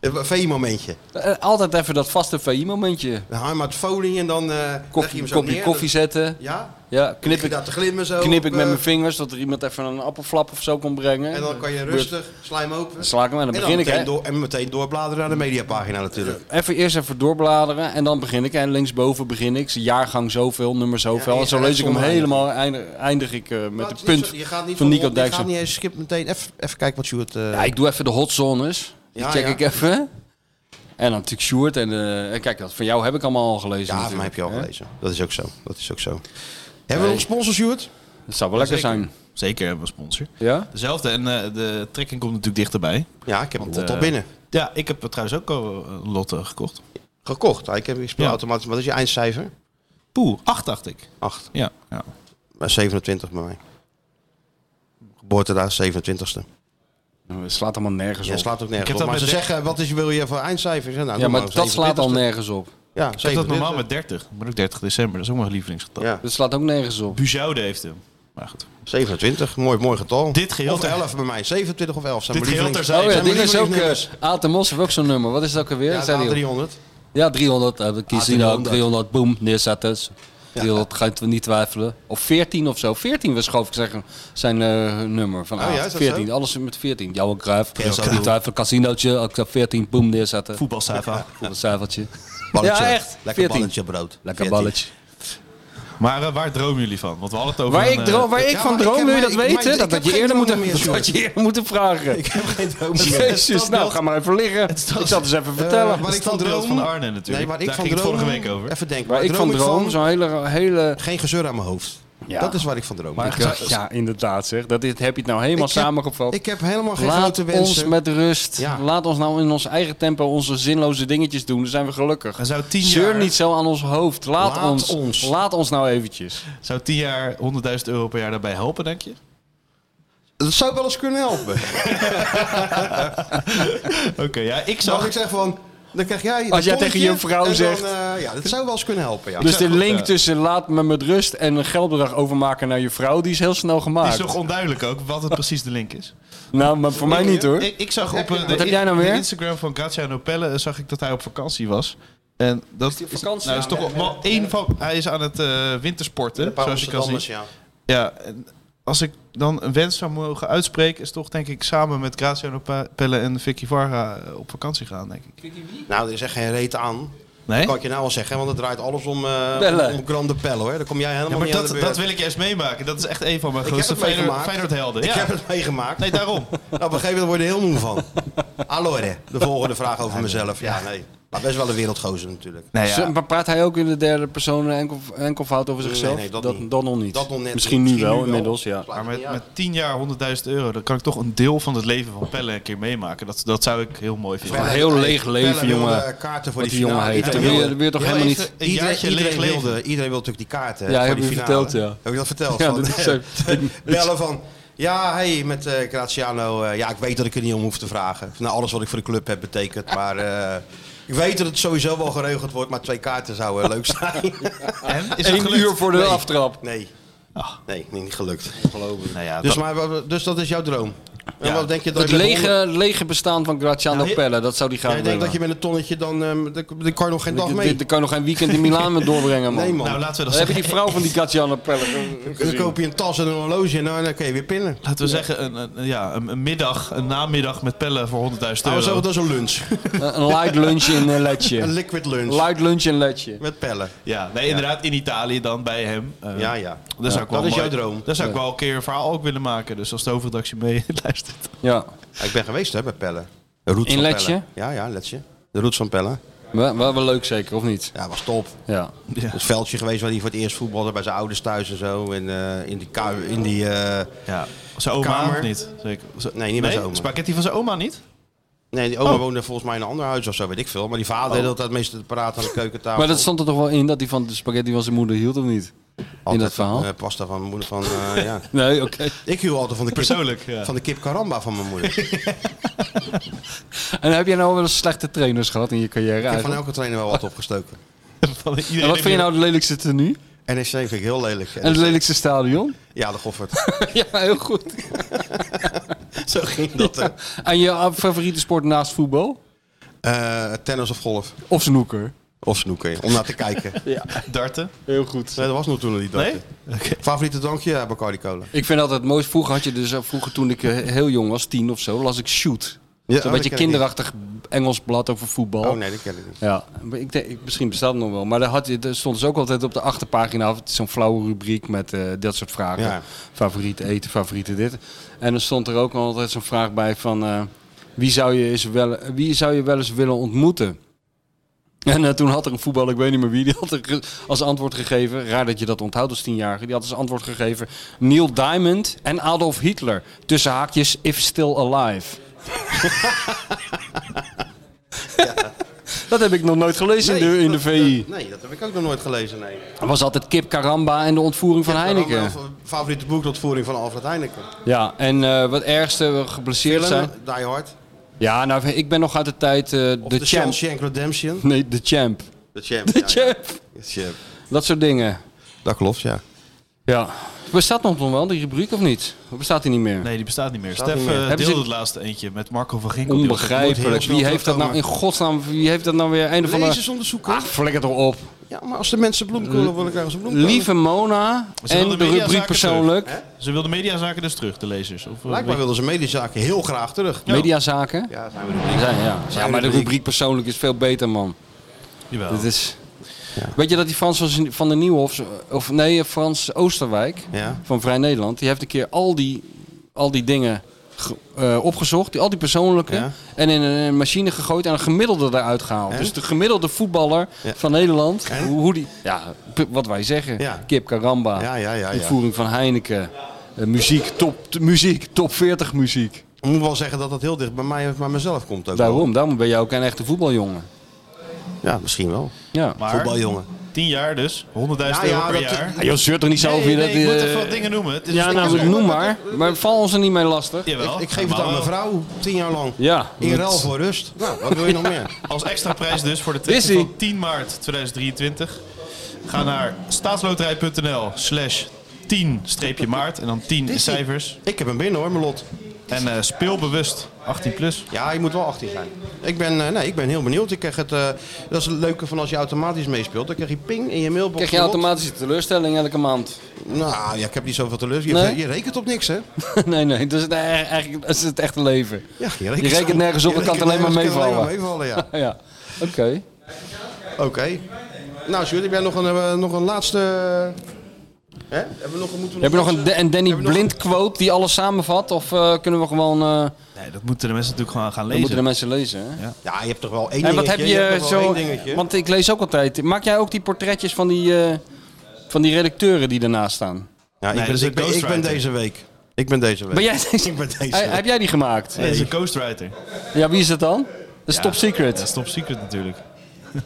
[SPEAKER 3] nou, VI-momentje.
[SPEAKER 4] Eh, Altijd even dat vaste VI-momentje.
[SPEAKER 3] Dan haal je maar het folie en dan eh leg je
[SPEAKER 4] Koffie,
[SPEAKER 3] hem zo
[SPEAKER 4] kopje
[SPEAKER 3] neer.
[SPEAKER 4] koffie zetten.
[SPEAKER 3] Ja?
[SPEAKER 4] Ja, knip
[SPEAKER 3] je
[SPEAKER 4] ik,
[SPEAKER 3] daar te glimmen zo
[SPEAKER 4] knip
[SPEAKER 3] op,
[SPEAKER 4] ik met
[SPEAKER 3] eh,
[SPEAKER 4] mijn vingers dat er iemand even een appelflap of zo kon brengen.
[SPEAKER 3] En dan kan je
[SPEAKER 4] Moet-
[SPEAKER 3] rustig, sla je hem open.
[SPEAKER 4] Sla ik hem en dan begin ik,
[SPEAKER 3] meteen
[SPEAKER 4] hè?
[SPEAKER 3] door- En meteen doorbladeren naar de mediapagina natuurlijk.
[SPEAKER 4] Even eerst even doorbladeren en dan begin ik. En linksboven begin ik. Jaargang zoveel, nummer zoveel.
[SPEAKER 3] Ja,
[SPEAKER 4] en zo
[SPEAKER 3] en
[SPEAKER 4] lees ik hem
[SPEAKER 3] sommigen
[SPEAKER 4] helemaal. Eindig, eindig ik eh, met
[SPEAKER 3] Maar
[SPEAKER 4] de
[SPEAKER 3] het is niet
[SPEAKER 4] punt
[SPEAKER 3] zo- je gaat niet
[SPEAKER 4] van Nico
[SPEAKER 3] rond, je gaat
[SPEAKER 4] Dijkstra.
[SPEAKER 3] niet eens skip meteen. Even, even kijken wat Sjoerd... eh
[SPEAKER 4] Ja, ik doe even de hot zones. Die
[SPEAKER 3] Ja,
[SPEAKER 4] check
[SPEAKER 3] ja.
[SPEAKER 4] ik even. En dan natuurlijk Sjoerd. En, eh, en kijk, dat van jou heb ik allemaal al gelezen.
[SPEAKER 3] Ja,
[SPEAKER 4] natuurlijk,
[SPEAKER 3] van mij heb je al
[SPEAKER 4] hè?
[SPEAKER 3] gelezen. Dat is ook zo. Dat is ook zo. Hebben we nog sponsors, Sjoerd?
[SPEAKER 4] Dat zou wel lekker zijn.
[SPEAKER 1] Zeker hebben we een sponsor.
[SPEAKER 4] Ja?
[SPEAKER 1] Dezelfde. En eh, de trekking komt natuurlijk dichterbij.
[SPEAKER 3] Ja, ik heb een
[SPEAKER 1] Want,
[SPEAKER 3] lot al
[SPEAKER 1] eh,
[SPEAKER 3] binnen.
[SPEAKER 1] Ja, ik heb trouwens ook al een lot eh, gekocht.
[SPEAKER 3] Gekocht. Ja, Ik heb ik speel automatisch. Wat is je eindcijfer?
[SPEAKER 1] Poeh, 8 dacht ik.
[SPEAKER 3] 8.
[SPEAKER 1] Ja. ja.
[SPEAKER 3] Maar 27 Eh, bij mij. Geboortedag 27ste.
[SPEAKER 4] Het slaat allemaal nergens
[SPEAKER 3] Ja,
[SPEAKER 4] op.
[SPEAKER 3] slaat ook
[SPEAKER 1] Ik
[SPEAKER 3] nergens
[SPEAKER 1] heb
[SPEAKER 3] op.
[SPEAKER 1] dat
[SPEAKER 3] Maar ze
[SPEAKER 1] met
[SPEAKER 3] zeggen, wat is, wil je voor eindcijfers? Ja, nou,
[SPEAKER 4] ja,
[SPEAKER 3] doe
[SPEAKER 4] maar dat slaat al
[SPEAKER 3] 27ste.
[SPEAKER 4] nergens op.
[SPEAKER 3] Ja,
[SPEAKER 1] Ik heb dat normaal
[SPEAKER 3] 27ste.
[SPEAKER 1] met 30. Maar ook 30 december. Dat is ook mijn lievelingsgetal.
[SPEAKER 3] Ja.
[SPEAKER 4] Dat slaat ook nergens op.
[SPEAKER 1] Buzoude heeft hem. Maar goed.
[SPEAKER 3] 27, mooi, mooi getal.
[SPEAKER 1] Dit geheel
[SPEAKER 3] Of
[SPEAKER 1] ter-
[SPEAKER 3] 11 bij mij. 27 of 11 zijn
[SPEAKER 1] Dit
[SPEAKER 3] mijn
[SPEAKER 1] geheel
[SPEAKER 3] lievelings-
[SPEAKER 1] terzijde.
[SPEAKER 4] Oh ja,
[SPEAKER 3] zijn mijn
[SPEAKER 4] ding is ook... eh,
[SPEAKER 3] lievelingsnummers.
[SPEAKER 4] Aad de Mos heeft ook zo'n nummer. Wat is dat ook alweer?
[SPEAKER 3] Ja,
[SPEAKER 4] Zei
[SPEAKER 3] de
[SPEAKER 4] die ook.
[SPEAKER 3] 300.
[SPEAKER 4] Ja, 300.
[SPEAKER 3] Ah,
[SPEAKER 4] eh, we kiezen hier ook
[SPEAKER 3] 300.
[SPEAKER 4] 300, boom, neerzetten. 300, ga je niet twijfelen. Of 14 of zo. 14 was geloof ik zeggen, zijn eh, nummer van
[SPEAKER 3] Oh
[SPEAKER 4] Aad.
[SPEAKER 3] ja, is dat
[SPEAKER 4] 14,
[SPEAKER 3] zo?
[SPEAKER 4] alles met 14. Jouw Cruijff,
[SPEAKER 3] Johan
[SPEAKER 4] ja, niet
[SPEAKER 3] Cruijff.
[SPEAKER 4] twijfelen, casinootje, ik zou 14, boom, neerzetten.
[SPEAKER 1] Voetbalcijfer.
[SPEAKER 4] Voetbalcijfertje.
[SPEAKER 3] Balletje.
[SPEAKER 4] Ja, echt.
[SPEAKER 3] Lekker
[SPEAKER 4] 14.
[SPEAKER 3] balletje brood.
[SPEAKER 4] Lekker
[SPEAKER 3] 14.
[SPEAKER 4] balletje.
[SPEAKER 1] Maar eh, waar dromen jullie van? Want we hadden het over...
[SPEAKER 4] Waar
[SPEAKER 1] een,
[SPEAKER 4] ik,
[SPEAKER 1] eh,
[SPEAKER 4] droom, waar ik
[SPEAKER 3] ja,
[SPEAKER 4] van
[SPEAKER 3] maar ik
[SPEAKER 4] droom,
[SPEAKER 3] heb
[SPEAKER 4] wil je
[SPEAKER 3] mijn-
[SPEAKER 4] dat
[SPEAKER 3] ik-
[SPEAKER 4] weten?
[SPEAKER 3] mijn-
[SPEAKER 4] Dat
[SPEAKER 3] ik
[SPEAKER 4] had
[SPEAKER 3] heb
[SPEAKER 4] je
[SPEAKER 3] geen
[SPEAKER 4] eerder moeten,
[SPEAKER 3] dromen meer,
[SPEAKER 4] dat had je eerder moeten vragen.
[SPEAKER 3] Ik heb geen droom meer.
[SPEAKER 4] Jezus, nou ga maar even liggen. Ik zal het eens even vertellen.
[SPEAKER 3] Eh, waar ik van
[SPEAKER 1] standbeeld
[SPEAKER 3] droom...
[SPEAKER 1] van Arne natuurlijk.
[SPEAKER 3] Nee, waar ik
[SPEAKER 1] Daar
[SPEAKER 3] van
[SPEAKER 1] ging het
[SPEAKER 3] droom...
[SPEAKER 1] vorige week over.
[SPEAKER 3] Even denken.
[SPEAKER 4] Waar ik van droom, zo'n hele... hele
[SPEAKER 3] Geen gezeur aan mijn hoofd.
[SPEAKER 4] Ja.
[SPEAKER 3] Dat is waar ik van droom.
[SPEAKER 4] Ik dacht, ja, inderdaad zeg. Dat is, heb je het nou helemaal
[SPEAKER 3] Ik heb-
[SPEAKER 4] samengevat.
[SPEAKER 3] Ik heb helemaal geen
[SPEAKER 4] Laat
[SPEAKER 3] grote
[SPEAKER 4] ons
[SPEAKER 3] wensen.
[SPEAKER 4] met rust.
[SPEAKER 3] Ja.
[SPEAKER 4] Laat ons nou in ons eigen tempo onze zinloze dingetjes doen. Dan zijn we gelukkig.
[SPEAKER 1] En zou tien
[SPEAKER 4] Zeur
[SPEAKER 1] jaar,
[SPEAKER 4] niet zo aan ons hoofd. Laat,
[SPEAKER 3] Laat
[SPEAKER 4] ons,
[SPEAKER 3] ons.
[SPEAKER 4] Laat ons nou eventjes.
[SPEAKER 1] zou 10 jaar 100.000 euro per jaar daarbij helpen, denk je?
[SPEAKER 3] Dat zou wel eens kunnen helpen.
[SPEAKER 1] Oké, ja, ik
[SPEAKER 3] Zou
[SPEAKER 1] zag...
[SPEAKER 3] ik zeggen van... Dan krijg jij een
[SPEAKER 4] Als jij tegen
[SPEAKER 3] tonnetje
[SPEAKER 4] je vrouw
[SPEAKER 3] en dan,
[SPEAKER 4] zegt-
[SPEAKER 3] eh, ja, dat zou wel eens kunnen helpen, ja. eh,
[SPEAKER 4] Dus de
[SPEAKER 1] goed,
[SPEAKER 4] link
[SPEAKER 1] ja.
[SPEAKER 4] tussen laat me met rust en een geldbedrag overmaken naar je vrouw, die is heel snel
[SPEAKER 1] Het
[SPEAKER 4] gemaakt.
[SPEAKER 1] is nog onduidelijk ook wat het precies de link is.
[SPEAKER 4] Nou, maar voor mij niet hoor.
[SPEAKER 1] Ik, ik zag op eh, de,
[SPEAKER 4] Wat heb jij nou
[SPEAKER 1] de
[SPEAKER 4] weer?
[SPEAKER 1] Instagram van Graziano Pelle eh, zag ik dat hij op vakantie was. En dat is,
[SPEAKER 4] vakantie?
[SPEAKER 1] nou, is toch
[SPEAKER 4] Ja,
[SPEAKER 1] wel één van. Hij is aan het eh, wintersporten,
[SPEAKER 3] Een paar
[SPEAKER 1] zoals je kan zien.
[SPEAKER 3] Amsterdammers, ja.
[SPEAKER 1] Ja, en als ik dan een wens zou mogen uitspreken, is toch denk ik samen met Graziano Pa- Pelle en Vicky Varga eh, op vakantie gaan, denk ik.
[SPEAKER 3] Nou, er is echt geen reet aan.
[SPEAKER 1] Nee?
[SPEAKER 3] Kan ik je nou al zeggen, want het draait alles om, eh
[SPEAKER 4] Bellen.
[SPEAKER 3] om, om Grande Pelle, hoor. Daar kom jij helemaal
[SPEAKER 1] Ja, maar
[SPEAKER 3] niet aan
[SPEAKER 1] dat,
[SPEAKER 3] de beurt.
[SPEAKER 1] dat wil ik juist meemaken. Dat is echt een van mijn
[SPEAKER 3] ik heb
[SPEAKER 1] grootste
[SPEAKER 3] het
[SPEAKER 1] Feyenoord-
[SPEAKER 3] meegemaakt.
[SPEAKER 1] Feyenoord-helden.
[SPEAKER 3] Ik
[SPEAKER 1] Ja.
[SPEAKER 3] heb het meegemaakt.
[SPEAKER 1] Nee, daarom.
[SPEAKER 3] Nou, op een gegeven moment word je er heel moe van. Allora, de volgende vraag over mezelf. Ja, nee. Maar best wel een wereldgozer natuurlijk.
[SPEAKER 4] Dus, eh, Maar praat hij ook in de derde persoon eh, enkel, enkelvoud over
[SPEAKER 3] Nee,
[SPEAKER 4] zichzelf?
[SPEAKER 3] nee, dat niet.
[SPEAKER 4] dan nog niet.
[SPEAKER 3] Dat nog net
[SPEAKER 4] misschien
[SPEAKER 3] niet.
[SPEAKER 4] nu
[SPEAKER 3] Misschien
[SPEAKER 4] wel,
[SPEAKER 3] nu wel.
[SPEAKER 4] inmiddels, ja.
[SPEAKER 3] Maar
[SPEAKER 13] met, met 10 jaar 100.000 euro, dan kan ik toch een deel van het leven van Pelle een keer meemaken. Dat, dat zou ik heel mooi vinden.
[SPEAKER 4] Een heel leeg leven, jongen. wat die jongen heeft. Dat wil je, dat wil je toch helemaal niet.
[SPEAKER 3] Iedereen, iedereen,
[SPEAKER 13] leeg
[SPEAKER 3] wilde,
[SPEAKER 13] leven.
[SPEAKER 3] iedereen wilde natuurlijk die kaarten.
[SPEAKER 4] Ja,
[SPEAKER 3] voor
[SPEAKER 4] heb
[SPEAKER 3] die
[SPEAKER 4] je
[SPEAKER 3] finale.
[SPEAKER 4] verteld, ja.
[SPEAKER 3] Heb ik dat verteld?
[SPEAKER 4] Ja,
[SPEAKER 3] Van-
[SPEAKER 4] dat is zo-
[SPEAKER 3] Bellen van. Ja, hey, met eh Graziano. eh, ja, ik weet dat ik er niet om hoef te vragen. Nou, alles wat ik voor de club heb betekent. Maar eh, ik weet dat het sowieso wel geregeld wordt. Maar twee kaarten zouden leuk zijn.
[SPEAKER 13] En? Is
[SPEAKER 4] Eén uur voor de
[SPEAKER 3] Nee.
[SPEAKER 4] aftrap.
[SPEAKER 3] Nee. Nee, niet gelukt.
[SPEAKER 4] Geloven.
[SPEAKER 13] Nou ja,
[SPEAKER 3] Dus,
[SPEAKER 13] dat-
[SPEAKER 3] maar, we- dus dat is jouw droom. En
[SPEAKER 4] Ja.
[SPEAKER 3] wat denk je dat
[SPEAKER 4] het
[SPEAKER 3] je met
[SPEAKER 4] lege,
[SPEAKER 3] honderd-
[SPEAKER 4] lege bestaan van Graziano
[SPEAKER 3] Ja, je-
[SPEAKER 4] Pelle, dat zou die
[SPEAKER 3] Ja,
[SPEAKER 4] graag
[SPEAKER 3] ik denk
[SPEAKER 4] willen.
[SPEAKER 3] dat je met een tonnetje dan. ehm daar daar kan je nog geen dag mee.
[SPEAKER 4] Daar kan je nog geen weekend in Milaan mee doorbrengen, man.
[SPEAKER 3] Nee, man.
[SPEAKER 13] Nou, laten we
[SPEAKER 4] Dan
[SPEAKER 13] dat
[SPEAKER 4] heb je
[SPEAKER 13] zeggen.
[SPEAKER 4] die vrouw van die Graziano Pelle.
[SPEAKER 3] Dan koop je een tas en een horloge en dan kun je weer pinnen.
[SPEAKER 13] Laten we zeggen, een, een- ja, een, een middag, een namiddag met Pelle voor 100.000 euro.
[SPEAKER 3] Nou, we zeggen dat is een lunch.
[SPEAKER 4] Een light lunch in een letje.
[SPEAKER 3] Een liquid lunch.
[SPEAKER 4] Light lunch in letje.
[SPEAKER 3] Met pellen.
[SPEAKER 13] Ja, nee, inderdaad, in Italië dan bij hem. Eh,
[SPEAKER 3] Ja, ja.
[SPEAKER 13] Daar zou ik
[SPEAKER 3] Dat
[SPEAKER 13] wel
[SPEAKER 3] is
[SPEAKER 13] mooi-
[SPEAKER 3] jouw droom.
[SPEAKER 13] Daar zou ik
[SPEAKER 3] Ja.
[SPEAKER 13] wel een keer een verhaal ook willen maken. Dus als de hoofdredactie mee luistert.
[SPEAKER 4] Ja.
[SPEAKER 3] Ik ben geweest hè, bij Pellen. De route
[SPEAKER 4] In
[SPEAKER 3] van
[SPEAKER 4] Letje?
[SPEAKER 3] Pelle. Ja, ja, Letje. De route van Pelle.
[SPEAKER 4] Wel, wel, wel leuk zeker, of niet?
[SPEAKER 3] Ja, was top.
[SPEAKER 4] Ja.
[SPEAKER 3] Het veldje geweest waar hij voor het eerst voetbalde bij zijn ouders thuis en zo. En eh, in die, ku- in die eh,
[SPEAKER 13] Ja. Zijn oma
[SPEAKER 3] kamer.
[SPEAKER 13] of niet? Zeker. Zo-
[SPEAKER 3] Nee, niet bij zijn oma.
[SPEAKER 13] Spaghetti van zijn oma niet?
[SPEAKER 3] Nee, die oma
[SPEAKER 13] Oh.
[SPEAKER 3] woonde volgens mij in een ander huis of zo, weet ik veel. Maar die vader deed altijd meestal praten aan de keukentafel.
[SPEAKER 4] Maar dat stond er toch wel in dat hij van de spaghetti van zijn moeder hield, of niet? In dat verhaal?
[SPEAKER 3] Eh, pasta van mijn moeder van, eh, ja.
[SPEAKER 4] Nee, oké.
[SPEAKER 3] Ik hield altijd van de kip,
[SPEAKER 13] Persoonlijk, ja.
[SPEAKER 3] van de kip caramba van mijn moeder. ik
[SPEAKER 4] En heb jij nou wel eens slechte trainers gehad in je carrière?
[SPEAKER 3] heb van
[SPEAKER 4] eigenlijk?
[SPEAKER 3] elke trainer wel wat opgestoken.
[SPEAKER 13] Van iedereen
[SPEAKER 4] En wat vind je
[SPEAKER 13] heeft-
[SPEAKER 4] nou het lelijkste tenue?
[SPEAKER 3] NEC E vind ik heel lelijk.
[SPEAKER 4] En het lelijkste stadion?
[SPEAKER 3] Ja, de Goffert.
[SPEAKER 4] ja, heel goed.
[SPEAKER 3] Zo ging dat. hè.
[SPEAKER 4] En je favoriete sport naast voetbal?
[SPEAKER 3] Eh, tennis of golf.
[SPEAKER 4] Of snoeker?
[SPEAKER 3] Of snoeken, om naar te kijken.
[SPEAKER 4] Ja,
[SPEAKER 13] darten.
[SPEAKER 4] heel goed.
[SPEAKER 3] Nee, dat was nog toen niet.
[SPEAKER 13] Nee?
[SPEAKER 3] Favoriete drankje? Ja, Bacardi Cola.
[SPEAKER 4] Ik vind altijd het mooiste. Vroeger had je dus, eh, vroeger toen ik eh, heel jong was, tien of zo, las ik Shoot.
[SPEAKER 3] Ja, oh,
[SPEAKER 4] Zo'n
[SPEAKER 3] dat
[SPEAKER 4] beetje
[SPEAKER 3] ken ik
[SPEAKER 4] kinderachtig Engels blad over voetbal.
[SPEAKER 3] Oh nee, dat ken ik niet.
[SPEAKER 4] Ja, maar ik denk, ik- misschien bestaat het nog wel. Maar daar, had, je- daar stond dus ook altijd op de achterpagina of het is zo'n flauwe rubriek met eh, dat soort vragen.
[SPEAKER 3] Ja.
[SPEAKER 4] Favoriet eten, favoriete dit. En er stond er ook altijd zo'n vraag bij van eh, wie, zou je eens wel, wie zou je wel eens willen ontmoeten? En eh, toen had er een voetballer, ik weet niet meer wie, die had er ge- als antwoord gegeven, raar dat je dat onthoudt als tienjarige, die had als antwoord gegeven Neil Diamond en Adolf Hitler. Tussen haakjes, if still alive. Dat heb ik nog nooit gelezen in de, in de
[SPEAKER 3] dat-
[SPEAKER 4] VI.
[SPEAKER 3] dat- nee, dat heb ik ook nog nooit gelezen. Nee.
[SPEAKER 4] Er was altijd Kip Karamba en de ontvoering van Heineken.
[SPEAKER 3] Mijn favoriete boek, de ontvoering van Alfred Heineken.
[SPEAKER 4] Ja, en eh, wat ergste, we geblesseerd zijn.
[SPEAKER 3] Film, Die Hard.
[SPEAKER 4] Ja, nou, ik ben nog uit de tijd eh
[SPEAKER 3] Of
[SPEAKER 4] de
[SPEAKER 3] The
[SPEAKER 4] Champ.
[SPEAKER 3] Shawshank Redemption.
[SPEAKER 4] Nee, de Champ.
[SPEAKER 3] De Champ.
[SPEAKER 4] De
[SPEAKER 3] ja, ja.
[SPEAKER 4] Champ.
[SPEAKER 3] De Champ.
[SPEAKER 4] Dat soort dingen.
[SPEAKER 3] Dat klopt, ja.
[SPEAKER 4] Ja. Bestaat nog wel die rubriek of niet? Of bbestaat die niet meer?
[SPEAKER 13] Nee, die bestaat niet meer.
[SPEAKER 3] Bestaat
[SPEAKER 13] Stef
[SPEAKER 3] niet meer.
[SPEAKER 13] eh,
[SPEAKER 4] Hebben
[SPEAKER 13] deelde
[SPEAKER 4] ze-
[SPEAKER 13] het laatste eentje met Marco van Ginkel.
[SPEAKER 4] Onbegrijpelijk.
[SPEAKER 3] snel
[SPEAKER 4] Wie heeft dat nou in
[SPEAKER 3] terugkomen.
[SPEAKER 4] godsnaam? Wie heeft dat nou weer een of andere.
[SPEAKER 3] Lezersonderzoeken.
[SPEAKER 4] Ah, flikker toch op.
[SPEAKER 3] Ja, maar als de mensen bloemkolen willen, krijgen ze bloemkolen.
[SPEAKER 4] Lieve Mona
[SPEAKER 13] Ze
[SPEAKER 4] en
[SPEAKER 13] wilden
[SPEAKER 4] de rubriek
[SPEAKER 13] mediazaken
[SPEAKER 4] persoonlijk.
[SPEAKER 13] Ze wilden mediazaken dus terug, de lezers. Of, eh,
[SPEAKER 3] Blijkbaar wilden ze mediazaken heel graag terug.
[SPEAKER 4] Mediazaken.
[SPEAKER 3] Ja, zijn we er niet.
[SPEAKER 4] Ja, ja. ja, maar de
[SPEAKER 3] rubriek.
[SPEAKER 4] rubriek persoonlijk is veel beter, man.
[SPEAKER 13] Jawel.
[SPEAKER 4] Dit is... Weet je dat die Frans van- van der Nieuwhof, of nee, Frans Oosterwijk
[SPEAKER 3] Ja.
[SPEAKER 4] van Vrij Nederland, die heeft een keer al die, al die dingen ge- eh, opgezocht, die, al die persoonlijke,
[SPEAKER 3] Ja.
[SPEAKER 4] en in een machine gegooid en een gemiddelde daaruit gehaald. Dus de gemiddelde voetballer
[SPEAKER 3] Ja.
[SPEAKER 4] van Nederland, hoe, hoe die, ja, p- wat wij zeggen,
[SPEAKER 3] Ja.
[SPEAKER 4] Kip Karamba,
[SPEAKER 3] Ja, ja, ja, ja.
[SPEAKER 4] uitvoering van Heineken, eh, muziek, top, t- muziek, top 40 muziek.
[SPEAKER 3] Ik moet wel zeggen dat dat heel dicht bij mij bij mezelf komt ook.
[SPEAKER 4] Daarom, daarom ben jij ook een echte voetbaljongen.
[SPEAKER 3] wel. Ja, misschien wel.
[SPEAKER 4] Ja.
[SPEAKER 13] Maar
[SPEAKER 3] Voetbaljongen.
[SPEAKER 13] 10 jaar dus, 100.000
[SPEAKER 3] Ja,
[SPEAKER 13] euro
[SPEAKER 3] ja,
[SPEAKER 13] per
[SPEAKER 3] dat-
[SPEAKER 13] jaar.
[SPEAKER 4] Ja, joh, zeur toch niet zo
[SPEAKER 13] Nee,
[SPEAKER 4] over je
[SPEAKER 13] nee,
[SPEAKER 4] dat...
[SPEAKER 13] ik moet
[SPEAKER 4] eh,
[SPEAKER 13] even wat dingen noemen. Het is
[SPEAKER 4] ja,
[SPEAKER 13] een
[SPEAKER 4] nou,
[SPEAKER 13] sticker.
[SPEAKER 4] noem maar. Maar val ons er niet mee lastig.
[SPEAKER 13] Jawel,
[SPEAKER 3] Ik, ik geef het
[SPEAKER 13] maar
[SPEAKER 3] aan mijn
[SPEAKER 13] wel.
[SPEAKER 3] vrouw, tien jaar lang.
[SPEAKER 4] Ja.
[SPEAKER 3] In ruil voor rust. Nou, wat wil je nog meer?
[SPEAKER 13] Als extra prijs dus voor de
[SPEAKER 4] Is
[SPEAKER 13] trekking
[SPEAKER 4] ie.
[SPEAKER 13] van 10 maart 2023. Ga naar staatsloterij.nl slash 10-maart. En dan 10 in cijfers.
[SPEAKER 3] Ik heb hem binnen hoor, mijn lot.
[SPEAKER 13] En eh, speel bewust 18 plus.
[SPEAKER 3] Ja, je moet wel 18 zijn. Ik ben, eh, nee, ik ben heel benieuwd. Ik krijg het, eh, dat is het leuke van als je automatisch meespeelt. Dan krijg je ping in je mailbox.
[SPEAKER 4] Krijg je
[SPEAKER 3] een lot.
[SPEAKER 4] automatische teleurstelling elke maand?
[SPEAKER 3] Nou ja, ik heb niet zoveel teleur. Je,
[SPEAKER 4] Nee?
[SPEAKER 3] je rekent op niks, hè?
[SPEAKER 4] nee, nee, dat is, nee, eigenlijk, dat is het echte leven.
[SPEAKER 3] Ja, je
[SPEAKER 4] Je rekent nergens op,
[SPEAKER 3] je
[SPEAKER 4] dat kan
[SPEAKER 3] rekent
[SPEAKER 4] het alleen maar
[SPEAKER 3] nergens, kan alleen
[SPEAKER 4] meevallen.
[SPEAKER 3] meevallen, ja.
[SPEAKER 4] ja, oké.
[SPEAKER 3] Oké. Nou, Sjoerd, heb jij nog een, eh, nog een laatste... Hè? Hebben we nog, moeten we
[SPEAKER 4] Heb je nog
[SPEAKER 3] mensen-
[SPEAKER 4] een, Da- een Danny
[SPEAKER 3] hebben we nog-
[SPEAKER 4] Blind quote die alles samenvat? Of eh, kunnen we gewoon... eh,
[SPEAKER 13] Nee, dat moeten de mensen natuurlijk gewoon gaan
[SPEAKER 4] Dat
[SPEAKER 13] lezen.
[SPEAKER 4] moeten de mensen lezen, hè?
[SPEAKER 13] Ja.
[SPEAKER 3] Ja, je hebt toch wel één
[SPEAKER 4] en wat heb
[SPEAKER 3] dingetje,
[SPEAKER 4] je,
[SPEAKER 3] hebt toch wel
[SPEAKER 4] zo...
[SPEAKER 3] één dingetje?
[SPEAKER 4] Want ik lees ook altijd... Maak jij ook die portretjes van die, eh, van die redacteuren die ernaast staan?
[SPEAKER 3] Ja, ik, ben, dus ik, ben, ik ben deze week. Ik ben deze week.
[SPEAKER 4] Ben jij
[SPEAKER 3] Ik ben deze
[SPEAKER 4] Hey,
[SPEAKER 3] week.
[SPEAKER 4] Heb jij die gemaakt?
[SPEAKER 3] Nee, dat is een
[SPEAKER 13] ghostwriter.
[SPEAKER 4] Ja, wie is dat dan? Dat is
[SPEAKER 13] Ja,
[SPEAKER 4] top secret.
[SPEAKER 13] Dat is top secret natuurlijk.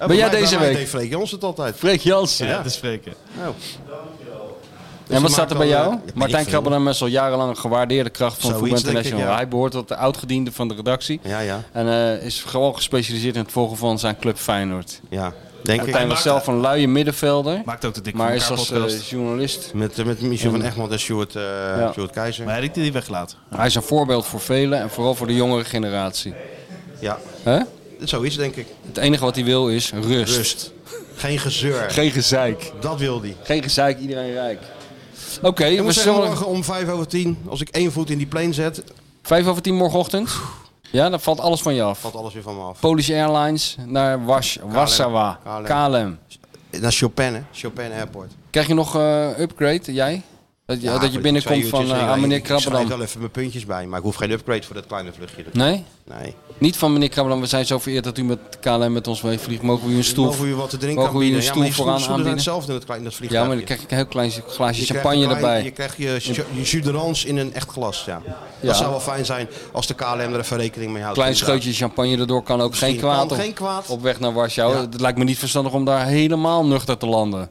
[SPEAKER 4] Ben jij deze week?
[SPEAKER 3] Nee, Freek Jans het altijd.
[SPEAKER 4] Freek Jansen.
[SPEAKER 13] Ja, dat is Freken.
[SPEAKER 3] Nou. dus
[SPEAKER 4] en wat staat er bij jou?
[SPEAKER 3] eh,
[SPEAKER 4] Martijn
[SPEAKER 3] Krabbel
[SPEAKER 4] Krabben en Messel, jarenlang een gewaardeerde kracht van
[SPEAKER 3] Zoiets,
[SPEAKER 4] Voetbal
[SPEAKER 3] denk ik,
[SPEAKER 4] International.
[SPEAKER 3] ja.
[SPEAKER 4] Hij behoort tot de oudgediende van de redactie.
[SPEAKER 3] Ja, ja.
[SPEAKER 4] En eh, is gewoon gespecialiseerd in het volgen van zijn club Feyenoord.
[SPEAKER 3] Ja, denk ik.
[SPEAKER 4] Martijn
[SPEAKER 3] Hij
[SPEAKER 4] was
[SPEAKER 3] maakt-
[SPEAKER 4] zelf een luie middenvelder.
[SPEAKER 13] Maakt ook de dik
[SPEAKER 4] Maar
[SPEAKER 13] voor
[SPEAKER 4] is
[SPEAKER 13] elkaar
[SPEAKER 4] als eh,
[SPEAKER 13] podcast.
[SPEAKER 4] journalist.
[SPEAKER 3] Met, eh, met Michel
[SPEAKER 4] En-
[SPEAKER 3] van Egmond en Stuart, eh Stuart Keizer.
[SPEAKER 13] Maar hij heeft die weggelaten.
[SPEAKER 4] Hij is een voorbeeld voor velen en vooral voor de jongere generatie.
[SPEAKER 3] Ja.
[SPEAKER 4] Hè?
[SPEAKER 3] Zo is het, denk ik.
[SPEAKER 4] Het enige wat hij wil is rust.
[SPEAKER 3] Rust. Geen gezeur.
[SPEAKER 4] Geen gezeik.
[SPEAKER 3] Dat wil hij.
[SPEAKER 4] Geen gezeik, iedereen rijk. Oké,
[SPEAKER 3] Ik
[SPEAKER 4] we
[SPEAKER 3] moet zeggen,
[SPEAKER 4] zullen...
[SPEAKER 3] morgen om 5 over 10, als ik één voet in die plane zet,
[SPEAKER 4] Vijf over tien morgenochtend? Ja, dan valt alles van je af.
[SPEAKER 3] valt alles weer van me af.
[SPEAKER 4] Polish Airlines naar Wash, Warsawa.
[SPEAKER 3] KLM.
[SPEAKER 4] KLM.
[SPEAKER 3] Naar Chopin, hè? Chopin Airport.
[SPEAKER 4] Krijg je nog eh, upgrade, jij? Dat je, dat je binnenkomt van eh, aan meneer
[SPEAKER 3] Ik schrijf
[SPEAKER 4] Krabberdam.
[SPEAKER 3] wel even mijn puntjes bij, maar ik hoef geen upgrade voor dat kleine vluchtje.
[SPEAKER 4] Nee?
[SPEAKER 3] Nee.
[SPEAKER 4] Niet van meneer Krabberdam, we zijn zo vereerd dat u met KLM met ons meevliegt. Mogen we u een stoel,
[SPEAKER 3] Mogen we u wat te drinken
[SPEAKER 4] mogen we u een
[SPEAKER 3] aanbieden? Ja,
[SPEAKER 4] stoel
[SPEAKER 3] maar die
[SPEAKER 4] vooraan
[SPEAKER 3] stoelen zijn
[SPEAKER 4] aanbieden?
[SPEAKER 3] hetzelfde in het kleine dat
[SPEAKER 4] Ja,
[SPEAKER 3] vliegtuig.
[SPEAKER 4] maar dan krijg ik een heel klein glaasje
[SPEAKER 3] Je krijgt
[SPEAKER 4] champagne
[SPEAKER 3] een klein-
[SPEAKER 4] erbij.
[SPEAKER 3] Je krijgt je, ju- je jus d'orange in een echt glas, ja. Dat zou wel fijn zijn als de KLM er even rekening mee houdt.
[SPEAKER 4] Klein scheutje champagne erdoor kan ook geen
[SPEAKER 3] Misschien
[SPEAKER 4] kwaad,
[SPEAKER 3] kan
[SPEAKER 4] op,
[SPEAKER 3] geen kwaad.
[SPEAKER 4] op weg naar Warschau.
[SPEAKER 3] Ja.
[SPEAKER 4] Het lijkt me niet verstandig om daar helemaal nuchter te landen.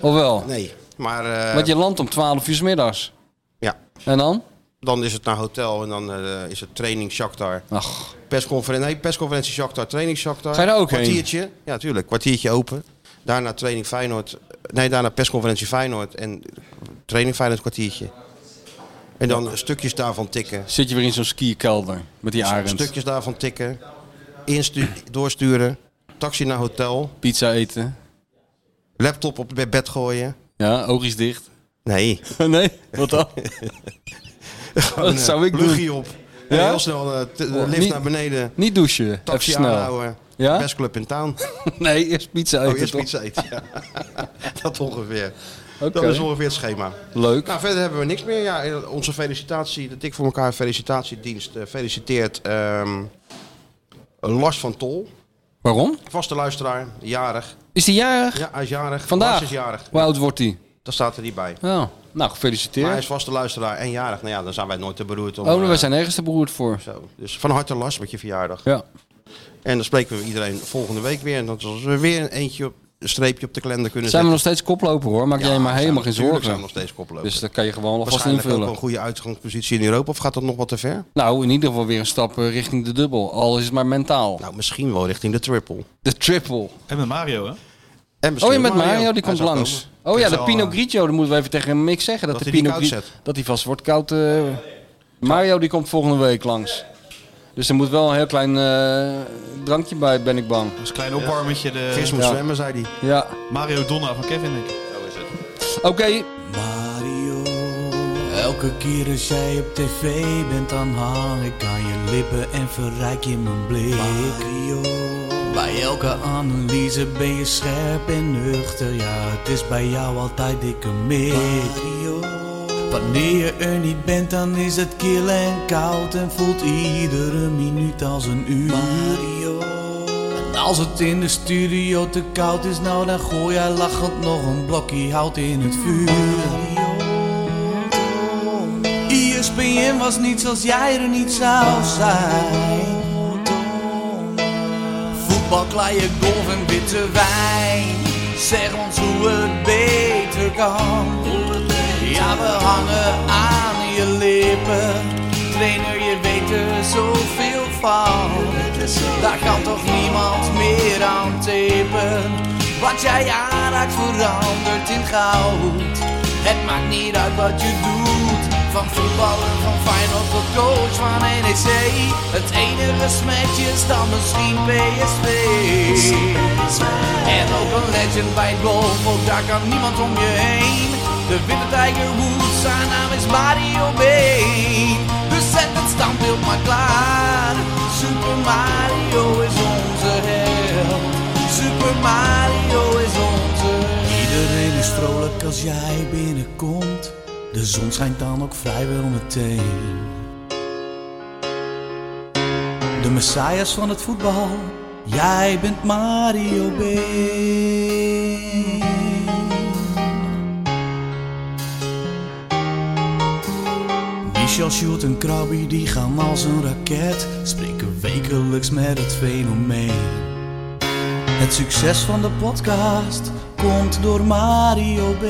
[SPEAKER 4] Of wel?
[SPEAKER 3] Nee, maar... eh,
[SPEAKER 4] Want je landt om 12 uur 's middags.
[SPEAKER 3] Ja.
[SPEAKER 4] En dan?
[SPEAKER 3] Dan is het naar hotel en dan eh, is het training Shakhtar.
[SPEAKER 4] Ach.
[SPEAKER 3] Persconferentie, nee, persconferentie Shakhtar, training Shakhtar.
[SPEAKER 4] Ga je daar ook heen?
[SPEAKER 3] Kwartiertje, ja tuurlijk, kwartiertje open. Daarna training Feyenoord, nee daarna persconferentie Feyenoord en training Feyenoord kwartiertje. En dan stukjes daarvan tikken.
[SPEAKER 4] Zit je weer in zo'n skierkelder met die arend.
[SPEAKER 3] Stukjes daarvan tikken, instu- doorsturen, taxi naar hotel,
[SPEAKER 4] Pizza eten.
[SPEAKER 3] laptop op het bed gooien.
[SPEAKER 4] Ja, oogjes dicht.
[SPEAKER 3] Nee.
[SPEAKER 4] nee? Wat dan?
[SPEAKER 3] Gewoon,
[SPEAKER 4] dat
[SPEAKER 3] eh,
[SPEAKER 4] zou ik
[SPEAKER 3] pluggie
[SPEAKER 4] doen.
[SPEAKER 3] op. En
[SPEAKER 4] Ja?
[SPEAKER 3] heel snel eh, t-
[SPEAKER 4] Oh,
[SPEAKER 3] lift
[SPEAKER 4] niet-
[SPEAKER 3] naar beneden.
[SPEAKER 4] Niet douchen.
[SPEAKER 3] Taxi
[SPEAKER 4] even snel.
[SPEAKER 3] aanhouden.
[SPEAKER 4] Ja?
[SPEAKER 3] Best club in town.
[SPEAKER 4] Nee, eerst pizza eten.
[SPEAKER 3] Oh, eerst
[SPEAKER 4] toch?
[SPEAKER 3] pizza eten. Ja. dat ongeveer.
[SPEAKER 4] Oké.
[SPEAKER 3] Dat is ongeveer het schema.
[SPEAKER 4] Leuk.
[SPEAKER 3] Nou, verder hebben we niks meer. Ja, onze felicitatie, de Dik voor elkaar felicitatiedienst eh, feliciteert ehm, Lars van Tol.
[SPEAKER 4] Waarom?
[SPEAKER 3] Vaste luisteraar, jarig.
[SPEAKER 4] Is die jarig?
[SPEAKER 3] Ja, hij is jarig.
[SPEAKER 4] Vandaag?
[SPEAKER 3] Lars is jarig.
[SPEAKER 4] Hoe oud wordt die?
[SPEAKER 3] Daar staat er niet bij.
[SPEAKER 4] Nou, nou,
[SPEAKER 3] Maar hij
[SPEAKER 4] gefeliciteerd.
[SPEAKER 3] is vaste luisteraar en jarig. Nou ja, dan zijn wij nooit te beroerd om...
[SPEAKER 4] Oh, maar
[SPEAKER 3] eh,
[SPEAKER 4] wij zijn ergens te beroerd voor.
[SPEAKER 3] Zo. Dus van harte Lars met je verjaardag.
[SPEAKER 4] Ja.
[SPEAKER 3] En dan spreken we iedereen volgende week weer. En dan zullen we weer een eentje op, een streepje op de kalender kunnen
[SPEAKER 4] Zijn we
[SPEAKER 3] zetten.
[SPEAKER 4] nog steeds koploper hoor, maak jij je maar helemaal geen zorgen.
[SPEAKER 3] Natuurlijk Dus zijn we nog steeds koploper.
[SPEAKER 4] Dus dat kan je gewoon alvast
[SPEAKER 3] Waarschijnlijk ook wel
[SPEAKER 4] invullen.
[SPEAKER 3] een goede uitgangspositie in Europa. Of gaat dat nog wat te ver?
[SPEAKER 4] Nou, in ieder geval weer een stap eh, richting de dubbel. Al is het maar mentaal.
[SPEAKER 3] Nou, misschien wel richting de triple.
[SPEAKER 4] De triple.
[SPEAKER 13] En met Mario, hè?
[SPEAKER 3] En
[SPEAKER 4] Oh
[SPEAKER 3] misschien
[SPEAKER 4] ja, Oh, met Mario,
[SPEAKER 3] Hij
[SPEAKER 4] die komt
[SPEAKER 3] zou
[SPEAKER 4] langs.
[SPEAKER 3] komen.
[SPEAKER 4] Oh ja,
[SPEAKER 3] Hij
[SPEAKER 4] de
[SPEAKER 3] zal,
[SPEAKER 4] Pinot
[SPEAKER 3] eh,
[SPEAKER 4] Grigio, dat moeten we even tegen Mick zeggen. Dat,
[SPEAKER 3] Dat
[SPEAKER 4] de
[SPEAKER 3] hij die
[SPEAKER 4] Pinot
[SPEAKER 3] koud
[SPEAKER 4] Grigio,
[SPEAKER 3] zet.
[SPEAKER 4] dat hij vast wordt koud. eh, Mario die komt volgende week langs. Dus er moet wel een heel klein eh, drankje bij, ben ik bang.
[SPEAKER 13] Als klein opwarmetje. De...
[SPEAKER 3] Gis moet
[SPEAKER 4] Ja.
[SPEAKER 3] zwemmen, zei hij.
[SPEAKER 4] Ja.
[SPEAKER 13] Mario Donna van Kevin, denk ik.
[SPEAKER 4] Oké.
[SPEAKER 2] Mario, elke keer als jij op tv bent, dan hang ik aan je lippen en verrijk je mijn blik. Mario, bij elke analyse ben je scherp en nuchter, ja, het is bij jou altijd dikke mik. Mario, wanneer je er niet bent, dan is het kil en koud en voelt iedere minuut als een uur. En als het in de studio te koud is, nou dan gooi jij lachend nog een blokje hout in het vuur. E ESPN was niets als jij er niet zou zijn. Voetbal, kleien, golf en witte wijn. Zeg ons hoe het beter kan. Ja, we hangen aan je lippen. Trainer, je weet er zoveel van. Daar kan toch niemand meer aan tapen. Wat jij aanraakt verandert in goud. Het maakt niet uit wat je doet. Van voetballer, van Feyenoord tot coach van NEC. Het enige smetje is dan misschien PSV. En ook een legend bij het golf, ook daar kan niemand om je heen. De witte Tiger Woods, zijn naam is Mario Been. Dus zet het standbeeld maar klaar. Super Mario is onze held. Super Mario is onze held. Iedereen is vrolijk als jij binnenkomt. De zon schijnt dan ook vrijwel meteen. De messias van het voetbal, jij bent Mario Been. Michel Sjoerd en Krabby die gaan als een raket, spreken wekelijks met het fenomeen. Het succes van de podcast komt door Mario B.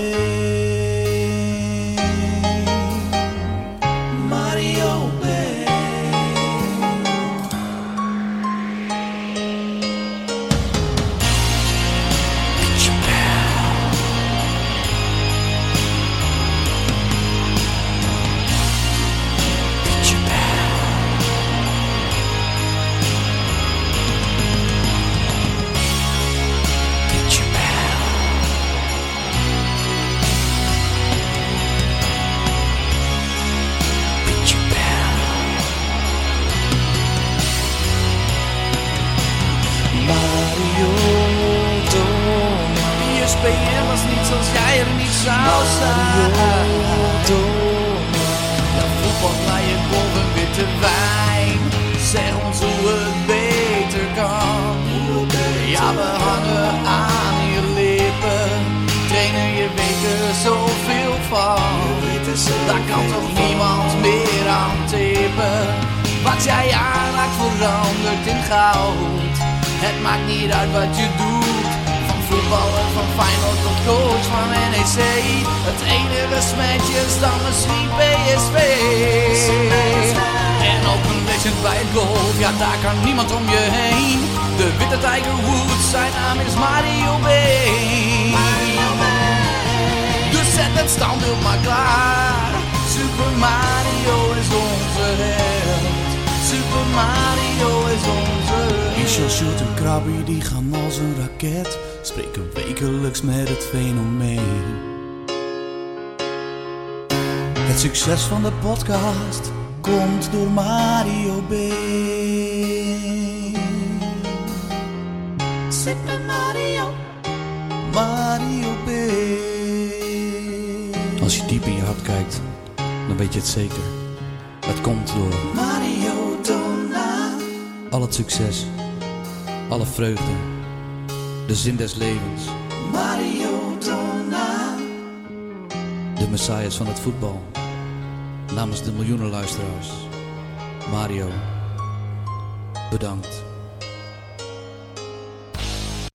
[SPEAKER 2] Mario B. Mario Dommer. Je speelt was niet als jij er niet zou staan. Mario Dommer. Ja, voetbal naar je boven witte wijn. Zeg ons hoe het beter kan. Ja, we hangen aan je lippen. Trainer, je weet er zoveel van. Daar kan toch niemand meer aan tippen. Wat jij aanraakt verandert in goud. Het maakt niet uit wat je doet. Van voetballer, van Feyenoord tot coach van NEC. Het enige smetje is dan misschien PSV. En op een legend bij het golf, ja daar kan niemand om je heen. De witte Tiger Woods, zijn naam is Mario B. Dus zet het standbeeld maar klaar. Super Mario is onze held. Super Mario is onze Michel Sjoerd en Krabby die gaan als een raket Spreken wekelijks met het fenomeen Het succes van de podcast komt door Mario B Super Mario Mario B Als je diep in je hart kijkt, dan weet je het zeker Het komt door Mario Dona al het succes, alle vreugde, de zin des levens,
[SPEAKER 10] Mario Dona.
[SPEAKER 2] de messias van het voetbal. Namens de miljoenen luisteraars, Mario, bedankt.